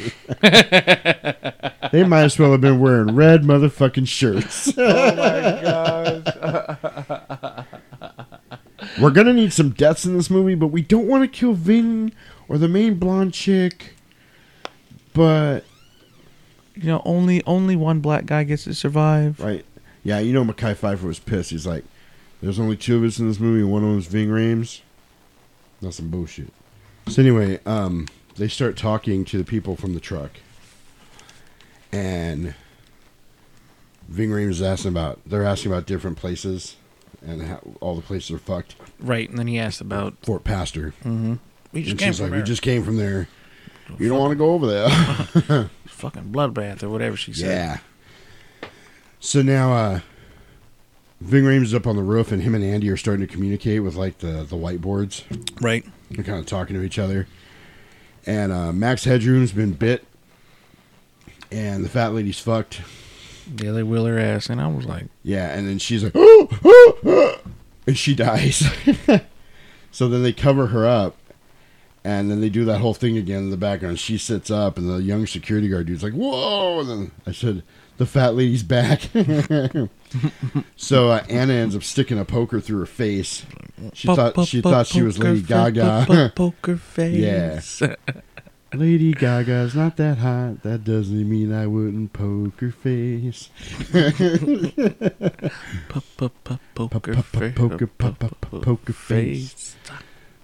they might as well have been wearing red motherfucking shirts. (laughs) We're gonna need some deaths in this movie, but we don't want to kill Ving or the main blonde chick. But
you know, only only one black guy gets to survive.
Right? Yeah, you know, Mackay Pfeiffer was pissed. He's like, "There's only two of us in this movie, and one of them's Ving Rhames. That's some bullshit." So anyway, um, they start talking to the people from the truck, and Ving Rhames is asking about. They're asking about different places, and how all the places are fucked.
Right, and then he asked about
Fort Pastor.
Mm-hmm. We just
and
came
she's
from
like,
there.
"We just came from there. You don't want to go over there." (laughs)
fucking bloodbath or whatever she said.
Yeah. So now uh Ving Rhames is up on the roof and him and Andy are starting to communicate with like the the whiteboards.
Right.
They're kind of talking to each other. And uh Max Headroom's been bit and the fat lady's fucked.
Yeah, they wheel her ass, and I was like,
Yeah, and then she's like "Oh, oh, oh," and she dies. (laughs) so then they cover her up and then they do that whole thing again in the background. She sits up and the young security guard dude's like, Whoa and then I said the fat lady's back. (laughs) So uh, Anna ends up sticking a poker through her face. She thought she thought she was Lady Gaga.
Poker face.
Yeah. (laughs) Lady Gaga's not that hot. That doesn't mean I wouldn't poke her face.
Poker
face. Poker face.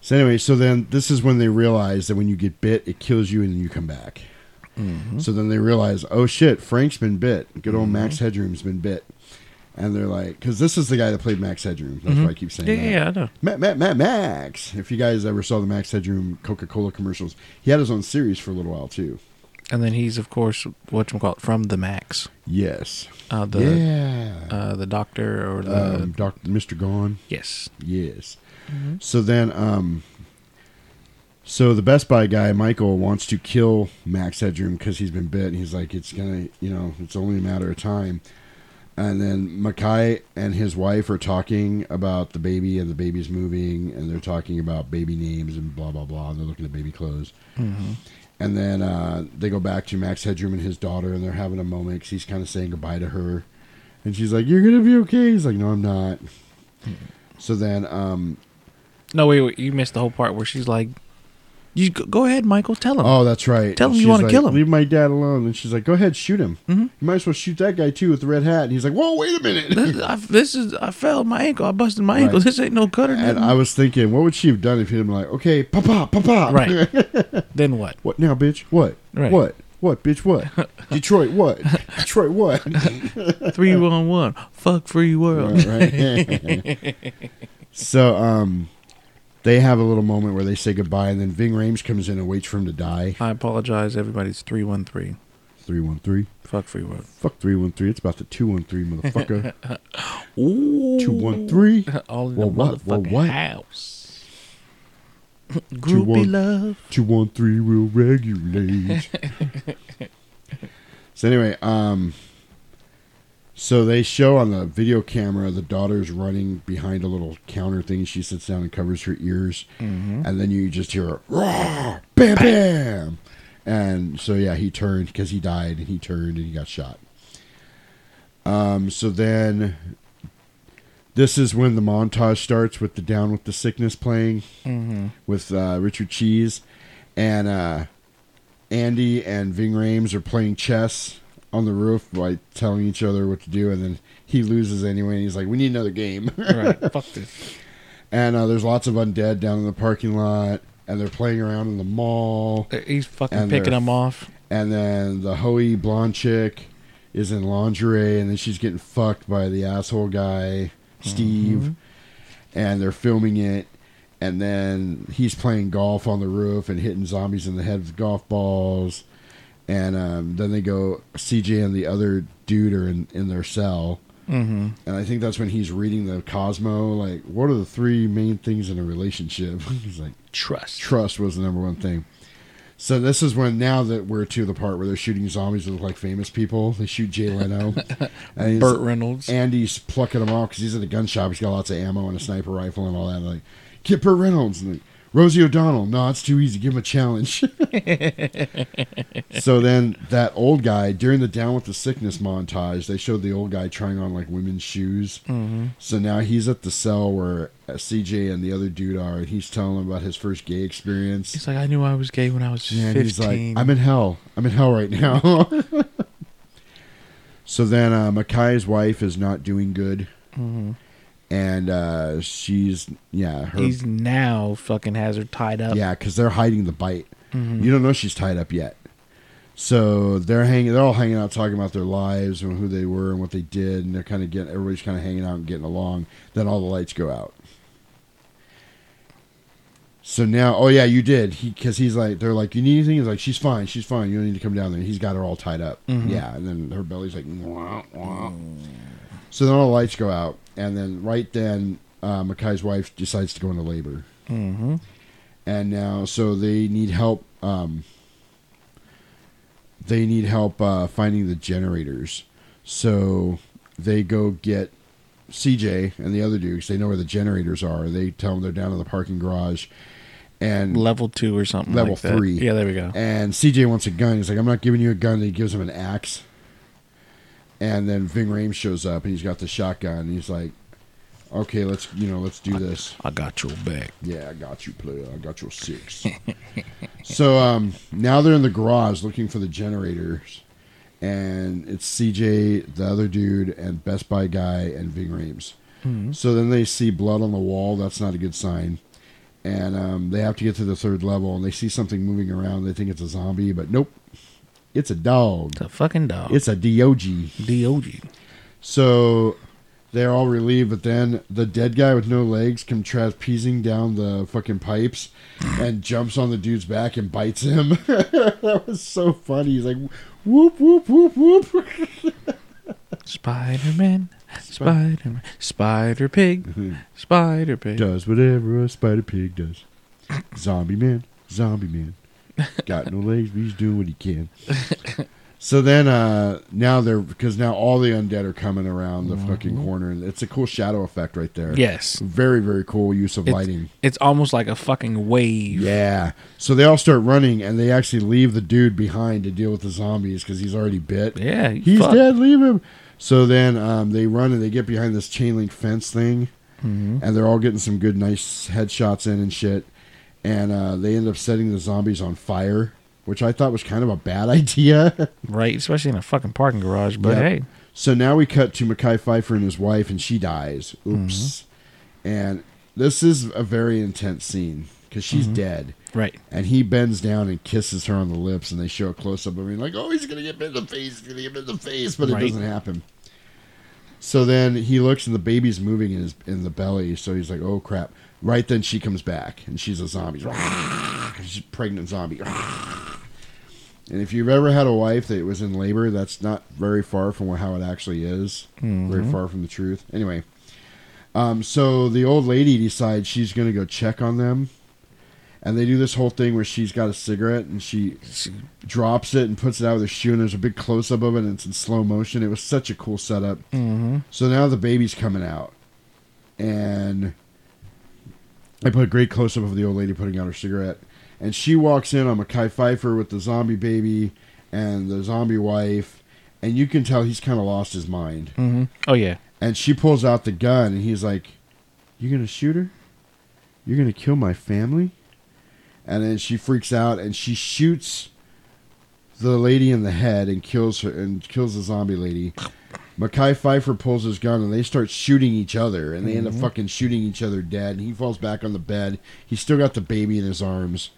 So anyway, so then this is when they realize that when you get bit, it kills you and then you come back.
Mm-hmm.
So then they realize, oh shit, Frank's been bit. Good old Max
Mm-hmm.
Headroom's been bit. And they're like, because this is the guy that played Max Headroom. That's
Mhm.
why I keep saying
Yeah,
that.
yeah, yeah, I know.
Matt, Matt, Matt, Max. If you guys ever saw the Max Headroom Coca Cola commercials, he had his own series for a little while too.
And then he's of course what you call it from the Max.
Yes.
Uh, the
Yeah.
uh, the doctor or the
Um, Doctor Mister Gone.
Yes.
Yes.
Mhm.
So then, um, so the Best Buy guy Michael wants to kill Max Headroom because he's been bit, and he's like, it's gonna, you know, it's only a matter of time. And then Mackay and his wife are talking about the baby, and the baby's moving, and they're talking about baby names and blah blah blah. And they're looking at baby clothes.
Mhm.
And then uh, they go back to Max Headroom and his daughter, and they're having a moment 'cause he's kind of saying goodbye to her. And she's like, You're going to be okay. He's like, No, I'm not. So then, um,
No, wait, wait, you missed the whole part where she's like, "You go, go ahead, Michael, tell him."
oh, that's right.
Tell him you
She's
want
like,
to kill him. Mm-hmm.
Leave my dad alone. And she's like, Go ahead, shoot him. You might as well shoot that guy too with the red hat. And he's like, Whoa, wait a minute.
(laughs) This, I, this is I fell my ankle. I busted my ankle.
Right.
This ain't no
(laughs)
cutter.
And
nothing.
I was thinking, what would she have done if he'd been like, okay, papa, papa. Right.
then what?
(laughs) What now, bitch? What?
Right.
What? What, bitch?
(laughs)
What? Detroit, what? Detroit, what?
Three one one. Fuck free world.
Right, right. (laughs) so um, they have a little moment where they say goodbye, and then Ving Rhames comes in and waits for him to die.
I apologize. Everybody's three one three.
313.
Fuck free world.
Fuck 313. It's about the 213,
(laughs)
motherfucker.
Ooh. (laughs)
213.
All in
Well,
the
what?
motherfucking
Well, what?
house.
Two
Groupie
one-
love.
(laughs) 213 will regulate. so anyway, um so they show on the video camera the daughter's running behind a little counter thing. She sits down and covers her ears.
Mhm.
And then you just hear a "Rah! bam bam. And so yeah, he turned because he died and he turned and he got shot. Um so then this is when the montage starts with the down with the sickness playing
Mhm.
with uh, Richard Cheese, and uh, Andy and Ving Rames are playing chess on the roof by telling each other what to do, and then he loses anyway, and he's like, "We need another game." (laughs)
Right. Fuck this.
And uh, there's lots of undead down in the parking lot, and they're playing around in the mall.
He's fucking
And
picking
they're-
them off.
And then the hoey blonde chick is in lingerie, and then she's getting fucked by the asshole guy, Steve. And they're filming it, and then he's playing golf on the roof and hitting zombies in the head with golf balls. And um, then they go, CJ and the other dude are in, in their cell.
Mm-hmm.
And I think that's when he's reading the Cosmo, like, what are the three main things in a relationship? (laughs) he's like,
Trust.
Trust was the number one thing. So this is when now that we're to the part where they're shooting zombies that look like famous people. They shoot Jay Leno, and he's-
Burt Reynolds.
Andy's plucking them off because he's at a gun shop. He's got lots of ammo and a sniper rifle and all that. Like, get Burt Reynolds and like, Rosie O'Donnell. No, it's too easy. Give him a challenge. (laughs) so then that old guy during the down with the sickness montage, they showed the old guy trying on like women's shoes.
Mhm.
So now he's at the cell where uh, CJ and the other dude are, and he's telling him about his first gay experience.
He's like, I knew I was gay when I was
and he's like,
15.
I'm in hell. I'm in hell right now. (laughs) so then uh, Makai's wife is not doing good,
Mhm.
and uh, she's yeah, her
He's now fucking has her tied up.
yeah, because they're hiding the bite.
Mhm.
You don't know she's tied up yet. So they're hanging. They're all hanging out, talking about their lives and who they were and what they did, and they're kind of getting. Everybody's kind of hanging out and getting along. Then all the lights go out. So now, oh yeah, you did. He because he's like, they're like, you need anything? He's like, she's fine, she's fine. You don't need to come down there. He's got her all tied up.
Mhm.
Yeah, and then her belly's like, wah, wah. so then all the lights go out, and then right then, uh, Makai's wife decides to go into labor
Mm-hmm.
and now so they need help um they need help uh finding the generators so they go get cj and the other dudes they know where the generators are they tell them they're down in the parking garage and
Level two or something.
level
like that.
three
Yeah, there we go.
and cj wants a gun he's like i'm not giving you a gun and he gives him an axe and then ving rames shows up and he's got the shotgun and he's like okay let's you know let's do this
I got your back.
yeah, I got you, player. I got your six. so um, now they're in the garage looking for the generators, and it's CJ, the other dude, and Best Buy guy, and Ving Rames.
Mhm.
So then they see blood on the wall. That's not a good sign. And um, they have to get to the third level, and they see something moving around. They think it's a zombie, but nope, it's a dog.
The fucking dog.
It's a dog.
DOG.
So they're all relieved, but then the dead guy with no legs comes trapezing down the fucking pipes and jumps on the dude's back and bites him. (laughs) that was so funny. He's like, whoop, whoop, whoop, whoop.
Spider Man. Spider Man. Spider
Mm-hmm.
Pig. Spider
(laughs)
Pig.
Does whatever a spider pig does. Zombie man, zombie man. Got no legs, but he's doing what he can. (laughs) So then, uh, now they're because now all the undead are coming around the fucking corner, and it's a cool shadow effect right there.
Yes.
very very cool use of
It's-
lighting.
It's almost like a fucking wave.
Yeah. So they all start running, and they actually leave the dude behind to deal with the zombies because he's already bit.
Yeah,
he's
fuck.
dead. Leave him. So then um, they run and they get behind this chain link fence thing,
Mm-hmm.
and they're all getting some good, nice headshots in and shit. And uh, they end up setting the zombies on fire, which I thought was kind of a bad (laughs) idea.
Right? Especially in a fucking parking garage. But
Yep.
hey.
So now we cut to Mackay Pfeiffer and his wife, and she dies. Oops.
Mm-hmm.
And this is a very intense scene because she's
Mm-hmm.
dead.
Right.
And he bends down and kisses her on the lips, and they show a close up of him, like, oh, he's going to get me in the face. He's going to get me in the face. But
Right.
it doesn't happen. So then he looks, and the baby's moving in, his, in the belly. So he's like, oh, crap. Right then she comes back, and she's a zombie. She's a pregnant zombie. And if you've ever had a wife that was in labor, that's not very far from how it actually is. Very
Mhm.
far from the truth. Anyway, um, so the old lady decides she's going to go check on them. And they do this whole thing where she's got a cigarette and she drops it and puts it out with her shoe, and there's a big close up of it, and it's in slow motion. It was such a cool setup.
Mm-hmm.
So now the baby's coming out, and I put a great close up of the old lady putting out her cigarette, and she walks in on Mackay Pfeiffer with the zombie baby and the zombie wife, and you can tell he's kind of lost his mind.
Mm-hmm. Oh yeah.
And she pulls out the gun, and he's like, "You gonna shoot her? You're gonna kill my family?" And then she freaks out, and she shoots the lady in the head and kills her, and kills the zombie lady. Mackay Pfeiffer pulls his gun, and they start shooting each other, and they end up
Mhm.
fucking shooting each other dead. And he falls back on the bed. He's still got the baby in his arms.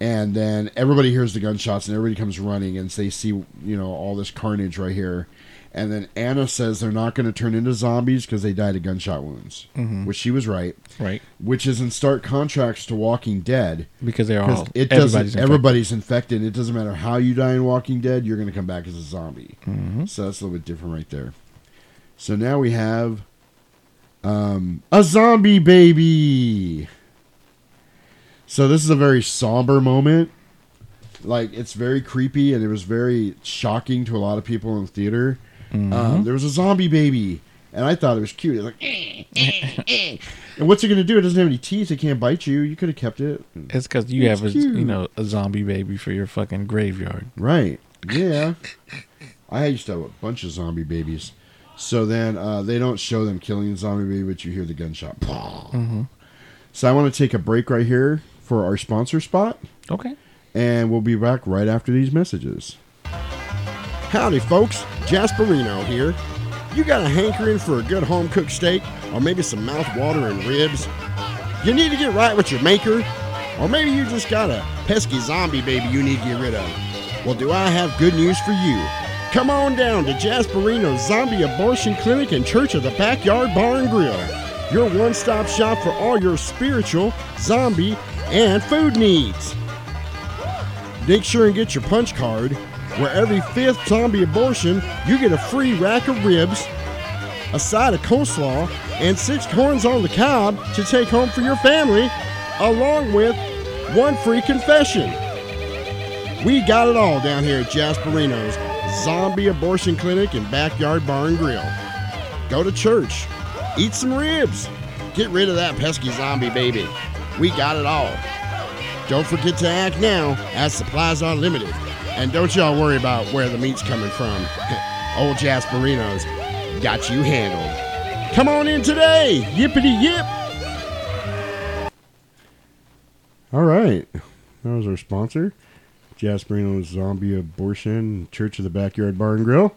And then everybody hears the gunshots and everybody comes running and they see, you know, all this carnage right here. And then Anna says they're not going to turn into zombies because they died of gunshot wounds,
Mhm.
which she was right.
Right.
Which is in stark contrast to Walking Dead
Because they're
'Cause
all-
it doesn't
everybody's infected.
everybody's infected. It doesn't matter how you die in Walking Dead, you're going to come back as a zombie.
Mm-hmm.
So that's a little bit different right there. So now we have um, a zombie baby. So this is a very somber moment. Like it's very creepy, and it was very shocking to a lot of people in the theater. Um,
Mhm.
there was a zombie baby, and I thought it was cute. It was like, "Eh, eh, eh." (laughs) and what's it going to do? It doesn't have any teeth. It can't bite you. You could have kept it.
It's because you
It's
have a
cute.
you know a zombie baby for your fucking graveyard.
Right. Yeah. I used to have a bunch of zombie babies. So then uh, they don't show them killing the zombie baby, but you hear the gunshot.
Mhm.
So I want to take a break right here for our sponsor spot.
Okay.
And we'll be back right after these messages. Howdy, folks. Jasperino here. You got a hankering for a good home cooked steak or maybe some mouth watering ribs? You need to get right with your maker? Or maybe you just got a pesky zombie baby you need to get rid of? Well, do I have good news for you? Come on down to Jasperino's Zombie Abortion Clinic and Church of the Backyard Bar and Grill, your one stop shop for all your spiritual, zombie, and food needs. Make sure and get your punch card, where every fifth zombie abortion, you get a free rack of ribs, a side of coleslaw, and six corns on the cob to take home for your family, along with one free confession. We got it all down here at Jasperino's Zombie Abortion Clinic and Backyard Bar and Grill. Go to church, eat some ribs, get rid of that pesky zombie baby. We got it all. Don't forget to act now, as supplies are limited. And don't y'all worry about where the meat's coming from. (laughs) Old Jasperino's got you handled. Come on in today! Yippity yip! All right. That was our sponsor, Jasperino's Zombie Abortion Church of the Backyard Bar and Grill.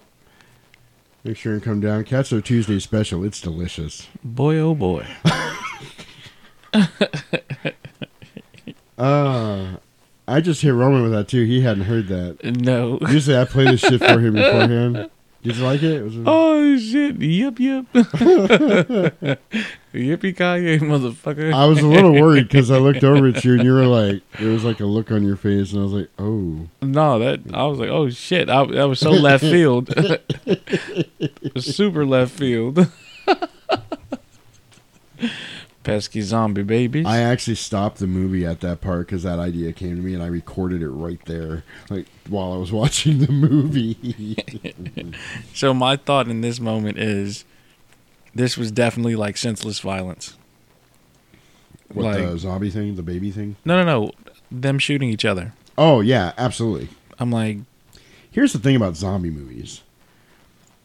Make sure and come down. Catch their Tuesday special. It's delicious.
Boy, oh boy. (laughs)
Uh, I just hit Roman with that too. He hadn't heard that.
No.
Usually I play this shit for him beforehand. Did you like it? Was it-
Oh shit! Yep, yep. (laughs) Yippee ki motherfucker!
I was a little worried because I looked over at you and you were like, there was like a look on your face, and I was like, oh.
No, that I was like, oh shit! I, that was
(laughs)
so left field, (laughs) super left field. (laughs) Pesky zombie babies.
I actually stopped the movie at that part because that idea came to me, and I recorded it right there, like while I was watching the
(laughs)
movie.
so my thought in this moment is, this was definitely like senseless violence.
what
like
the zombie thing, the baby thing?
no, no, no, them shooting each other.
Oh yeah, absolutely.
I'm like,
here's the thing about zombie movies.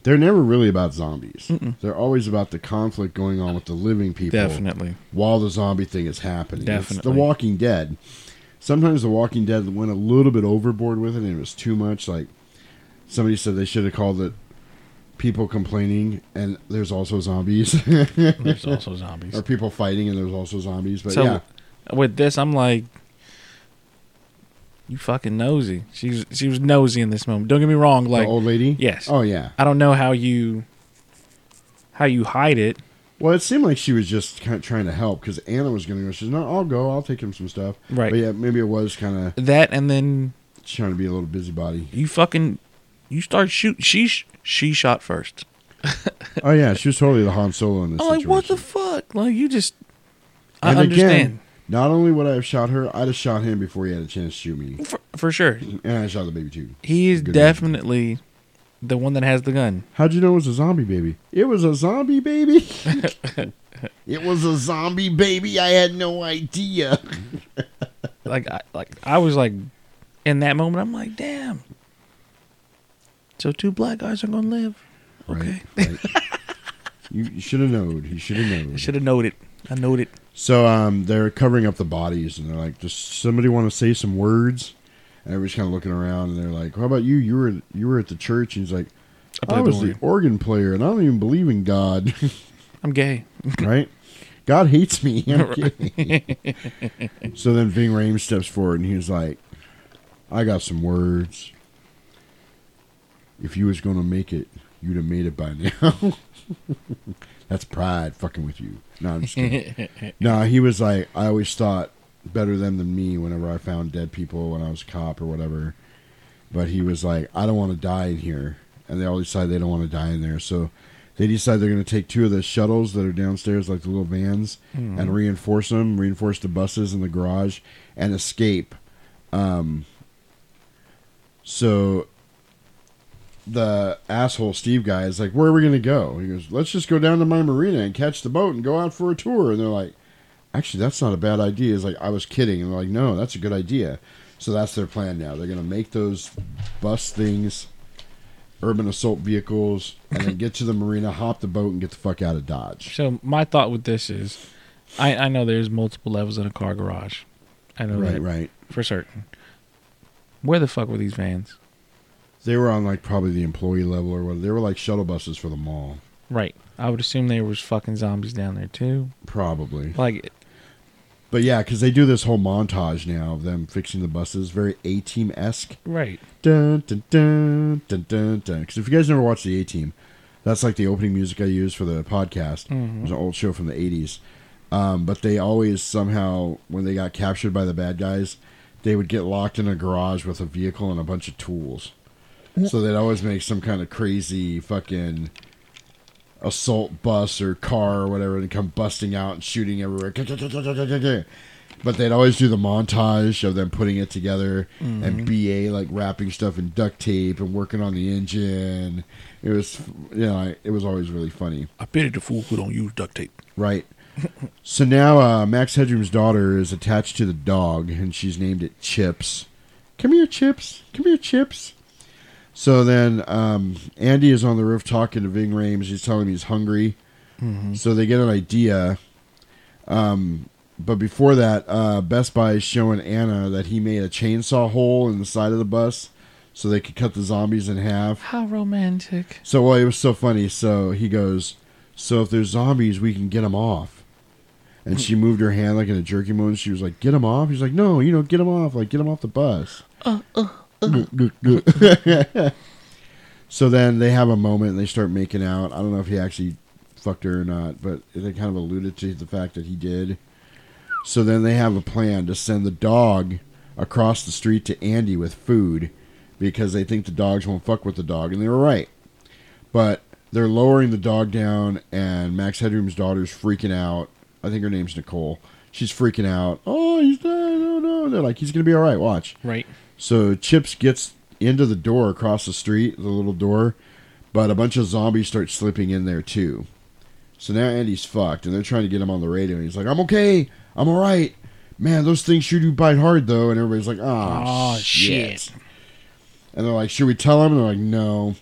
They're never really about zombies. They're always about the conflict going on with the living people.
Definitely.
While the zombie thing is happening. It's
Definitely.
the Walking Dead. Sometimes The Walking Dead went a little bit overboard with it and it was too much. Like somebody said they should have called it People Complaining and There's Also Zombies. (laughs) there's
also zombies.
Or People Fighting and There's Also Zombies. But
so
yeah.
with this, I'm like, you fucking nosy. She was she was nosy in this moment. Don't get me wrong. Like
old lady.
Yes.
Oh, yeah.
I don't know how you how you hide it.
Well, it seemed like she was just kind of trying to help because Anna was going to go. She's not. I'll go. I'll take him some stuff.
Right.
But yeah, maybe it was kind of
That and then
trying to be a little busybody.
You fucking, you start shooting. She sh- she shot first.
oh yeah, she was totally the Han Solo in this
I'm like,
situation.
what the fuck? Like you just, I
And
understand
Again, not only would I have shot her, I'd have shot him before he had a chance to shoot
(laughs)
me.
For, for sure.
And I shot the baby too.
he is
Good
definitely the one that has the gun.
How'd you know it was a zombie baby? It was a zombie
(laughs)
baby. it was a zombie baby. I had no
(laughs)
idea.
like I like I was like, in that moment, I'm like, damn. So two black guys are gonna live.
Okay. you you should have known. He should have known.
Should have known it. I knowed it.
So um, they're covering up the bodies, and they're like, "Does somebody want to say some words?" And everybody's kind of looking around, and they're like, "How about you? You were you were at the church." And he's like,
I
"I,
played the
was the organ player, and I don't even believe in God. (laughs)
I'm gay,
right? God hates me. (laughs) I'm gay." (laughs) so then Ving Rhames steps forward, and he's like, "I got some words. If you was gonna make it, you'd have made it by now." (laughs) That's pride fucking with you. No, I'm just kidding. no, he was like, I always thought better them than me whenever I found dead people when I was a cop or whatever. But he was like, I don't want to die in here. And they all decide they don't want to die in there. So they decide they're going to take two of the shuttles that are downstairs, like the little vans,
Mhm.
and reinforce them, reinforce the buses in the garage, and escape. Um, so the asshole Steve guy is like, "Where are we gonna go?" He goes, "Let's just go down to my marina and catch the boat and go out for a tour." And they're like, "Actually, that's not a bad idea." He's like, "I was kidding." And they're like, "No, that's a good idea." So that's their plan now. They're gonna make those bus things, urban assault vehicles, and then get to the marina, hop the boat, and get the fuck out of Dodge.
(laughs) So my thought with this is, I I know there's multiple levels in a car garage. I know
Right,
that
right.
for certain. Where the fuck were these vans?
They were on like probably the employee level or whatever. They were like shuttle buses for the mall,
Right. I would assume there was fucking zombies down there too.
probably.
Like
But yeah, because they do this whole montage now of them fixing the buses, very A Team esque.
Right.
Dun dun dun dun dun dun. Because if you guys never watched the A Team, that's like the opening music I use for the podcast.
Mhm.
It was an old show from the '80s. Um, but they always somehow, when they got captured by the bad guys, they would get locked in a garage with a vehicle and a bunch of tools. So they'd always make some kind of crazy fucking assault bus or car or whatever and come busting out and shooting everywhere. But they'd always do the montage of them putting it together and
Mhm.
BA like wrapping stuff in duct tape and working on the engine. It was, you know, it was always really funny.
I pity the fool who don't use duct tape.
Right. so now uh, Max Headroom's daughter is attached to the dog, and she's named it Chips. Come here, Chips. Come here, Chips. So then um, Andy is on the roof talking to Ving Rames. He's telling him he's hungry.
Mhm.
So they get an idea. Um, but before that, uh, Best Buy is showing Anna that he made a chainsaw hole in the side of the bus so they could cut the zombies in half.
How romantic.
So, well, it was so funny. So he goes, "So if there's zombies, we can get them off." And she moved her hand like in a jerky motion. She was like, "Get them off." He's like, "No, you know, get them off. Like, get them off the bus." (laughs) so then they have a moment and they start making out. I don't know if he actually fucked her or not, but they kind of alluded to the fact that he did. So then they have a plan to send the dog across the street to Andy with food because they think the dogs won't fuck with the dog, and they were right. But they're lowering the dog down, and Max Headroom's daughter's freaking out. I think her name's Nicole. She's freaking out. Oh, he's dead. Oh, no. They're like, he's going to be all right. Watch.
Right.
So Chips gets into the door across the street, the little door, but a bunch of zombies start slipping in there too. So now Andy's fucked, and they're trying to get him on the radio, and he's like, "I'm okay, I'm all right, man. Those things sure do bite hard though." And everybody's like, "Ah,
Aw,
shit. And they're like, "Should we tell him?" And they're like, "No."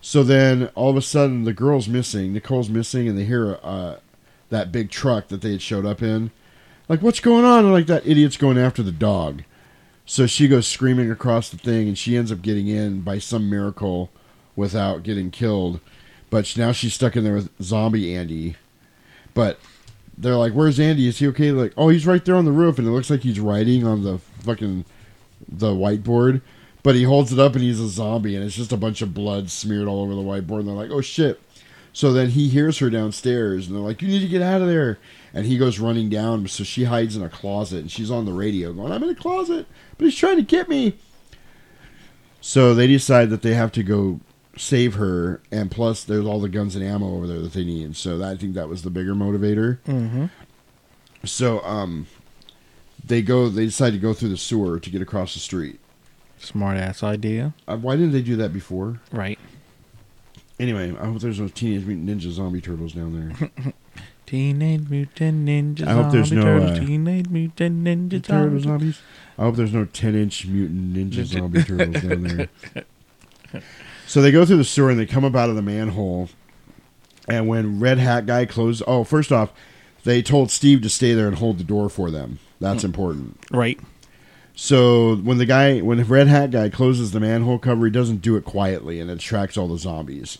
So then all of a sudden, the girl's missing, Nicole's missing, and they hear uh, that big truck that they had showed up in. Like, what's going on? And like that idiot's going after the dog. So she goes screaming across the thing, and she ends up getting in by some miracle without getting killed. But sh- now she's stuck in there with zombie Andy. But they're like, "Where's Andy? Is he okay?" They're like, "Oh, he's right there on the roof," and it looks like he's writing on the fucking the whiteboard. But he holds it up, and he's a zombie, and it's just a bunch of blood smeared all over the whiteboard. And they're like, "Oh shit!" So then he hears her downstairs, and they're like, "You need to get out of there!" And he goes running down. So she hides in a closet, and she's on the radio going, "I'm in a closet, but he's trying to get me." So they decide that they have to go save her, and plus there's all the guns and ammo over there that they need. So that, I think that was the bigger motivator.
Mm-hmm.
So um, they go. They decide to go through the sewer to get across the street.
Smart ass idea.
Uh, why didn't they do that before?
Right.
Anyway, I hope there's no Teenage Mutant Ninja Zombie Turtles down there.
Teenage Mutant Ninja
I hope there's
Zombie
no,
Turtles.
uh,
Teenage Mutant Ninja
Turtle
Turtles.
zombies. I hope there's no 10 inch mutant ninja zombie turtles down there.
(laughs)
So they go through the sewer and they come up out of the manhole. And when Red Hat Guy closed, oh, first off, they told Steve to stay there and hold the door for them.
Hmm.
That's important.
Right.
So when the guy, when the Red Hat Guy closes the manhole cover, he doesn't do it quietly and it attracts all the zombies.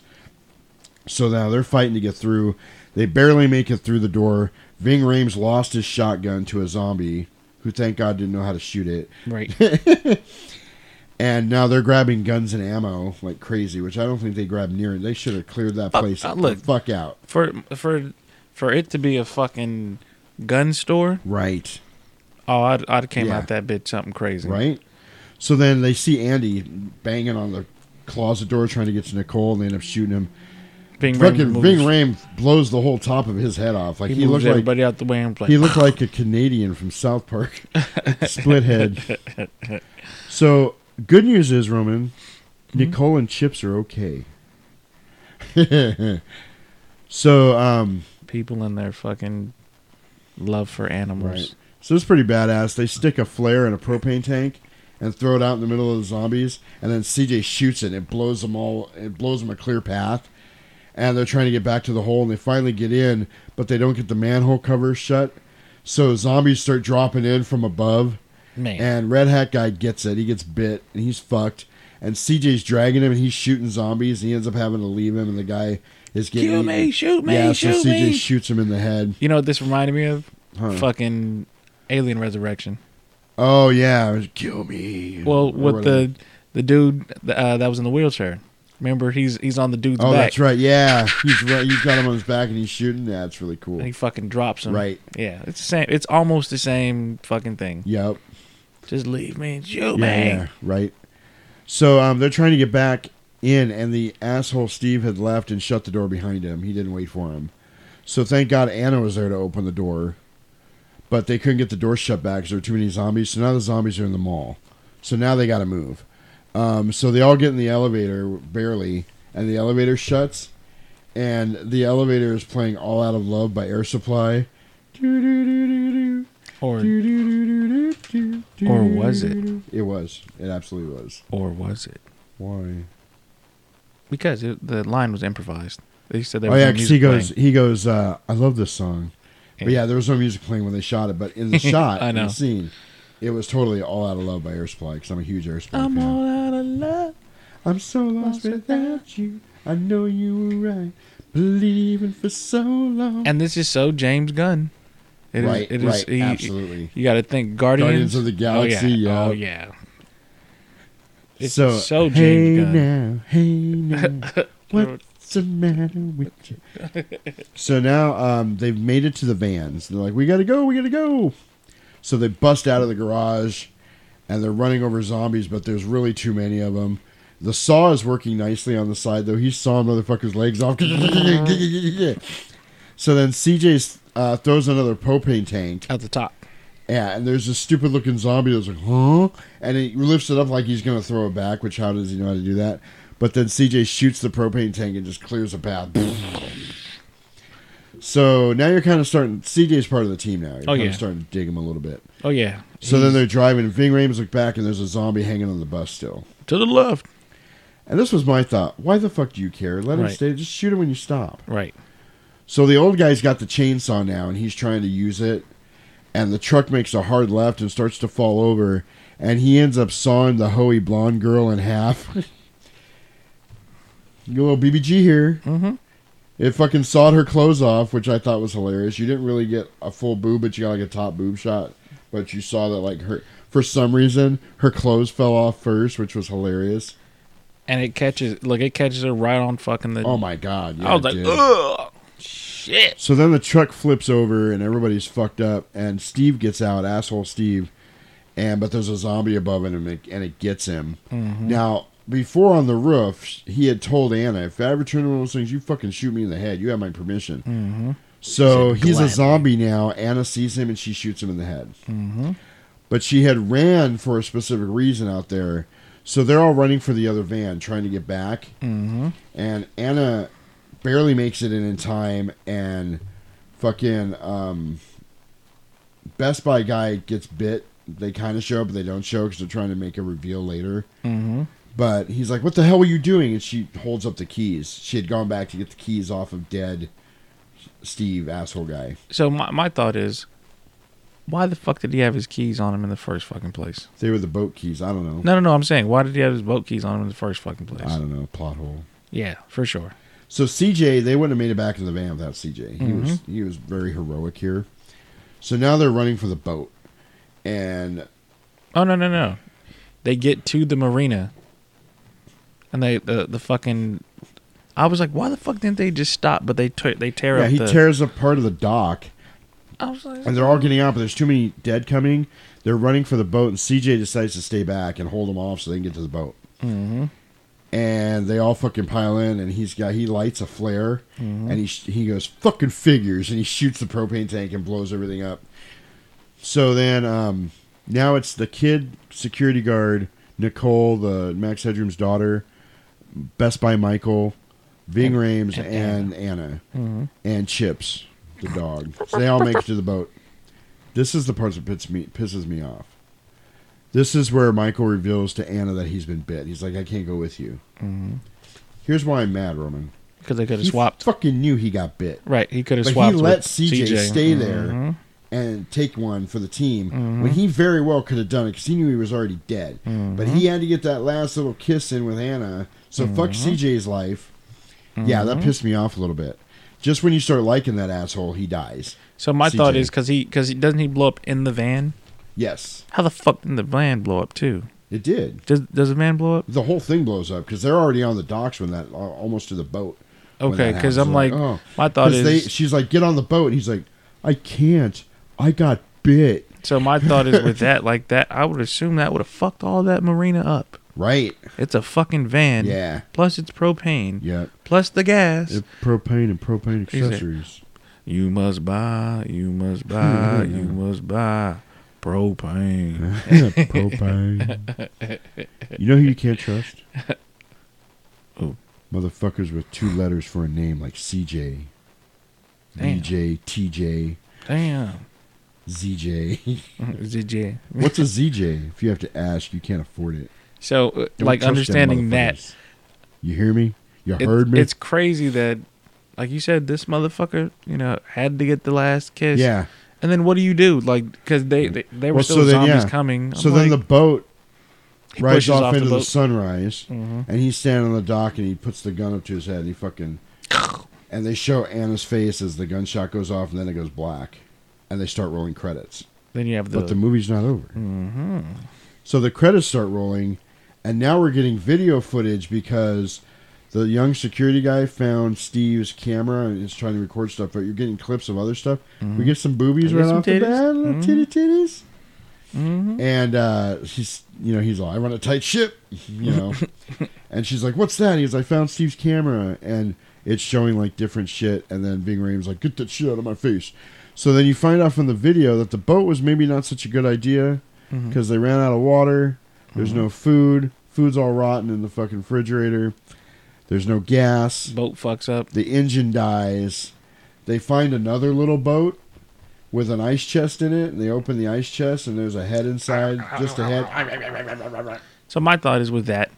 So now they're fighting to get through. They barely make it through the door. Ving Rames lost his shotgun to a zombie who, thank God, didn't know how to shoot it. (laughs)
Right.
And now they're grabbing guns and ammo like crazy, which I don't think they grabbed near. They should have cleared that place
uh,
the
look.
fuck out.
for for for it to be a fucking gun store.
Right.
Oh, I'd, I'd came
Yeah.
out that bitch something crazy.
Right? So then they see Andy banging on the closet door trying to get to Nicole, and they end up shooting him.
Bing
Fucking
Rames
Bing
moves.
Ram blows the whole top of his head off. Like
He
he,
moves
looked like
everybody out the way and like,
he
(laughs)
looked like a Canadian from South Park, (laughs) split head.
(laughs)
So good news is Roman,
Hmm?
Nicole and Chips are okay. (laughs) so um,
People and their fucking love for animals.
Right. So it's pretty badass. They stick a flare in a propane tank and throw it out in the middle of the zombies, and then CJ shoots it. And it blows them all. It blows them a clear path, and they're trying to get back to the hole. And they finally get in, but they don't get the manhole cover shut. So zombies start dropping in from above.
Man.
And Red Hat guy gets it. He gets bit and he's fucked. And CJ's dragging him and he's shooting zombies. And he ends up having to leave him. And the guy is getting
Kill me,
eaten.
shoot me,
Yeah, so
shoot
CJ
me.
shoots him in the head.
You know what this reminded me of?
Huh.
Fucking Alien Resurrection.
Oh yeah, kill me.
Well,
Or
with
whatever.
the the dude uh, that was in the wheelchair. Remember, he's he's on the dude's
oh,
back.
that's right. Yeah, he's right. He's got him on his back and he's shooting. Yeah, it's really cool.
And he fucking drops him.
Right.
Yeah, it's the same. It's almost the same fucking thing.
Yep.
Just leave me and shoot me.
right. So um, they're trying to get back in, and the asshole Steve had left and shut the door behind him. He didn't wait for him. So thank God Anna was there to open the door, but they couldn't get the door shut back because there were too many zombies. So now the zombies are in the mall. So now they got to move. Um, so they all get in the elevator barely, and the elevator shuts, and the elevator is playing "All Out of Love" by Air Supply.
Or or was it?
It was. It absolutely was.
Or was it?
Why?
Because it, the line was improvised. They said they
Oh
were
yeah, because he
music
goes,
playing.
he goes. Uh, I love this song, but
Yeah.
yeah, there was no music playing when they shot it. But in
(laughs)
the shot,
I
in the
know.
scene, it was totally all out of love by Air Supply because I'm a huge Air Supply
I'm
fan.
all out of love.
I'm so lost without you. I know you were right, believing for so long.
And this is so James Gunn. It is-
Right,
it is-
right,
he-
absolutely.
You got to think Guardians,
Guardians of the Galaxy,
Oh yeah.
yeah.
Oh, yeah. It's
so,
so,
hey
James
now,
Gunn.
hey
(laughs)
now, what's the matter with you? So now um, they've made it to the vans. They're like, we gotta go, we gotta go. So they bust out of the garage, and they're running over zombies, but there's really too many of them. The saw is working nicely on the side, though. He's sawing motherfuckers' legs
(laughs)
off. (laughs) so then CJ uh, throws another propane tank
at the top.
Yeah, and there's this stupid looking zombie that's like, huh? And he lifts it up like he's going to throw it back, which how does he know how to do that? But then CJ shoots the propane tank and just clears the path. (laughs) so now you're kind of starting. CJ's part of the team now. You're
Oh,
kind
yeah.
of starting to dig him a little bit.
Oh yeah.
So then
He's
they're driving, and Ving Rames look back, and there's a zombie hanging on the bus still.
to the left.
And this was my thought. Why the fuck do you care? Let him
Right.
stay. Just shoot him when you stop.
Right.
So the old guy's got the chainsaw now, and he's trying to use it. And the truck makes a hard left and starts to fall over, and he ends up sawing the hoey blonde girl in half. (laughs) Your little BBG here.
Mhm.
It fucking sawed her clothes off, which I thought was hilarious. You didn't really get a full boob, but you got like a top boob shot. But you saw that like her for some reason her clothes fell off first, which was hilarious.
And it catches like it catches her right on fucking the.
Oh my god! Yeah,
I was
it
like,
did.
ugh, shit.
So then the truck flips over and everybody's fucked up, and Steve gets out, asshole Steve, and but there's a zombie above him and it, and it gets him.
Mhm.
Now before on the roof, he had told Anna, if I ever turn one of those things, you fucking shoot me in the head. You have my permission.
Mhm.
So
Said
he's a
gladly.
zombie now. Anna sees him and she shoots him in the head.
Mhm.
But she had ran for a specific reason out there. So they're all running for the other van, trying to get back.
Mhm.
And Anna barely makes it in in time. And fucking um, Best Buy guy gets bit. They kind of show, but they don't show because they're trying to make a reveal later.
Mm-hmm.
But he's like, "What the hell were you doing?" And she holds up the keys. She had gone back to get the keys off of dead Steve, asshole guy.
So my, my thought is, why the fuck did he have his keys on him in the first fucking place?
They were the boat keys. I don't know.
No, no, no. I'm saying, why did he have his boat keys on him in the first fucking place?
I don't know. Plot hole.
Yeah, for sure.
So CJ, they wouldn't have made it back to the van without CJ. He was
Mhm.
he was very heroic here. So now they're running for the boat, and
Oh no, no, no. They get to the marina, and they the the fucking. I was like, why the fuck didn't they just stop? But they tear they tear
yeah,
up.
he
the,
tears up part of the dock,
I was like,
and they're all getting out, but there's too many dead coming. They're running for the boat, and CJ decides to stay back and hold them off so they can get to the boat.
Mhm.
and they all fucking pile in and he's got he lights a flare
Mhm.
and he sh- he goes fucking figures and he shoots the propane tank and blows everything up so then um now it's the kid security guard nicole the max headroom's daughter best buy michael ving rames and anna Mm-hmm.
Mhm.
and chips the dog so they all make it to the boat this is the part that pisses me pisses me off this is where Michael reveals to Anna that he's been bit. He's like, I can't go with you.
Mhm.
Here's why I'm mad, Roman.
Because they could have
He
swapped.
Fucking knew he got bit.
Right, he could have
But
swapped
He let
with
CJ,
CJ.
stay there
Mhm.
and take one for the team
Mhm.
when he very well could have done it because he knew he was already dead.
Mm-hmm.
But he had to get that last little kiss in with Anna. So fuck
Mhm.
CJ's life. Yeah, that
Mhm.
pissed me off a little bit. Just when you start liking that asshole, he dies.
So my thought
CJ.
is because he because he doesn't he blow up in the van.
Yes.
How the fuck did the van blow up too?
It did.
Does does the van blow up?
The whole thing blows up because they're already on the docks when that al- almost to the boat. when
Okay,
that
'cause
happens. Oh.
I'm like, my thought
'Cause
is-
she's like, get on the boat. And he's like, I can't. I got bit.
So my thought is with that like that, I would assume that would have fucked all that marina up.
Right.
It's a fucking van.
Yeah.
Plus it's propane.
Yeah.
Plus the gas.
It- propane and propane
He's like,
accessories. (laughs)
You must buy. You must buy. you must buy
(laughs)
propane.
propane. You know who you can't trust?
Who?
Motherfuckers with two letters for a name like CJ,
Damn.
VJ, TJ,
Damn. (laughs)
ZJ.
ZJ.
What's a ZJ? If you have to ask, you can't afford it.
So, uh,
Don't
like,
trust them
understanding that-
motherfuckers. You hear me? You
It-
heard me?
It's crazy that, like you said, this motherfucker, you know, had to get the last kiss.
Yeah.
And then what do you do? Like, because they, they they were
Well,
still
so then,
zombies
yeah.
coming. I'm
So then the
like,
boat
He
rides
pushes
off,
off the
into the,
boat.
sunrise,
Mhm.
and he's standing on the dock, and he puts the gun up to his head, and he
(laughs)
fucking, and they show Anna's face as the gunshot goes off, and then it goes black, and they start rolling credits.
Then you have the.
but the movie's not over.
hmm
So the credits start rolling, and now we're getting video footage because the young security guy found Steve's camera and is trying to record stuff. But you're getting clips of other stuff. We get some boobies
Mm-hmm. I get
right
some
off the
titties. Mm-hmm.
bat, little
Mhm.
titty titties. And uh, he's, you know, he's all, I run a tight ship, you
(laughs)
know. and she's like, "What's that?" He's, "I found Steve's camera," and it's showing like different shit. And then Bing Rames like, "Get that shit out of my face." So then you find out from the video that the boat was maybe not such a good idea
Mhm.
because they ran out of water. There's
Mhm.
no food. Food's all rotten in the fucking refrigerator. There's no gas.
Boat fucks up.
The engine dies. They find another little boat with an ice chest in it, and they open the ice chest, and there's a head inside, just a head.
So my thought is with that,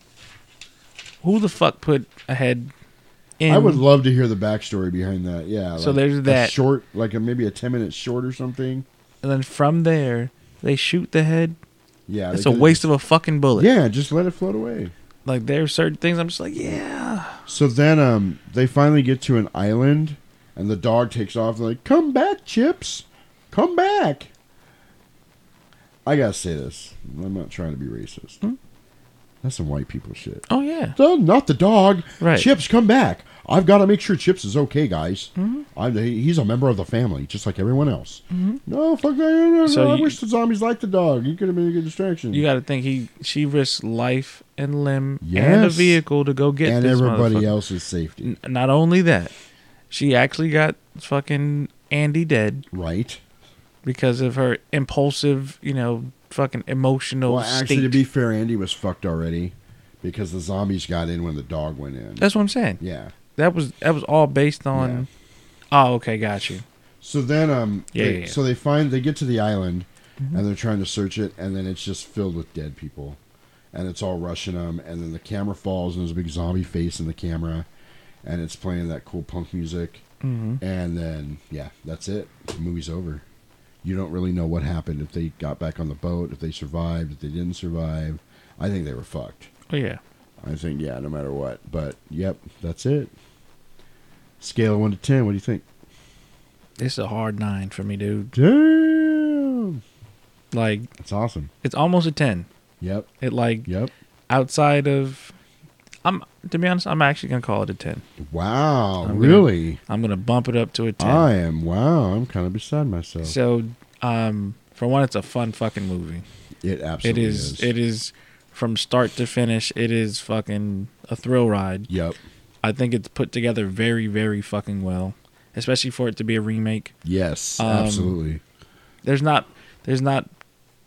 who the fuck put a head in?
I would love to hear the backstory behind that. Yeah.
So there's
a
that.
short, like a, maybe a ten minute short or something.
And then from there, they shoot the head.
Yeah, they
It's a
could've
waste of a fucking bullet.
Yeah, just let it float away.
Like there are certain things I'm just like, yeah.
So then, um, they finally get to an island, and the dog takes off. They're like, "Come back, Chips, come back."
Hmm?
I gotta say this. I'm not trying to be racist. That's some white people shit.
Oh yeah.
No, not the dog.
Right.
Chips, come back. I've got to make sure Chips is okay, guys.
Mm-hmm.
I, he's a member of the family, just like everyone else. No, fuck that. No, no,
So
no, I
you-
wish the zombies liked the dog. You could have been a good distraction.
You got to think he she risked life and limb and a
Yes.
vehicle to go get
And
this
everybody
motherfucker.
else's safety.
N- not only that, she actually got fucking Andy dead.
Right.
Because of her impulsive, you know, fucking emotional
Well, actually, to
state.
be fair, Andy was fucked already because the zombies got in when the dog went in.
That's what I'm saying.
Yeah.
That was that was all based on. Oh, okay, got you.
So then, um,
Yeah,
they-
yeah, yeah.
so they find they get to the island,
Mhm.
and they're trying to search it, and then it's just filled with dead people, and it's all rushing them, and then the camera falls, and there's a big zombie face in the camera, and it's playing that cool punk music,
Mhm.
and then yeah, that's it. The movie's over. You don't really know what happened if they got back on the boat, if they survived, if they didn't survive. I think they were fucked.
Oh yeah.
I think yeah, no matter what. But yep, that's it. Scale of one to ten. What do you think?
It's a hard nine for me, dude.
Damn.
Like
it's awesome.
It's almost a ten.
Yep.
It like
yep.
Outside of, I'm to be honest, I'm actually gonna call it a ten.
Wow,
I'm gonna-
really?
I'm gonna bump it up to a ten.
I am. Wow, I'm kind of beside myself.
So, um, for one, it's a fun fucking movie.
It absolutely
It is,
is.
It is from start to finish. It is fucking a thrill ride.
Yep.
I think it's put together very, very fucking well, especially for it to be a remake.
Yes,
Um,
absolutely.
There's not there's not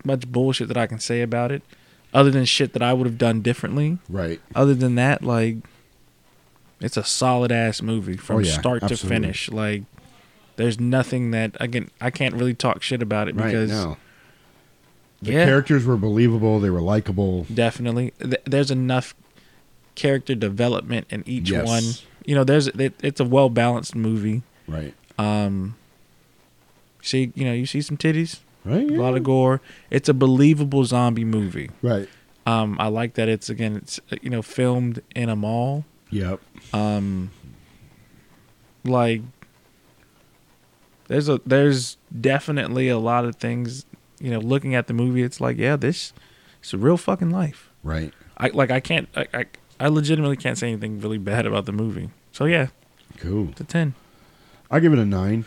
much bullshit that I can say about it, other than shit that I would have done differently.
Right.
Other than that, like, it's a solid ass movie from
Oh, yeah,
start to
absolutely.
finish. Like, there's nothing that again I can't really talk shit about it
Right,
because
no. The
yeah,
characters were believable. They were likable.
definitely Th- there's enough character development in each
Yes.
one. You know, there's it, it's a well balanced movie.
Right.
Um. See, you know, you see some titties.
Right.
A lot of gore. It's a believable zombie movie.
Right.
Um, I like that it's again, it's uh, you know, filmed in a mall.
Yep.
Um. Like. There's a there's definitely a lot of things. You know, looking at the movie, it's like, yeah, this, it's a real fucking life.
Right.
I like I can't I, I I legitimately can't say anything really bad about the movie. So yeah,
Cool.
it's a ten.
I give it a nine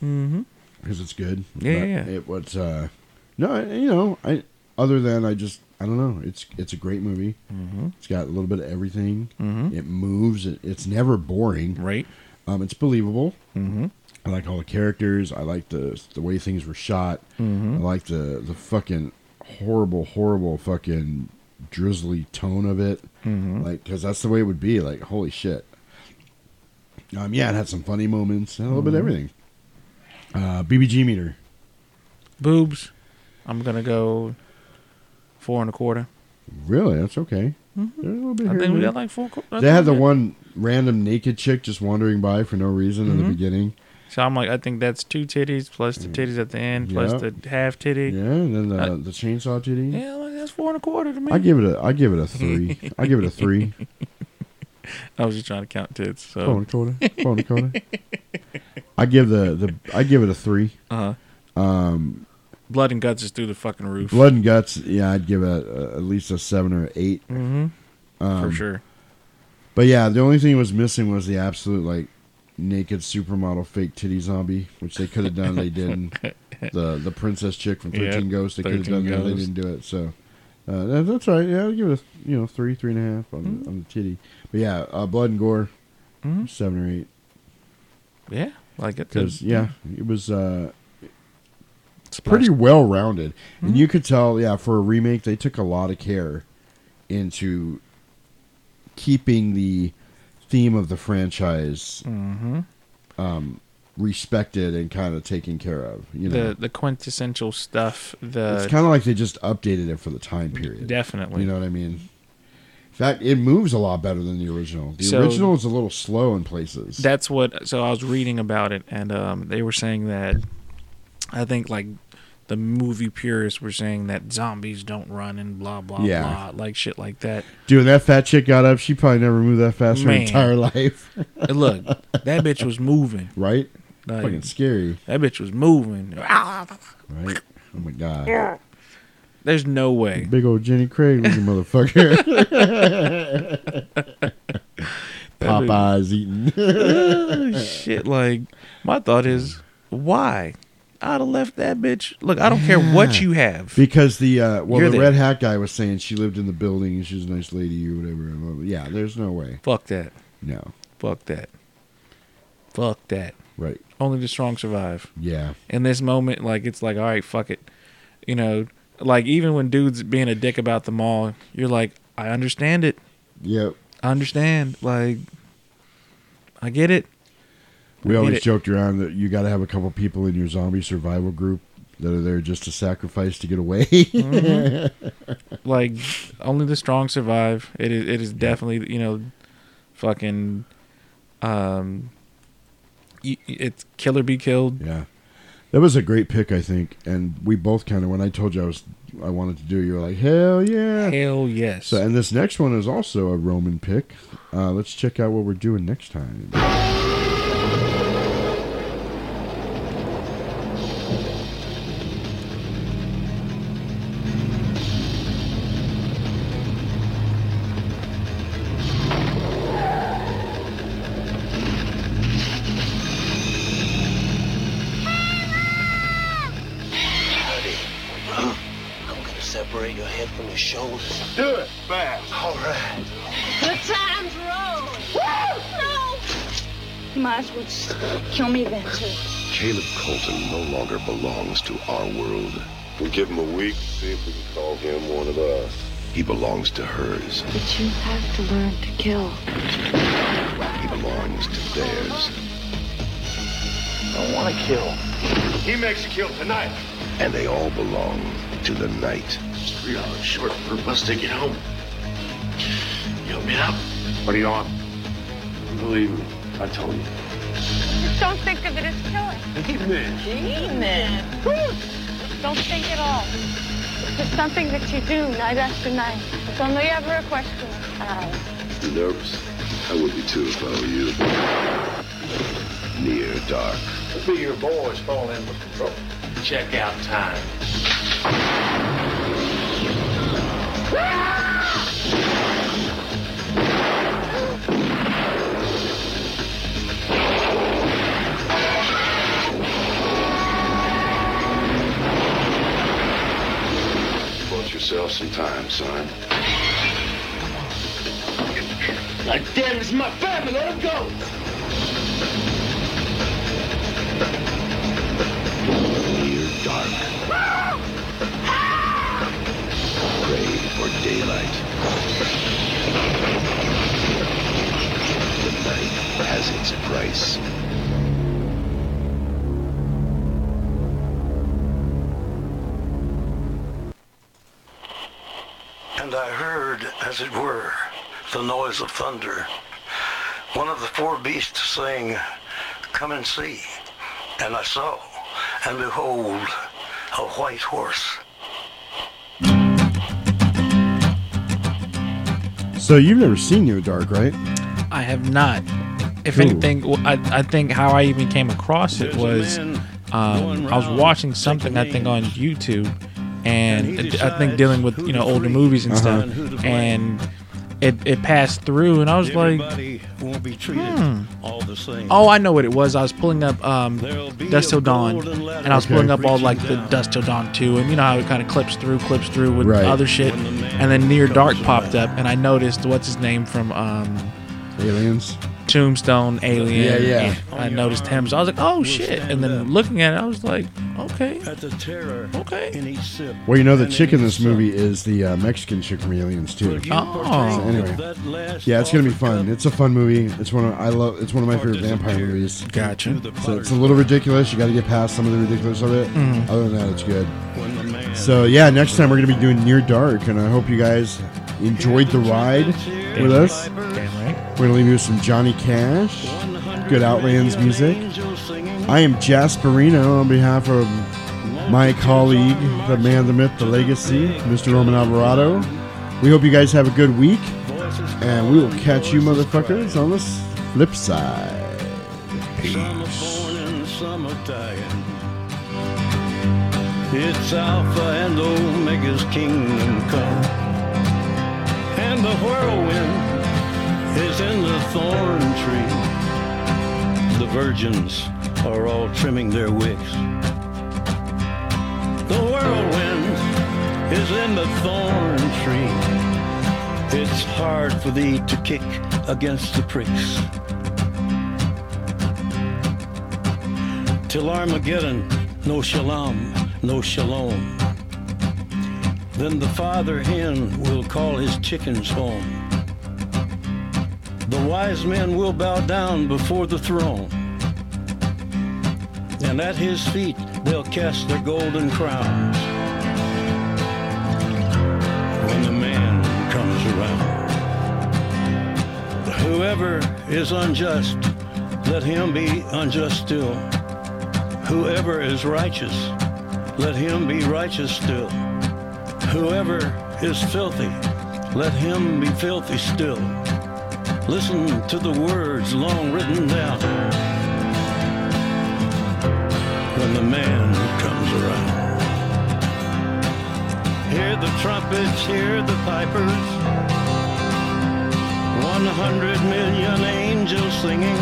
Mm-hmm.
because it's good.
Yeah,
But
yeah, yeah.
It was. Uh, no, I- you know, I. Other than I just, I don't know. It's it's a great movie.
Mhm.
It's got a little bit of everything.
Mhm.
It moves. It, it's never boring.
Right.
Um, it's believable.
Mm-hmm.
I like all the characters. I like the the way things were shot.
Mhm.
I like the the fucking horrible, horrible fucking drizzly tone of it.
Mhm.
Like, because that's the way it would be. Like, holy shit. Um, yeah, it had some funny moments, a little bit
Mhm.
of everything. Uh, BBG meter.
Boobs. I'm gonna go four and a quarter.
Really, that's okay. There's a little bit
I
here
think we
and
got
there.
like four. qu- I
They
think
had the
we-
one random naked chick just wandering by for no reason in
Mhm.
the beginning.
So I'm like, I think that's two titties plus the titties at the end plus
Yeah.
the half titty.
Mm. Yeah, and then the,
Uh,
the chainsaw titty.
Yeah, like that's four and a quarter to me.
I give it a I give it a three. I give it a
(laughs)
three.
I was just trying to count tits. So
Phone quarter. Phone quarter. (laughs) I give the, the I give it a three.
Uh-huh.
Um,
Blood and guts is through the fucking roof.
blood and guts. Yeah, I'd give it a, at least a seven or 8
Mhm. for
um,
sure.
But yeah, the only thing that was missing was the absolute like naked supermodel fake titty zombie, which they could have done. they
(laughs)
didn't. The the princess chick from
Yeah,
Thirteen Ghosts. They could have
13
done that. They
Ghosts.
didn't do it. So uh, that, that's all right. Yeah, I'd give it a you know three three and a half on,
Mm.
the, on the titty. But yeah, uh, blood and gore, seven or eight.
Yeah, like it
because yeah, it was uh,
Splashed.
pretty well rounded,
Mm-hmm.
and you could tell yeah for a remake they took a lot of care into keeping the theme of the franchise
Mhm.
um, respected and kind of taken care of. You know,
the the quintessential stuff. The uh,
it's kind of like they just updated it for the time period.
Definitely.
you know what I mean. In fact, it moves a lot better than the original. The
So-
original is a little slow in places.
That's what. So I was reading about it, and um, they were saying that I think like the movie purists were saying that zombies don't run and blah blah
Yeah.
blah, like shit like that.
Dude, when that fat chick got up, she probably never moved that fast in her
Man.
entire (laughs) life.
Look, that bitch was moving.
Right?
Like-
Fucking scary.
That bitch was moving.
Right? Oh my god.
There's no
(laughs)
way.
Big old Jenny Craig was a
(laughs)
motherfucker. Popeye's eating.
Uh, shit, like my thought is, why? I'd have left that bitch. Look, I don't care what you have.
Because the uh, well,
You're
the
there.
red hat guy was saying she lived in the building and she was a nice lady or whatever. and blah, blah. Yeah, there's no way.
Fuck that.
No.
Fuck that. Fuck that.
Right.
Only the strong survive.
Yeah.
In this moment, like it's like, all right, fuck it. You know, like even when dudes being a dick about the mall, you're like, I understand it.
Yep.
I understand. Like, I get it.
We
I get
always
it.
joked around that you got to have a couple people in your zombie survival group that are there just to sacrifice to get away. (laughs)
Mhm. like only the strong survive. It is it is definitely you know, fucking, um, y- y- it's kill or be killed.
Yeah, that was a great pick, I think. And we both kind of when I told you I was I wanted to do, you were like, hell yeah,
hell yes.
So, and this next one is also a Roman pick. Uh, let's check out what we're doing next time.
I'm gonna separate your head from your shoulders.
Do it fast.
All right.
The time's rolling. No! You might as well just kill me then, too.
Caleb Colton no longer belongs to our world. We give him a week, see if we can call him one of us. He belongs to hers.
But you have to learn to kill.
He belongs to theirs.
I wanna kill.
He makes a kill tonight.
And they all belong to the night. Three hours short for a bus ticket home.
You help me out? What are you on? Believe me, I told you.
Just don't think of it as killing.
Amen.
Demon. Don't think at all. It's just something that you do night after night. It's only ever a question of time.
You nervous? I would be too if I were you. Near dark.
Could be your boys falling in with control. Check out time.
Bought yourself some time, son.
God damn, this is my family. Let him go.
Near dark. Pray for daylight. The night has its price.
And I heard, as it were, the noise of thunder. One of the four beasts saying, Come and see. And I saw, and behold, a white horse.
So you've never seen Near Dark, right?
I have not. If
Ooh.
anything, w- I, I think how I even came across it was um, I was watching something I think on YouTube, and I- I think dealing with you know older movies and
Uh-huh.
stuff, and it it passed through, and I was like,
Everybody won't be treated
hmm.
all the same.
Oh, I know what it was. I was pulling up um, Dust Till Dawn, and I was
Okay.
pulling up all like the Dust Till Dawn 2, and you know how it kind of clips through, clips through with
Right.
other shit. And then Near Dark popped up, and I noticed what's his name from um,
Aliens.
Tombstone, Alien.
Yeah, Oh, yeah.
and I noticed him, so I was like, oh shit. And then looking at it, I was like, okay. At the terror. Okay. In each sip.
Well, you know the chick in this movie is the uh, Mexican chick from Aliens too.
Oh.
So anyway, yeah, it's gonna be fun. It's a fun movie. It's one of, I love. It's one of my favorite vampire movies.
Gotcha.
So it's a little ridiculous. You got to get past some of the ridiculous of it.
Mhm.
Other than that, it's good. So yeah, next time we're gonna be doing Near Dark, and I hope you guys enjoyed the ride with us. We're gonna leave you with some Johnny Cash, good Outlands music. Uh, I am Jasperino on behalf of my colleague, the man, the myth, the legacy, Mr. Roman Alvarado. We hope you guys have a good week, and we will catch you motherfuckers on the s- flip side.
Some are born and some are dying. It's Alpha and Omega's kingdom come. And the whirlwind is in the thorn tree. The virgins are all trimming their wicks. The whirlwind is in the thorn tree. It's hard for thee to kick against the pricks. Till Armageddon, no shalom, no shalom. Then the father hen will call his chickens home. The wise men will bow down before the throne. And at his feet they'll cast their golden crowns. When the man comes around, whoever is unjust, let him be unjust still. Whoever is righteous, let him be righteous still. Whoever is filthy, let him be filthy still. Listen to the words long written down. When the man comes around, hear the trumpets, hear the pipers. One hundred million angels singing.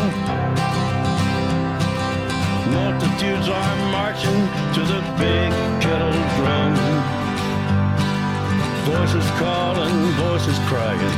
Multitudes are marching to the big kettle drum. Voices calling, voices crying.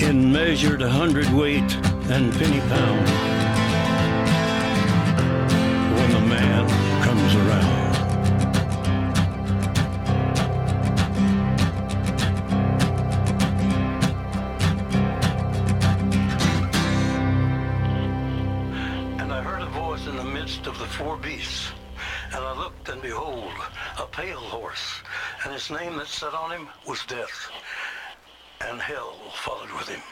In measured hundredweight and penny pound. When the man comes around. And I heard a voice in the midst of the four beasts. And I looked, and behold, a pale horse. And his name that sat on him was Death. And hell followed with him.